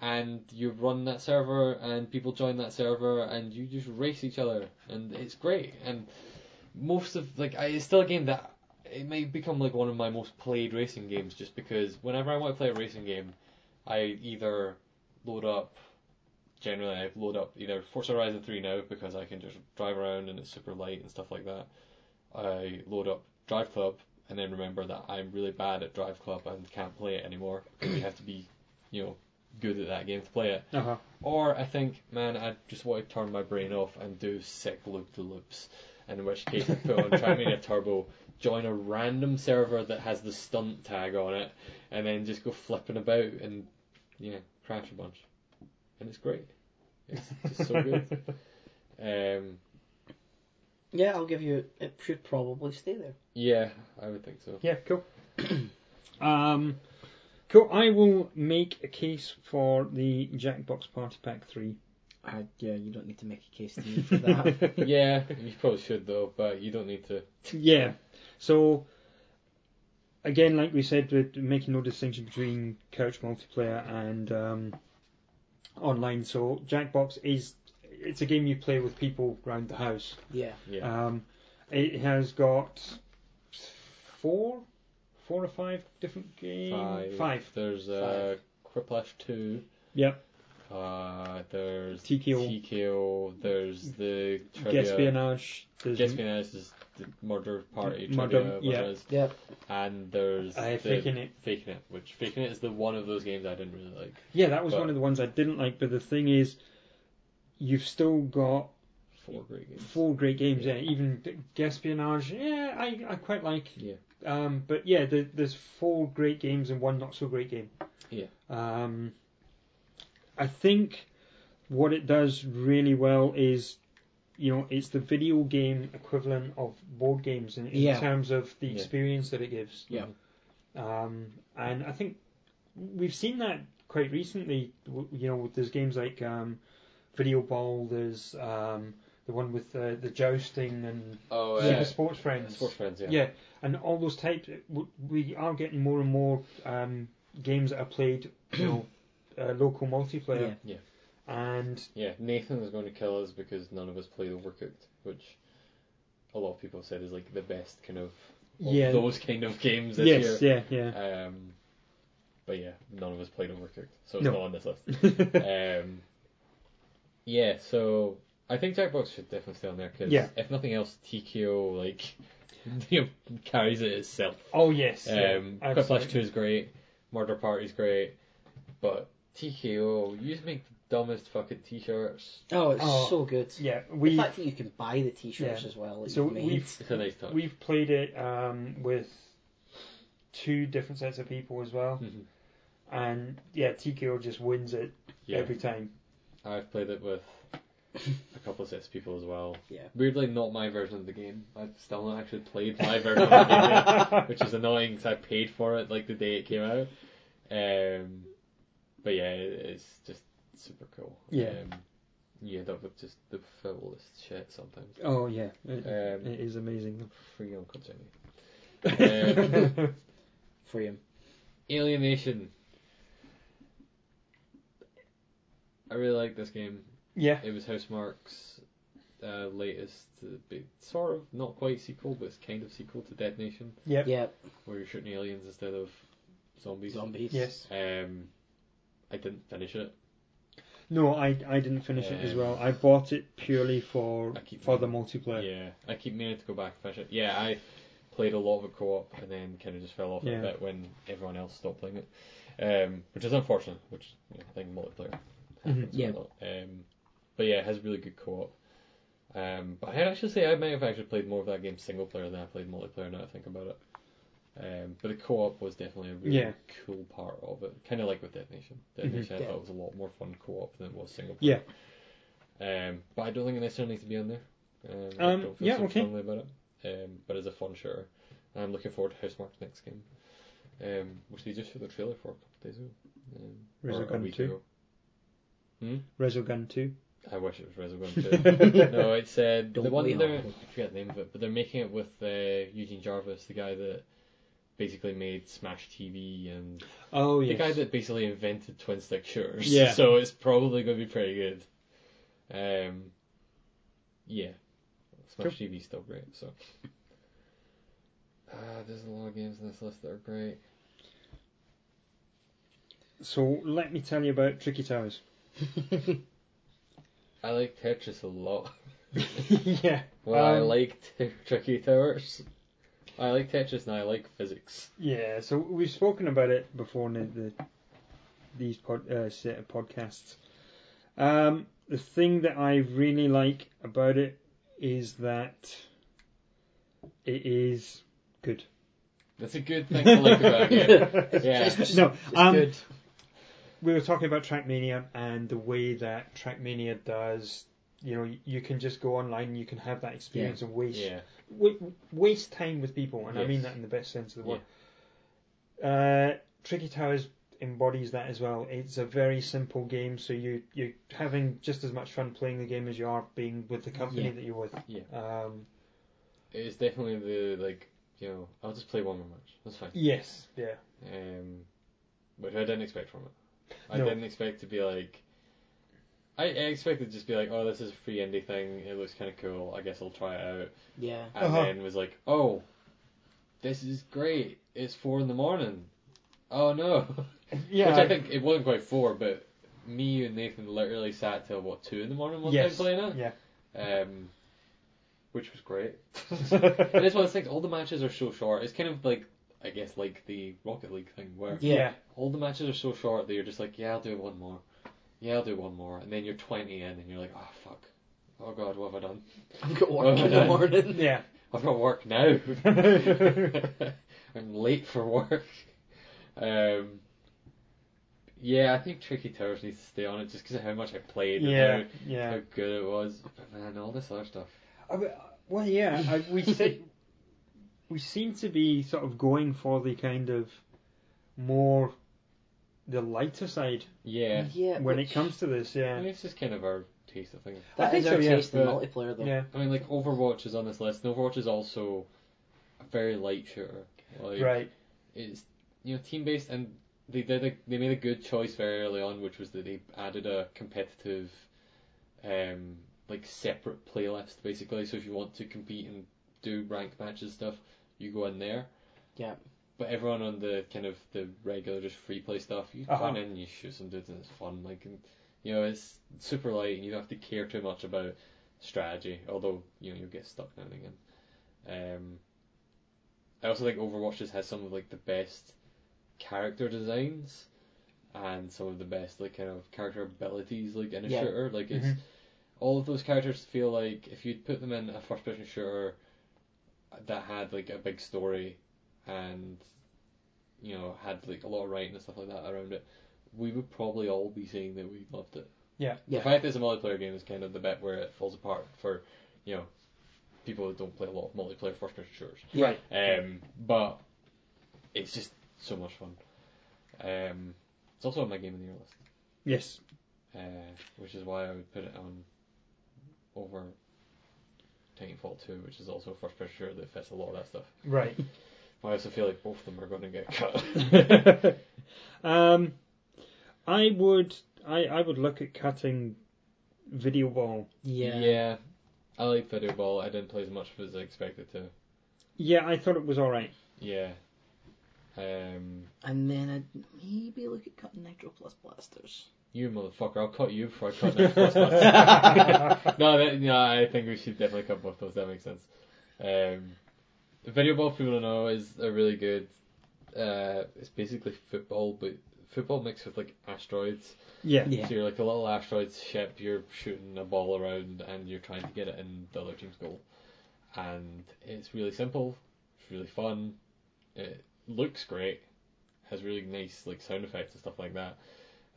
Speaker 1: And you run that server, and people join that server, and you just race each other, and it's great. And most of like I, it's still a game that it may become like one of my most played racing games just because whenever I want to play a racing game, I either load up. Generally, I load up either Forza Horizon 3 now because I can just drive around and it's super light and stuff like that. I load up Drive Club and then remember that I'm really bad at Drive Club and can't play it anymore. you have to be, you know, good at that game to play it.
Speaker 3: Uh-huh.
Speaker 1: Or I think, man, I just want to turn my brain off and do sick loop the loops. In which case, I put on Trimania Turbo, join a random server that has the stunt tag on it, and then just go flipping about and yeah, crash a bunch. And it's great. It's just so good. Um,
Speaker 2: Yeah, I'll give you. It should probably stay there.
Speaker 1: yeah, I would think so.
Speaker 3: Yeah, cool. um, cool. I will make a case for the Jackbox Party Pack 3.
Speaker 2: I, yeah, you don't need to make a case to me for that.
Speaker 1: Yeah, you probably should though, but you don't need to.
Speaker 3: Yeah. So, again, like we said, we're making no distinction between couch multiplayer and um, online. So, Jackbox is it's a game you play with people round the house.
Speaker 2: yeah.
Speaker 1: Yeah.
Speaker 3: Um, it has got four, four or five different games.
Speaker 1: Five.
Speaker 3: Five.
Speaker 1: There's uh, Quiplash 2.
Speaker 3: Yep.
Speaker 1: Uh, there's
Speaker 3: TKO.
Speaker 1: TKO. There's the trivia.
Speaker 3: Gaspionage. There's
Speaker 1: Gaspianaz is the murder party
Speaker 3: Murder,
Speaker 1: trivia,
Speaker 3: yeah.
Speaker 1: whereas-
Speaker 2: Yeah.
Speaker 1: and there's
Speaker 3: I
Speaker 1: the
Speaker 3: faking it.
Speaker 1: faking it, which faking it is the one of those games I didn't really like.
Speaker 3: Yeah, that was
Speaker 1: But-
Speaker 3: one of the ones I didn't like. But the thing is, you've still got
Speaker 1: Four great games.
Speaker 3: four great games. Yeah, even Gaspionage. Yeah, I, I quite like.
Speaker 1: Yeah,
Speaker 3: Um, but yeah, there, there's four great games and one not so great game.
Speaker 1: Yeah.
Speaker 3: Um, I think what it does really well is, you know, it's the video game equivalent of board games in, in
Speaker 2: Yeah.
Speaker 3: terms of the
Speaker 1: Yeah.
Speaker 3: experience that it gives.
Speaker 2: Yeah.
Speaker 3: Um, and I think we've seen that quite recently. w- You know, there's games like um, Video Ball. There's um, the one with uh, the jousting and
Speaker 1: Oh,
Speaker 3: Super
Speaker 1: uh,
Speaker 3: Sports Friends.
Speaker 1: Sports Friends. Yeah.
Speaker 3: Yeah. and all those types. w- We are getting more and more um, games that are played, you know, uh, local multiplayer.
Speaker 1: Yeah.
Speaker 3: And
Speaker 1: Yeah, Nathan is going to kill us because none of us played Overcooked, which a lot of people said is like the best kind of, of
Speaker 3: yeah,
Speaker 1: those kind of games this
Speaker 3: yes,
Speaker 1: year.
Speaker 3: yeah, yeah.
Speaker 1: Um, but yeah, none of us played Overcooked, so it's
Speaker 3: No.
Speaker 1: not on this list. um, yeah, so I think Jackbox should definitely stay on there because
Speaker 3: Yeah.
Speaker 1: if nothing else, TKO like you know, carries it itself.
Speaker 3: oh yes, yeah,
Speaker 1: Um, Quick Flash
Speaker 3: absolutely.
Speaker 1: Two is great, Murder Party's great, but TKO you just make the dumbest fucking t-shirts.
Speaker 2: Oh, it's
Speaker 3: Oh,
Speaker 2: so good.
Speaker 3: Yeah,
Speaker 2: the
Speaker 3: we
Speaker 2: fact that you can buy the T-shirts
Speaker 3: Yeah.
Speaker 2: as well. that
Speaker 3: So
Speaker 2: you've made.
Speaker 3: we've-
Speaker 1: It's a nice touch.
Speaker 3: we've played it um, with two different sets of people as well,
Speaker 1: Mhm.
Speaker 3: and yeah, TKO just wins it
Speaker 1: Yeah,
Speaker 3: every time.
Speaker 1: I've played it with a couple of sets of people as well.
Speaker 2: Yeah.
Speaker 1: Weirdly, not my version of the game. I've still not actually played my version of the game, yet, which is annoying because I paid for it like the day it came out. Um, but yeah, it- it's just super cool.
Speaker 3: Yeah.
Speaker 1: Um, you end up with just the foulest shit sometimes.
Speaker 3: Oh yeah, it,
Speaker 1: Um,
Speaker 3: it is amazing.
Speaker 1: free on Kojimi. Um,
Speaker 2: for him.
Speaker 1: Alienation. I really like this game.
Speaker 3: Yeah,
Speaker 1: It was House Mark's uh, latest, uh, big, sort of not quite sequel, but it's kind of sequel to Dead Nation,
Speaker 3: yeah,
Speaker 2: Yeah,
Speaker 1: where you're shooting aliens instead of zombies.
Speaker 2: zombies.
Speaker 3: yes.
Speaker 1: Um, I didn't finish it.
Speaker 3: No, I I didn't finish it as
Speaker 1: Um,
Speaker 3: well. I bought it purely for
Speaker 1: I keep
Speaker 3: for the multiplayer.
Speaker 1: Yeah, I keep meaning to go back and finish it. Yeah, I played a lot of it co-op and then kind of just fell off it
Speaker 3: Yeah.
Speaker 1: a bit when everyone else stopped playing it, um, which is unfortunate. Which you know, I think multiplayer
Speaker 3: Mm-hmm,
Speaker 1: happens
Speaker 2: Mhm, yeah.
Speaker 1: a lot. Um, but yeah, it has really good co-op. Um, but I'd actually say I might have actually played more of that game single player than I played multiplayer. Now that I think about it. Um, but the co-op was definitely a really
Speaker 3: Yeah.
Speaker 1: cool part of it, kind of like with Detonation.
Speaker 3: Mhm,
Speaker 1: Detonation I
Speaker 2: yeah.
Speaker 1: thought was a lot more fun co-op than it was single player.
Speaker 3: Yeah.
Speaker 1: Um, but I don't think it necessarily needs to be on there. Um, I
Speaker 3: Um,
Speaker 1: don't feel
Speaker 3: yeah,
Speaker 1: super
Speaker 3: okay.
Speaker 1: strongly about it. Um, but it's a fun shooter. And I'm looking forward to Housemarque's next game, um, which they just showed the trailer for a couple of days ago. Um, or a
Speaker 3: Resogun
Speaker 1: week
Speaker 3: 2.
Speaker 1: ago. Hmm?
Speaker 3: Resogun 2.
Speaker 1: I wish it was Resogun 2. no, it said the
Speaker 2: Don't
Speaker 1: one
Speaker 2: we
Speaker 1: that they're,
Speaker 2: all?
Speaker 1: I forget the name of it, but they're making it with uh, Eugene Jarvis, the guy that basically made Smash TV and
Speaker 3: Oh
Speaker 1: the
Speaker 3: yes.
Speaker 1: guy that basically invented twin stick shooters.
Speaker 3: Yeah.
Speaker 1: So it's probably going to be pretty good. Um, yeah. Smash TV's still great. So uh, there's a lot of games in this list that are great.
Speaker 3: So let me tell you about Tricky Towers.
Speaker 1: I like Tetris a lot.
Speaker 3: yeah.
Speaker 1: Well, I
Speaker 3: Um,
Speaker 1: like t- Tricky Towers. I like Tetris and I like physics.
Speaker 3: Yeah, so we've spoken about it before in the, the these pod, uh, set of podcasts. Um, the thing that I really like about it is that it is good.
Speaker 1: That's a good thing to like about it. Yeah.
Speaker 2: It's,
Speaker 3: No,
Speaker 2: it's
Speaker 3: um,
Speaker 2: good.
Speaker 3: we were talking about Trackmania and the way that Trackmania does. You know, you can just go online, you can have that experience and waste
Speaker 1: Yeah.
Speaker 3: w- waste time with people, and I
Speaker 1: Yes.
Speaker 3: mean that in the best sense of the word. Uh, Tricky Towers embodies that as well. It's a very simple game, so you you're having just as much fun playing the game as you are being with the company
Speaker 2: Yeah.
Speaker 3: that you're with.
Speaker 1: Yeah.
Speaker 3: Um,
Speaker 1: It's definitely the like you know I'll just play one more match. That's fine.
Speaker 3: yes. Yeah.
Speaker 1: Um, which I didn't expect from it. I
Speaker 3: No.
Speaker 1: didn't expect to be like. I, I expected to just be like, oh, this is a free indie thing. It looks kind of cool. I guess I'll try it out.
Speaker 2: Yeah.
Speaker 1: And
Speaker 3: Uh-huh.
Speaker 1: then was like, oh, this is great. It's four in the morning. Oh no.
Speaker 3: Yeah.
Speaker 1: Which I think it wasn't quite four, but me and Nathan literally sat till what two in the morning one
Speaker 3: yes.
Speaker 1: time playing it.
Speaker 3: Yeah.
Speaker 1: Um, which was great. and it's one of those things. All the matches are so short. It's kind of like I guess like the Rocket League thing where
Speaker 2: Yeah.
Speaker 3: yeah.
Speaker 1: all the matches are so short that you're just like, yeah, I'll do one more. Yeah, I'll do one more. And then you're 20 in and you're like, oh, fuck. Oh, God, what have I done?
Speaker 2: I've got
Speaker 1: Oh,
Speaker 2: work in the
Speaker 1: no.
Speaker 2: morning.
Speaker 3: Yeah.
Speaker 1: I've got work now. I'm late for work. Um, yeah, I think Tricky Towers needs to stay on it just because of how much I played
Speaker 3: Yeah.
Speaker 1: and how,
Speaker 3: Yeah.
Speaker 1: how good it was. But man, all this other stuff.
Speaker 3: I mean, Well, yeah. I, we se- we seem to be sort of going for the kind of more the lighter side
Speaker 1: Yeah.
Speaker 3: when
Speaker 2: which-
Speaker 3: it comes to this.
Speaker 1: I
Speaker 3: Yeah.
Speaker 1: mean, it's just kind of our taste, I think.
Speaker 2: that
Speaker 3: I think
Speaker 2: is
Speaker 3: so,
Speaker 2: our
Speaker 3: yeah,
Speaker 2: taste in
Speaker 1: but-
Speaker 2: multiplayer though.
Speaker 3: Yeah.
Speaker 1: I mean, like, Overwatch is on this list, and Overwatch is also a very light shooter. Like,
Speaker 3: Right.
Speaker 1: it's you know team based and they did a, they made a good choice very early on which was that they added a competitive um like separate playlist basically so if you want to compete and do ranked matches stuff you go in there
Speaker 2: Yeah.
Speaker 1: but everyone on the kind of the regular just free play stuff you
Speaker 3: Uh-huh.
Speaker 1: join in and you shoot some dudes and it's fun like and, you know it's super light and you don't have to care too much about strategy although you know you'll get stuck now and again um, I also think Overwatch just has some of like the best character designs and some of the best like kind of character abilities like in a
Speaker 2: Yeah.
Speaker 1: shooter. Like it's
Speaker 3: Mhm.
Speaker 1: all of those characters feel like if you'd put them in a first person shooter that had like a big story and you know had like a lot of writing and stuff like that around it, we would probably all be saying that we loved it.
Speaker 3: Yeah.
Speaker 2: Yeah.
Speaker 1: The fact that it's a multiplayer game is kind of the bit where it falls apart for you know people that don't play a lot of multiplayer first person shooters.
Speaker 3: Right.
Speaker 1: Um, but it's just so much fun. Um, it's also on my game of the year list,
Speaker 3: Yes.
Speaker 1: uh, which is why I would put it on over Titanfall 2, which is also a first person shooter that fits a lot of that stuff.
Speaker 3: Right.
Speaker 1: But I also feel like both of them are going to get cut.
Speaker 3: um, I would I, I would look at cutting video ball.
Speaker 2: Yeah.
Speaker 1: yeah. I like Video Ball. I didn't play as much as I expected to.
Speaker 3: Yeah, I thought it was all right.
Speaker 1: Yeah. Um,
Speaker 2: And then I'd maybe look at cutting Nitro Plus blasters.
Speaker 1: you motherfucker, I'll cut you before I cut that. no, that, no, I think we should definitely cut both those. That makes sense. Um, Video Ball, for people don't know, is a really good. Uh, it's basically football, but football mixed with like asteroids.
Speaker 3: yeah.
Speaker 2: Yeah.
Speaker 1: So you're like a little asteroid ship. You're shooting a ball around, and you're trying to get it in the other team's goal. And it's really simple. It's really fun. It looks great. Has really nice like sound effects and stuff like that.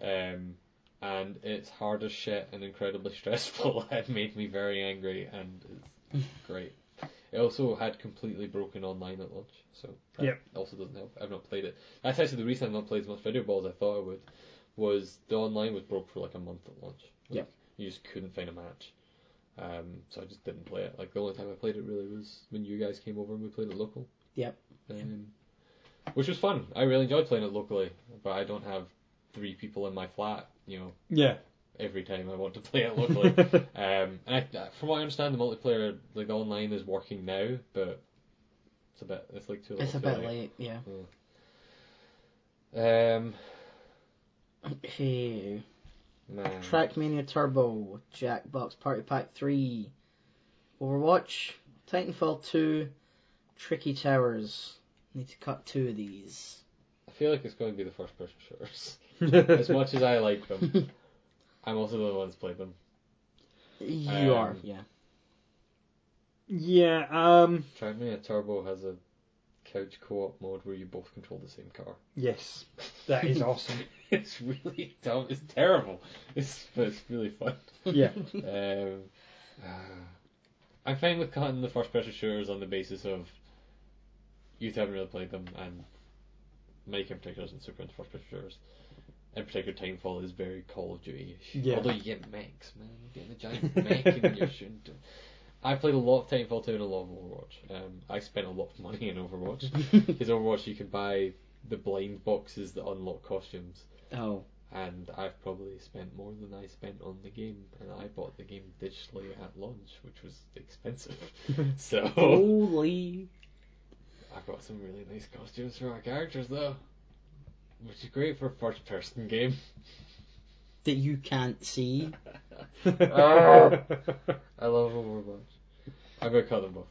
Speaker 1: Um, and it's hard as shit and incredibly stressful. it made me very angry, and it's great. It also had completely broken online at launch, so that
Speaker 3: Yep.
Speaker 1: also doesn't help. I've not played it. That's actually the reason I've not played as much video ball as I thought I would. Was the online was broke for like a month at launch. Like,
Speaker 2: Yep.
Speaker 1: You just couldn't find a match. Um, so I just didn't play it. Like the only time I played it really was when you guys came over and we played it local.
Speaker 2: Yep.
Speaker 1: Um, which was fun. I really enjoyed playing it locally, but I don't have three people in my flat, you know,
Speaker 3: Yeah.
Speaker 1: every time I want to play it locally. um, and I, from what I understand, the multiplayer, like the online, is working now, but it's a bit, it's like too little.
Speaker 2: It's a
Speaker 1: too
Speaker 2: bit late, yeah.
Speaker 1: Yeah. Um,
Speaker 2: Okay.
Speaker 1: man.
Speaker 2: Trackmania Turbo, Jackbox Party Pack 3, Overwatch, Titanfall 2, Tricky Towers. Need to cut two of these.
Speaker 1: I feel like it's going to be the first person shooters. as much as I like them, I'm also the one that's played them.
Speaker 2: You
Speaker 1: Um,
Speaker 2: are, yeah.
Speaker 3: yeah, um,
Speaker 1: Trackmania Turbo has a couch co-op mode where you both control the same car.
Speaker 3: yes, that is awesome.
Speaker 1: It's really dumb. It's terrible. It's but it's really fun.
Speaker 3: Yeah,
Speaker 1: Um, I'm fine with cutting the first person shooters on the basis of you haven't really played them, and Mike in particular isn't super into first person shooters. In particular, Timefall is very Call of Duty ish.
Speaker 3: Yeah.
Speaker 1: Although you get mechs, man. You get the giant mech and you're shooting. to- I played a lot of Timefall 2 and a lot of Overwatch. Um, I spent a lot of money in Overwatch. Because Overwatch, you can buy the blind boxes that unlock costumes
Speaker 2: Oh.
Speaker 1: and I've probably spent more than I spent on the game, and I bought the game digitally at launch, which was expensive. so
Speaker 2: Holy.
Speaker 1: I've got some really nice costumes for my characters though, which is great for a first-person game.
Speaker 2: That you can't see.
Speaker 3: Uh,
Speaker 1: I love Overwatch. I'm gonna cut them off.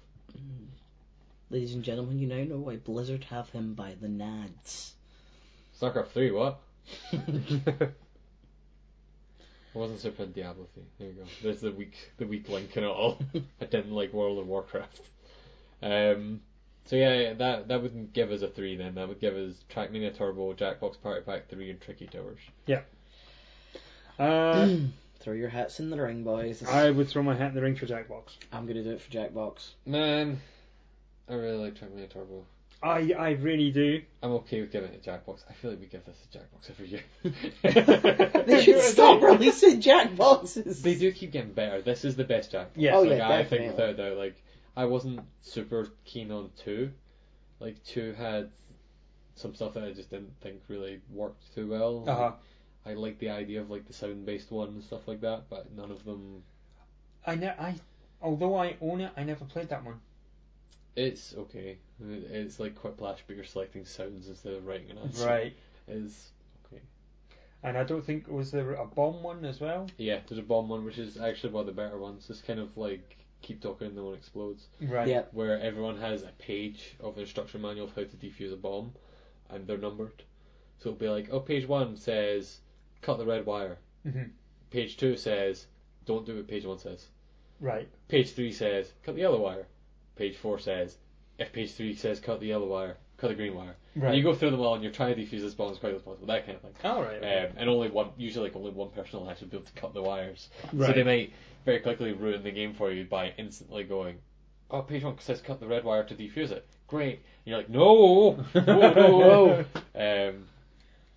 Speaker 2: Ladies and gentlemen, you now know why Blizzard have him by the nads.
Speaker 1: StarCraft three, what? I wasn't super into Diablo three. There you go. There's the weak the weak link in it all. I didn't like World of Warcraft. Um so yeah, that that would give us a three then. That would give us Trackmania Turbo, Jackbox Party Pack three and Tricky Towers.
Speaker 3: uh,
Speaker 2: Throw your hats in the ring, boys.
Speaker 3: I would throw my hat in the ring for Jackbox.
Speaker 2: I'm going to do it for Jackbox.
Speaker 1: Man, I really like Trackmania Turbo.
Speaker 3: I I really do.
Speaker 1: I'm okay with giving it to Jackbox. I feel like we give this to Jackbox every year.
Speaker 2: They should stop releasing Jackboxes.
Speaker 1: They do keep getting better. This is the best Jackbox.
Speaker 3: Yes.
Speaker 2: Oh,
Speaker 1: like,
Speaker 2: yeah,
Speaker 1: I think
Speaker 2: definitely.
Speaker 1: without a doubt, like I wasn't super keen on two. Like two had some stuff that I just didn't think really worked too well. Like,
Speaker 3: Uh-huh.
Speaker 1: I liked the idea of like the sound based one and stuff like that, but none of them.
Speaker 3: I ne- I although I own it, I never played that one.
Speaker 1: It's okay. It's like Quiplash, but you're selecting sounds instead of writing an answer. Is
Speaker 3: And I don't think was there a bomb one as well.
Speaker 1: yeah. There's a bomb one, which is actually one of the better ones. It's kind of like keep talking, and the one explodes.
Speaker 3: Right.
Speaker 2: Yeah.
Speaker 1: where everyone has a page of the instruction manual of how to defuse a bomb, and they're numbered. So it'll be like, oh, page one says cut the red wire.
Speaker 3: hmm
Speaker 1: Page two says don't do what page one says.
Speaker 3: Right.
Speaker 1: Page three says cut the yellow wire. Page four says if page three says cut the yellow wire, cut the green wire.
Speaker 3: Right.
Speaker 1: And you go through them all, and you're trying to defuse this bomb as quickly as possible. That kind of thing.
Speaker 3: All right.
Speaker 1: Um, and only one, usually like only one person will actually be able to cut the wires. So
Speaker 3: Right.
Speaker 1: they might very quickly ruin the game for you by instantly going, "Oh, page one says cut the red wire to defuse it." Great. And you're like, "No, no, no, no." um,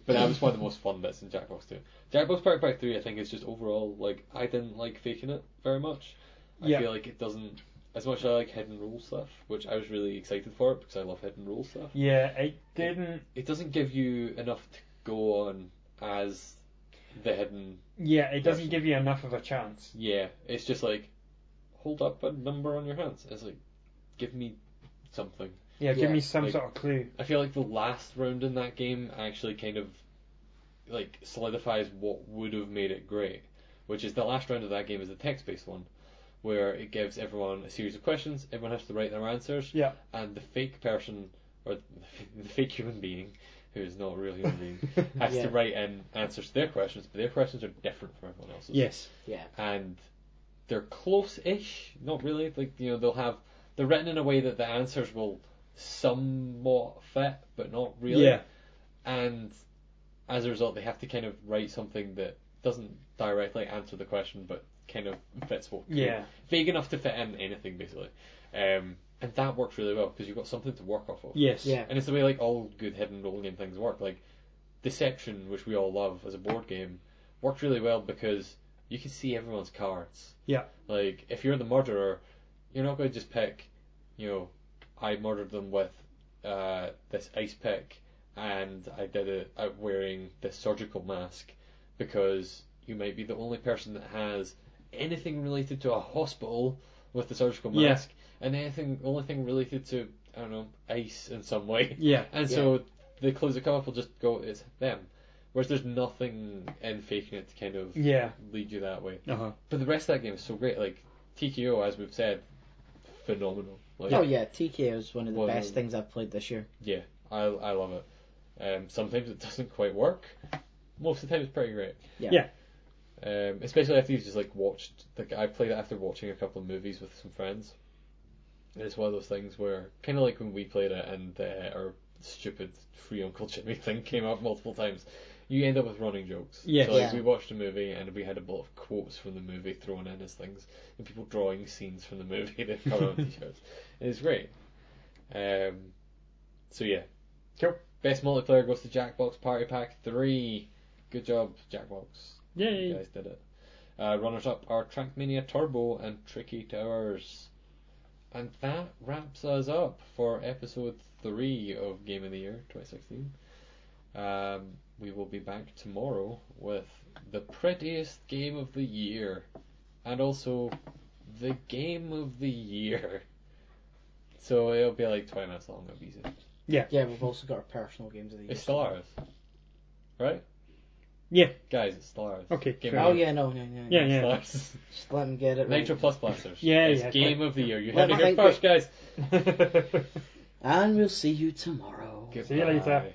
Speaker 1: but that was one of the most fun bits in Jackbox Two. Jackbox Party Pack Three, I think, is just overall like I didn't like faking it very much. I
Speaker 3: Yeah.
Speaker 1: feel like it doesn't as much as I like hidden rule stuff, which I was really excited for it because I love hidden rule stuff
Speaker 3: Yeah, it didn't.
Speaker 1: it doesn't give you enough to go on as the hidden.
Speaker 3: Yeah, it doesn't
Speaker 1: Version.
Speaker 3: give you enough of a chance.
Speaker 1: Yeah, it's just like hold up a number on your hands. It's like give me something.
Speaker 3: Yeah, give
Speaker 2: Yeah,
Speaker 3: me some
Speaker 1: like-
Speaker 3: sort of clue.
Speaker 1: I feel like the last round in that game actually kind of like solidifies what would have made it great, which is the last round of that game is the text-based one, where it gives everyone a series of questions. Everyone has to write their answers.
Speaker 3: Yeah.
Speaker 1: and the fake person or the fake human being who is not a real human being has
Speaker 2: Yeah.
Speaker 1: to write in answers to their questions, but their questions are different from everyone else's.
Speaker 3: Yes.
Speaker 2: Yeah.
Speaker 1: And they're close-ish, not really. Like you know, they'll have they're written in a way that the answers will somewhat fit, but not really.
Speaker 3: Yeah.
Speaker 1: And as a result, they have to kind of write something that doesn't directly answer the question, but kind of fits what could
Speaker 3: Yeah.
Speaker 1: vague enough to fit in anything basically. Um, and that works really well because you've got something to work off of.
Speaker 3: Yes.
Speaker 2: Yeah.
Speaker 1: And it's the way like all good hidden role game things work. Like Deception, which we all love as a board game, works really well because you can see everyone's cards.
Speaker 3: Yeah.
Speaker 1: Like if you're the murderer, you're not going to just pick, you know, I murdered them with uh, this ice pick and I did it out wearing this surgical mask because you might be the only person that has anything related to a hospital with the surgical
Speaker 3: Yeah.
Speaker 1: mask, and anything only thing related to I don't know ice in some way.
Speaker 3: Yeah.
Speaker 1: And so the clues that come up will just go it's them, whereas there's nothing in faking it to kind of
Speaker 3: Yeah.
Speaker 1: lead you that way.
Speaker 3: Uh huh.
Speaker 1: But the rest of that game is so great. Like TKO, as we've said, phenomenal. Like,
Speaker 2: Oh yeah, TKO is one of the
Speaker 1: Well,
Speaker 2: best
Speaker 1: um,
Speaker 2: things I've played this year.
Speaker 1: yeah, I I love it. Um, sometimes it doesn't quite work. Most of the time, it's pretty great.
Speaker 2: Yeah.
Speaker 3: Yeah.
Speaker 1: Um, especially after you've just like watched. Like I played it after watching a couple of movies with some friends. And it's one of those things where, kind of like when we played it and uh, our stupid free Uncle Jimmy thing came up multiple times, you end up with running jokes.
Speaker 3: Yes.
Speaker 1: So like,
Speaker 2: Yeah.
Speaker 1: we watched a movie and we had a lot of quotes from the movie thrown in as things, and people drawing scenes from the movie that cover on t-shirts. And it's great. Um, so yeah, cool. Best multiplayer goes to Jackbox Party Pack Three. Good job, Jackbox. You
Speaker 3: Yay.
Speaker 1: guys did it. Uh, runners up are Trackmania Turbo and Tricky Towers. And that wraps us up for episode 3 of Game of the Year 2016. Um, we will be back tomorrow with the prettiest game of the year and also the game of the year. So it'll be like 20 minutes long, it'll be easy.
Speaker 2: Yeah, we've also got our personal games of the year.
Speaker 1: It's still ours. Right?
Speaker 3: Yeah.
Speaker 1: Guys, it's still ours.
Speaker 3: Okay,
Speaker 1: Game
Speaker 3: fair
Speaker 1: of
Speaker 2: Oh
Speaker 1: the
Speaker 2: yeah, no, no, no. no.
Speaker 1: Year.
Speaker 3: Yeah,
Speaker 1: It's
Speaker 3: yeah.
Speaker 1: ours.
Speaker 2: Just let him get it.
Speaker 1: Nitro
Speaker 2: Right.
Speaker 1: Plus Blasters.
Speaker 3: Yeah,
Speaker 1: it's
Speaker 3: yeah.
Speaker 1: Game of the year. You
Speaker 2: Let
Speaker 1: had it
Speaker 2: me
Speaker 1: here
Speaker 2: think-
Speaker 1: first, guys.
Speaker 2: And we'll see you tomorrow.
Speaker 3: See you later.
Speaker 1: Goodbye.